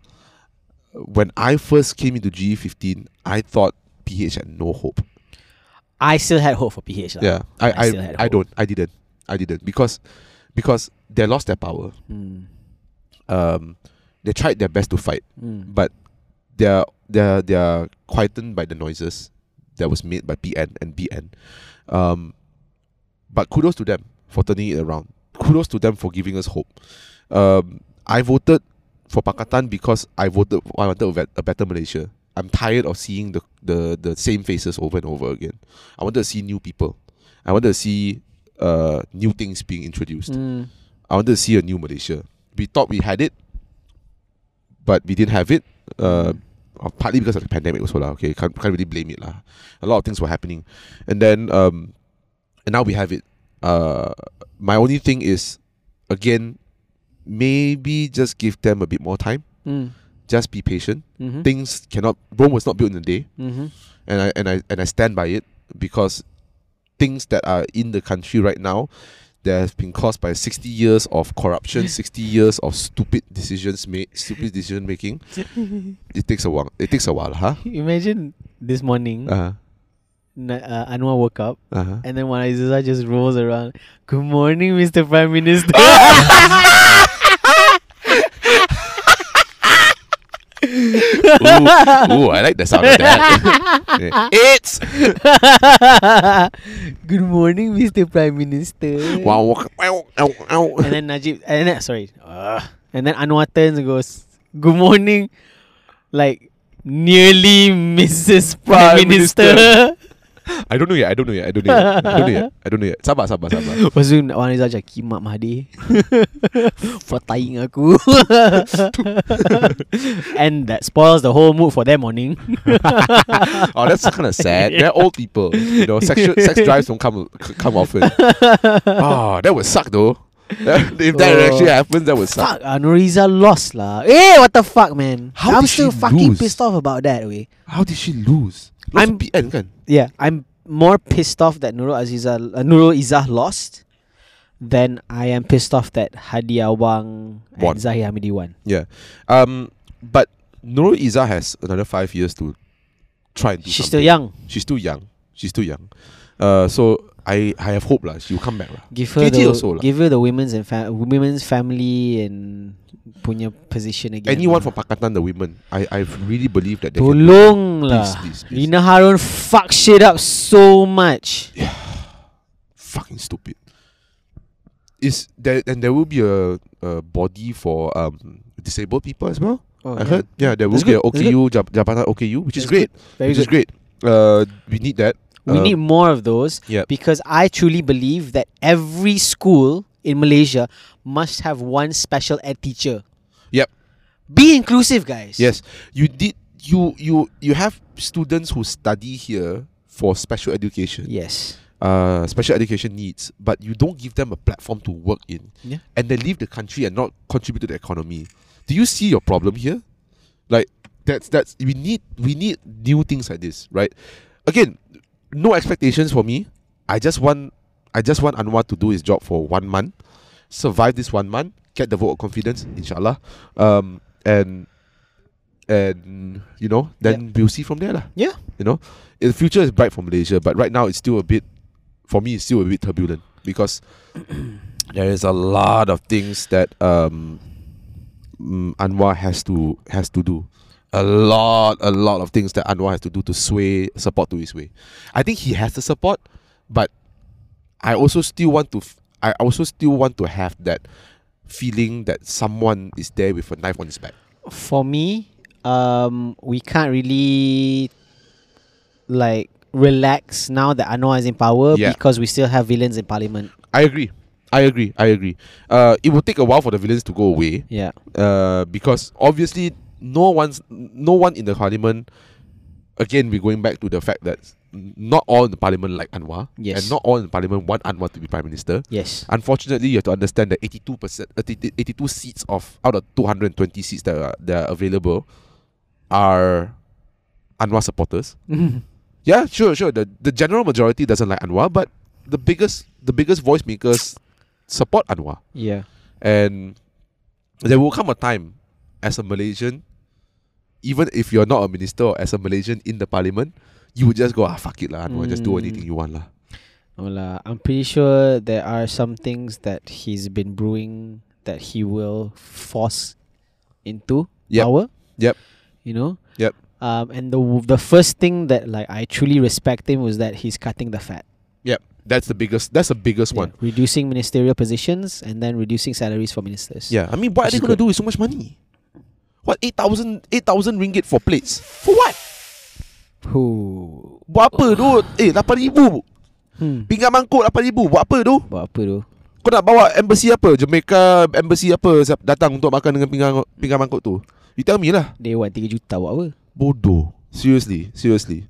Speaker 3: When I first came into GE15, I thought PH had no hope.
Speaker 2: I still had hope for PH. lah.
Speaker 3: Yeah, I I,
Speaker 2: still
Speaker 3: I,
Speaker 2: had hope.
Speaker 3: don't. I didn't. I didn't because because they lost their power.
Speaker 2: Mm.
Speaker 3: Um, they tried their best to fight,
Speaker 2: Mm.
Speaker 3: but they're they're they're quietened by the noises that was made by PN and BN. Um, but kudos to them for turning it around. Kudos to them for giving us hope. Um, I voted for Pakatan because I voted. I wanted a, bet- a better Malaysia. I'm tired of seeing the, the the same faces over and over again. I wanted to see new people. I wanted to see uh, new things being introduced.
Speaker 2: Mm.
Speaker 3: I wanted to see a new Malaysia. We thought we had it, but we didn't have it. Uh, uh, partly because of the pandemic also lah. Okay, can't, can't really blame it lah. A lot of things were happening, and then um, and now we have it. Uh, my only thing is, again, maybe just give them a bit more time.
Speaker 2: Mm.
Speaker 3: Just be patient.
Speaker 2: Mm-hmm.
Speaker 3: Things cannot. Rome was not built in a day,
Speaker 2: Mm-hmm.
Speaker 3: and I and I and I stand by it because things that are in the country right now that have been caused by 60 years of corruption, 60 years of stupid decisions made, stupid decision making. it takes a while. It takes a while, huh?
Speaker 2: Imagine this morning, uh,
Speaker 3: Uh-huh.
Speaker 2: uh, Anwar woke up
Speaker 3: Uh-huh.
Speaker 2: and then when Aziza just rolls around, Good morning, Mr. Prime Minister.
Speaker 3: Ah! ooh, ooh, I like the sound of that. it's
Speaker 2: Good morning, Mr. Prime Minister.
Speaker 3: wow, wow, wow, ow, ow.
Speaker 2: And then Najib, and then sorry, Ugh. and then Anwar turns and goes, "Good morning," like nearly Mrs. Prime,
Speaker 3: Prime
Speaker 2: Minister.
Speaker 3: Minister. I don't know yet. I don't know yet. I don't know yet. I don't know yet. I don't know yet. Sabar, sabar, sabar.
Speaker 2: Lepas tu Wan Rizal macam Kimak Mahdi For tying aku And that spoils the whole mood for their morning
Speaker 3: oh, that's kind of sad. They're old people. You know, sexual sex drives don't come c- come often. Oh, that would suck though. That- if that
Speaker 2: Oh.
Speaker 3: actually happens, that would suck.
Speaker 2: Fuck uh, Nuriza lost lah Eh what the fuck man
Speaker 3: How
Speaker 2: I'm
Speaker 3: did she
Speaker 2: still fucking
Speaker 3: lose?
Speaker 2: pissed off about that way
Speaker 3: How did she lose? Lost
Speaker 2: I'm-
Speaker 3: to PN, kan?
Speaker 2: Yeah, I'm more pissed off that Nurul Aziza uh, Nurul Izzah lost than I am pissed off that Hadi Awang
Speaker 3: Won.
Speaker 2: and Zahir Hamidi won.
Speaker 3: Yeah. Um, but Nurul Izzah has another five years to try and do
Speaker 2: She's
Speaker 3: something.
Speaker 2: still young.
Speaker 3: She's still young. She's still young. Uh, so I I have hope lah. She'll come back lah.
Speaker 2: Give her
Speaker 3: KT
Speaker 2: the
Speaker 3: also lah.
Speaker 2: give her the women's and fa- women's family and punya position again.
Speaker 3: Anyone
Speaker 2: lah.
Speaker 3: from Pakatan, the women, I I really believe that they can.
Speaker 2: Tolong
Speaker 3: Please,
Speaker 2: lah.
Speaker 3: please, please.
Speaker 2: Rina Harun fuck shit up so much.
Speaker 3: Fucking stupid. Is there and there will be a, a body for um disabled people as well?
Speaker 2: Oh,
Speaker 3: I heard. Yeah, there will
Speaker 2: That's
Speaker 3: be
Speaker 2: good, that's
Speaker 3: a OKU Jab- Jabatan OKU, which is
Speaker 2: That's
Speaker 3: great.
Speaker 2: Very
Speaker 3: Which is
Speaker 2: good.
Speaker 3: great. Uh, we need that.
Speaker 2: We
Speaker 3: Uh,
Speaker 2: need more of those
Speaker 3: Yep.
Speaker 2: because I truly believe that every school in Malaysia must have one special ed teacher.
Speaker 3: Yep.
Speaker 2: Be inclusive, guys.
Speaker 3: Yes, you did. You you you have students who study here for special education.
Speaker 2: Yes.
Speaker 3: uh, special education needs, but you don't give them a platform to work in,
Speaker 2: Yeah.
Speaker 3: and they leave the country and not contribute to the economy. Do you see your problem here? Like that's that's we need we need new things like this, right? Again, no expectations for me. I just want I just want Anwar to do his job for one month, survive this one month, get the vote of confidence, inshallah, um, and and you know then we'll see from there lah.
Speaker 2: Yeah.
Speaker 3: you know, the future is bright for Malaysia, but right now it's still a bit for me, it's still a bit turbulent because there is a lot of things that um, mm, Anwar has to has to do. A lot, a lot of things that Anwar has to do to sway support to his way. I think he has the support, but I also still want to. F- I also still want to have that feeling that someone is there with a knife on his back.
Speaker 2: For me, um, we can't really like relax now that Anwar is in power
Speaker 3: Yeah.
Speaker 2: because we still have villains in parliament.
Speaker 3: I agree. I agree. I agree. Uh, it will take a while for the villains to go away.
Speaker 2: Yeah.
Speaker 3: Uh, because obviously no one's no one in the parliament again we're going back to the fact that n- not all in the parliament like Anwar
Speaker 2: Yes.
Speaker 3: and not all in the parliament want Anwar to be prime minister
Speaker 2: Yes.
Speaker 3: unfortunately you have to understand that 82 percent 82 seats of out of 220 seats that are, that are available are Anwar supporters yeah sure sure the, the general majority doesn't like Anwar but the biggest the biggest voice makers support Anwar
Speaker 2: yeah.
Speaker 3: and there will come a time as a Malaysian, even if you're not a minister or as a Malaysian in the parliament, you would just go, ah, fuck it, lah, Anwar, just do
Speaker 2: Mm.
Speaker 3: anything you want. lah.
Speaker 2: No lah, I'm pretty sure there are some things that he's been brewing that he will force into
Speaker 3: Yep.
Speaker 2: power.
Speaker 3: Yep.
Speaker 2: You know?
Speaker 3: Yep.
Speaker 2: Um, and the w- the first thing that like I truly respect him was that he's cutting the fat,
Speaker 3: Yep, that's the biggest. That's the biggest one.
Speaker 2: Yeah. reducing ministerial positions and then reducing salaries for ministers.
Speaker 3: Yeah, I mean, what are
Speaker 2: Which
Speaker 3: they
Speaker 2: is
Speaker 3: gonna
Speaker 2: good.
Speaker 3: do with so much money? What 8,000 8,000 ringgit for plates? For what?
Speaker 2: Who?
Speaker 3: Buat apa tu? Eh, 8,000.
Speaker 2: Hmm.
Speaker 3: Pinggan mangkuk 8,000. Buat apa tu?
Speaker 2: Buat apa tu?
Speaker 3: Kau nak bawa embassy apa? Jamaica embassy apa siap- datang untuk makan dengan pinggan pinggan mangkuk tu? You tell me lah.
Speaker 2: They want 3 juta buat apa?
Speaker 3: Bodoh. Seriously, seriously.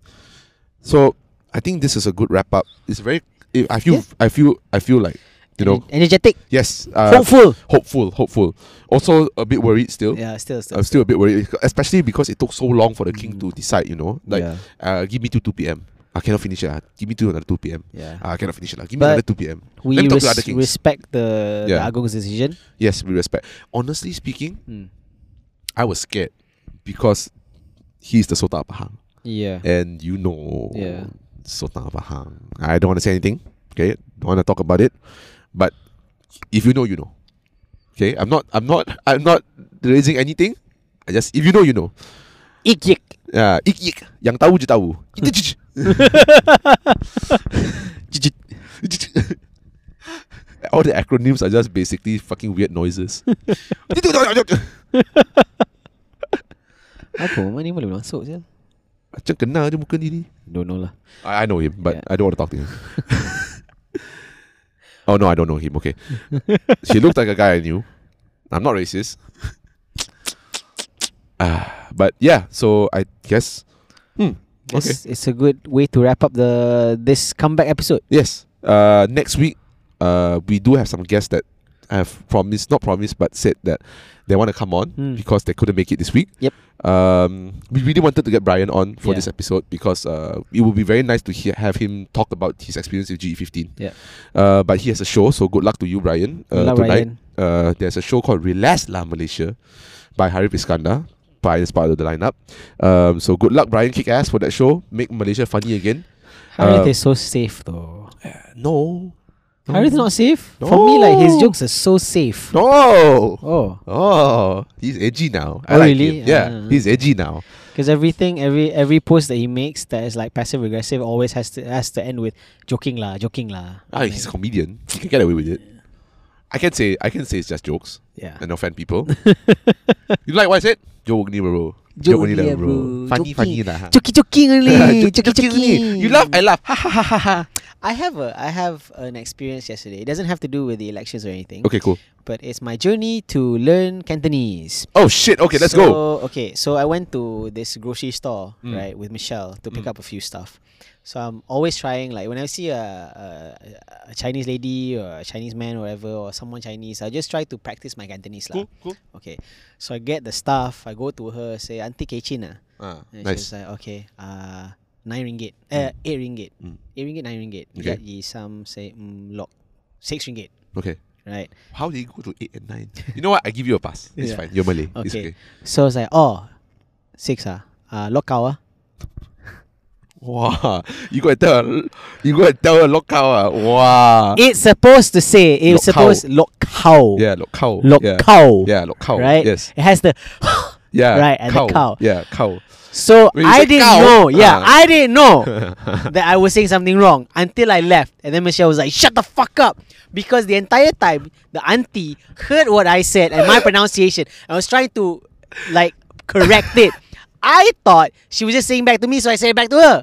Speaker 3: So, I think this is a good wrap up. It's very eh, I feel I feel I feel like you know,
Speaker 2: Ener- energetic,
Speaker 3: yes, uh,
Speaker 2: hopeful.
Speaker 3: hopeful, hopeful. Also a bit worried still.
Speaker 2: Yeah, still, still.
Speaker 3: I'm still a bit worried, especially because it took so long for the king to decide. You know, like
Speaker 2: Mm. yeah,
Speaker 3: uh, give me to two p.m. I cannot finish it. ah. Give me to another two p.m.
Speaker 2: yeah.
Speaker 3: Ah, I cannot finish it. lah. Give me
Speaker 2: But
Speaker 3: another two p.m.
Speaker 2: we
Speaker 3: let me talk to
Speaker 2: res-
Speaker 3: other kings.
Speaker 2: respect the,
Speaker 3: Yeah.
Speaker 2: the Agung's decision.
Speaker 3: Yes, we respect. Honestly speaking,
Speaker 2: Hmm.
Speaker 3: I was scared because he's the Sota Pahang,
Speaker 2: Yeah.
Speaker 3: and you know,
Speaker 2: Yeah.
Speaker 3: Sota Pahang. I don't want to say anything. Okay, don't want to talk about it. But if you know, you know. Okay, I'm not. I'm not. I'm not raising anything. I just if you know, you know.
Speaker 2: Ik yik.
Speaker 3: Ya, ik ik yang tahu je tahu. Ijij.
Speaker 2: Jijit.
Speaker 3: Ijij. All the acronyms are just basically fucking weird noises.
Speaker 2: Apa? Mana ni boleh masuk je?
Speaker 3: Macam kenal je muka ni ni.
Speaker 2: Don't know lah.
Speaker 3: I, I know him, but
Speaker 2: Yeah.
Speaker 3: I don't want to talk to him. oh no, I don't know him. Okay, he looked like a guy I knew. I'm not racist. Ah, but yeah, so I guess. Hmm. Okay.
Speaker 2: It's, it's a good way to wrap up the this comeback episode.
Speaker 3: Yes. Uh, next week, uh, we do have some guests that have promised, not promised, but said that they want to come on
Speaker 2: Hmm.
Speaker 3: because they couldn't make it this week.
Speaker 2: Yep.
Speaker 3: Um, we really wanted to get Brian on for
Speaker 2: Yeah.
Speaker 3: this episode because uh, it would be very nice to hear, have him talk about his experience with GE15.
Speaker 2: Yeah.
Speaker 3: Uh, but he has a show, so good luck to you, Brian. Uh,
Speaker 2: Good luck,
Speaker 3: tonight.
Speaker 2: Brian.
Speaker 3: Uh, there's a show called Relax La Malaysia by Harif Iskandar. Brian is part of the lineup. Um, so good luck, Brian. Kick ass for that show. Make Malaysia funny again.
Speaker 2: Harith
Speaker 3: Uh,
Speaker 2: is so safe though.
Speaker 3: No.
Speaker 2: Harith not safe? For me, like his
Speaker 3: No.
Speaker 2: jokes are so safe.
Speaker 3: No.
Speaker 2: Oh,
Speaker 3: Oh, he's edgy now. I
Speaker 2: Oh,
Speaker 3: like
Speaker 2: really?
Speaker 3: him. Yeah,
Speaker 2: Ah.
Speaker 3: he's edgy now.
Speaker 2: because everything, every every post that he makes that is like passive aggressive always has to has to end with joking lah, joking lah.
Speaker 3: Ah,
Speaker 2: Like,
Speaker 3: he's a comedian. He can get away with it. I can say I can say it's just jokes
Speaker 2: yeah.
Speaker 3: and offend people. you like what I said? Joke ni bro.
Speaker 2: Joke
Speaker 3: ni
Speaker 2: ni
Speaker 3: lah,
Speaker 2: lah, bro.
Speaker 3: Funny
Speaker 2: Joking.
Speaker 3: funny lah.
Speaker 2: Joking, joking only.
Speaker 3: Joke-
Speaker 2: joking,
Speaker 3: joking
Speaker 2: joking.
Speaker 3: only. You laugh, I laugh. Ha ha ha ha ha.
Speaker 2: I have a I have an experience yesterday. It doesn't have to do with the elections or anything.
Speaker 3: Okay, cool.
Speaker 2: But it's my journey to learn Cantonese.
Speaker 3: Oh shit. Okay, let's go.
Speaker 2: So, Okay, so I went to this grocery store,
Speaker 3: Mm.
Speaker 2: right, with Michelle to pick
Speaker 3: Mm.
Speaker 2: up a few stuff. So I'm always trying, like, when I see a, a, a Chinese lady or a Chinese man or whatever, or someone Chinese, I just try to practice my Cantonese. lah.
Speaker 3: cool.
Speaker 2: Okay, so I get the stuff, I go to her, say, Auntie Kechina.
Speaker 3: Ah,
Speaker 2: And
Speaker 3: nice.
Speaker 2: she was like, okay, uh, nine ringgit, uh, eight ringgit,
Speaker 3: Mm.
Speaker 2: eight ringgit, nine ringgit.
Speaker 3: Okay.
Speaker 2: That is some say, mm, lock, six ringgit,
Speaker 3: Okay.
Speaker 2: right?
Speaker 3: How did you go to eight and nine? You know what? I give you a pass. It's
Speaker 2: Yeah.
Speaker 3: fine. You're Malay. It's okay.
Speaker 2: Okay. So I was like, oh, six ah, uh, lock hour.
Speaker 3: Wow. You go and tell her, you go and tell her lock out. ah. Wow.
Speaker 2: It's supposed to say
Speaker 3: Lok
Speaker 2: it's
Speaker 3: kau.
Speaker 2: supposed lock cow,
Speaker 3: Yeah, look cow.
Speaker 2: lock
Speaker 3: yeah.
Speaker 2: cow,
Speaker 3: Yeah, look cow.
Speaker 2: right?
Speaker 3: Yes.
Speaker 2: It has the
Speaker 3: Yeah.
Speaker 2: Right, and the cow.
Speaker 3: Yeah, cow.
Speaker 2: so
Speaker 3: When you
Speaker 2: I
Speaker 3: say
Speaker 2: didn't
Speaker 3: cow,
Speaker 2: know.
Speaker 3: ah.
Speaker 2: Yeah, I didn't know that I was saying something wrong until I left, and then Michelle was like, "Shut the fuck up," because the entire time the auntie heard what I said and my pronunciation. I was trying to like correct it. I thought she was just saying back to me, so I said it back to her.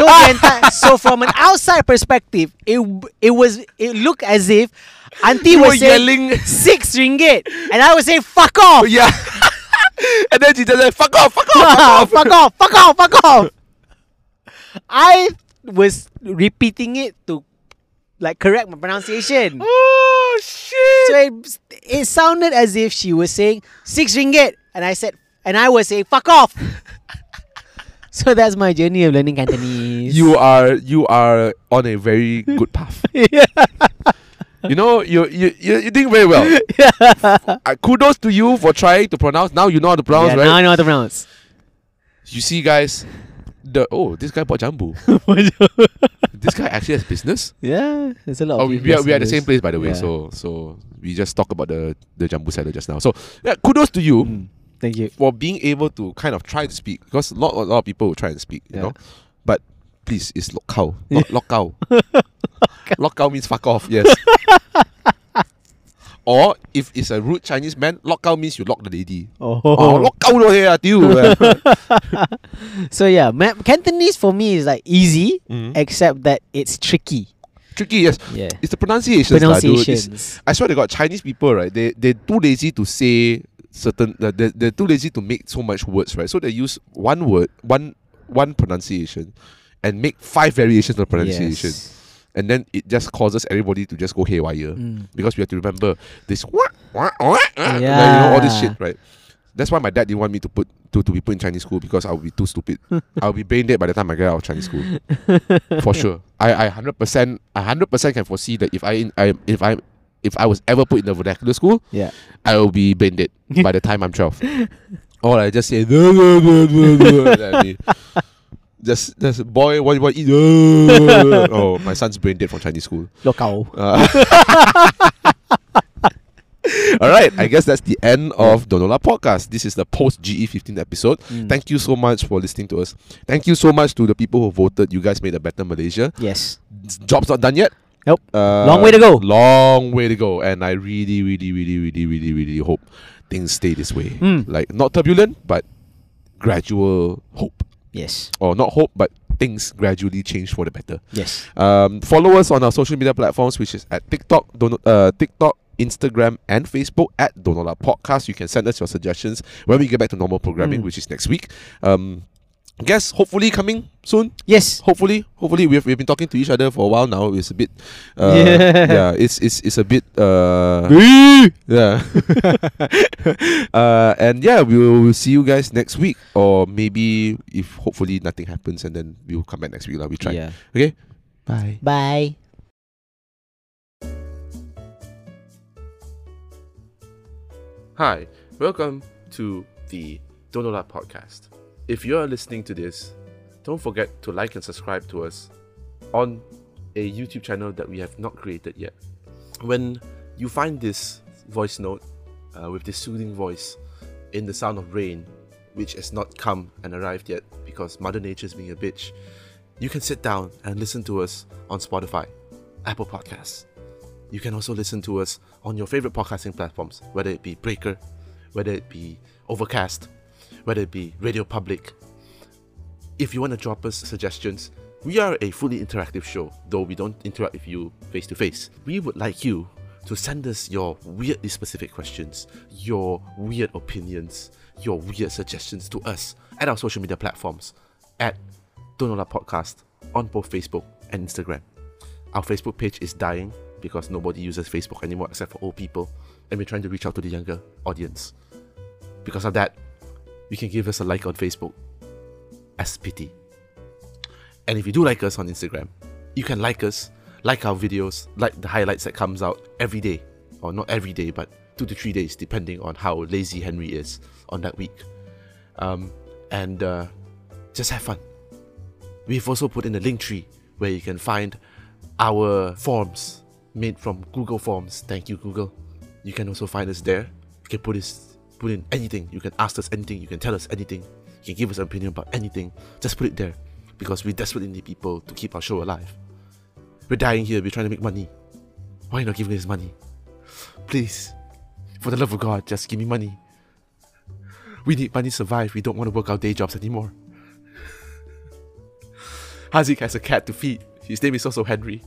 Speaker 2: so the entire, so from an outside perspective, it w- it was it looked as if auntie
Speaker 3: You
Speaker 2: was
Speaker 3: were
Speaker 2: saying
Speaker 3: yelling.
Speaker 2: six ringgit, and I was saying fuck off,
Speaker 3: Yeah. and then she just like, fuck off, fuck off,
Speaker 2: fuck
Speaker 3: fuck off.
Speaker 2: off, fuck off, fuck off. I was repeating it to like correct my pronunciation.
Speaker 3: oh,
Speaker 2: So
Speaker 3: shit.
Speaker 2: it, it sounded as if she was saying six ringgit, and I said, and I was saying fuck off. so that's my journey of learning Cantonese.
Speaker 3: You are you are on a very good path.
Speaker 2: yeah.
Speaker 3: You know you you you you doing very well. Uh, kudos to you for trying to pronounce. Now you know how to pronounce,
Speaker 2: Yeah,
Speaker 3: right?
Speaker 2: Now I know how to pronounce.
Speaker 3: You see, guys, the oh this guy bought jambu. this guy actually has business.
Speaker 2: yeah, there's a lot.
Speaker 3: Oh,
Speaker 2: of
Speaker 3: we, we,
Speaker 2: people
Speaker 3: are, we are the
Speaker 2: listening
Speaker 3: same
Speaker 2: to
Speaker 3: place
Speaker 2: this.
Speaker 3: by the way.
Speaker 2: Yeah. Mm.
Speaker 3: So so we just talk about the the jambu salad just now. So yeah, kudos to you
Speaker 2: Thank you.
Speaker 3: for being able to kind of try to speak because a lot, a lot of people will try and speak, you
Speaker 2: Yeah.
Speaker 3: know. But please, it's lockout, not lockout. lockout means fuck off. Yes. or if it's a rude Chinese man, lockout means you lock the lady.
Speaker 2: Oh,
Speaker 3: Oh, lockout here, I tell you. eh.
Speaker 2: so yeah, ma- Cantonese for me is like easy,
Speaker 3: Mhm.
Speaker 2: except that it's tricky.
Speaker 3: Tricky, yes.
Speaker 2: Yeah,
Speaker 3: It's the pronunciations, lah, dude. It's-
Speaker 2: pronunciations.
Speaker 3: I swear they got Chinese people, right? They they're too lazy to say certain. uh, They're, they're too lazy to make so much words, right? So they use one word, one one pronunciation, and make five variations of pronunciation,
Speaker 2: Yes.
Speaker 3: and then it just causes everybody to just go haywire
Speaker 2: Mm.
Speaker 3: because we have to remember this. Wah, wah, wah, wah, like, you know all this
Speaker 2: Yeah.
Speaker 3: shit, right? That's why my dad didn't want me to put to, to be put in Chinese school because I would be too stupid. I would be brain dead by the time I get out of Chinese school, for sure. I I hundred percent I hundred percent can foresee that if I, in, I if I if I was ever put in a vernacular school,
Speaker 2: Yeah.
Speaker 3: I will be brain dead by the time I'm twelve. or I just say "Duh, duh, duh, duh, duh," and then I'll be- just just boy what you want eat. Duh." oh, my son's brain dead from Chinese school.
Speaker 2: Lockout.
Speaker 3: Uh, All right, I guess that's the end of Donola podcast. This is the post GE15 episode. Thank you so much for listening to us. Thank you so much to the people who voted. You guys made a better Malaysia.
Speaker 2: Yes.
Speaker 3: Job's not done yet.
Speaker 2: Nope.
Speaker 3: Uh,
Speaker 2: Long way to go.
Speaker 3: Long way to go. And I really, really, really, really, really, really hope things stay this way.
Speaker 2: Mm.
Speaker 3: Like not turbulent, but gradual hope,
Speaker 2: Yes.
Speaker 3: or not hope, but things gradually change for the better.
Speaker 2: Yes.
Speaker 3: Um, follow us on our social media platforms, which is at TikTok, Don- uh, TikTok, Instagram, and Facebook at Donola Podcast. You can send us your suggestions when we get back to normal programming,
Speaker 2: Mm.
Speaker 3: which is next week. Um, guess hopefully coming soon.
Speaker 2: Yes.
Speaker 3: Hopefully, hopefully we've, we've been talking to each other for a while now. It's a bit, uh,
Speaker 2: Yeah.
Speaker 3: yeah, it's it's it's a bit, uh, yeah, uh, and yeah, we will we'll see you guys next week, or maybe if hopefully nothing happens, and then we'll come back next week. Like we try.
Speaker 2: Yeah.
Speaker 3: Okay, bye.
Speaker 2: Bye.
Speaker 1: Hi, welcome to the Donola podcast. If you are listening to this, don't forget to like and subscribe to us on a YouTube channel that we have not created yet. When you find this voice note uh, with this soothing voice in the sound of rain, which has not come and arrived yet because Mother Nature is being a bitch, you can sit down and listen to us on Spotify, Apple Podcasts, you can also listen to us on your favorite podcasting platforms, whether it be Breaker, whether it be Overcast, whether it be Radio Public. If you want to drop us suggestions, we are a fully interactive show, though we don't interact with you face to face. We would like you to send us your weirdly specific questions, your weird opinions, your weird suggestions to us at our social media platforms at Donola Podcast on both Facebook and Instagram. Our Facebook page is dying because nobody uses Facebook anymore except for old people, and we're trying to reach out to the younger audience. Because of that, you can give us a like on Facebook as pity. And if you do like us on Instagram, you can like us, like our videos, like the highlights that comes out every day, or not every day, but two to three days, depending on how lazy Henry is on that week. Um, and uh, just have fun. We've also put in a link tree where you can find our forms made from Google Forms. Thank you, Google. You can also find us there. You can put us put in anything. You can ask us anything. You can tell us anything. You can give us an opinion about anything. Just put it there. Because we desperately need people to keep our show alive. We're dying here, we're trying to make money. Why are you not giving us money? Please. For the love of God, just give me money. We need money to survive. We don't want to work our day jobs anymore. Hazik has a cat to feed. His name is also Henry.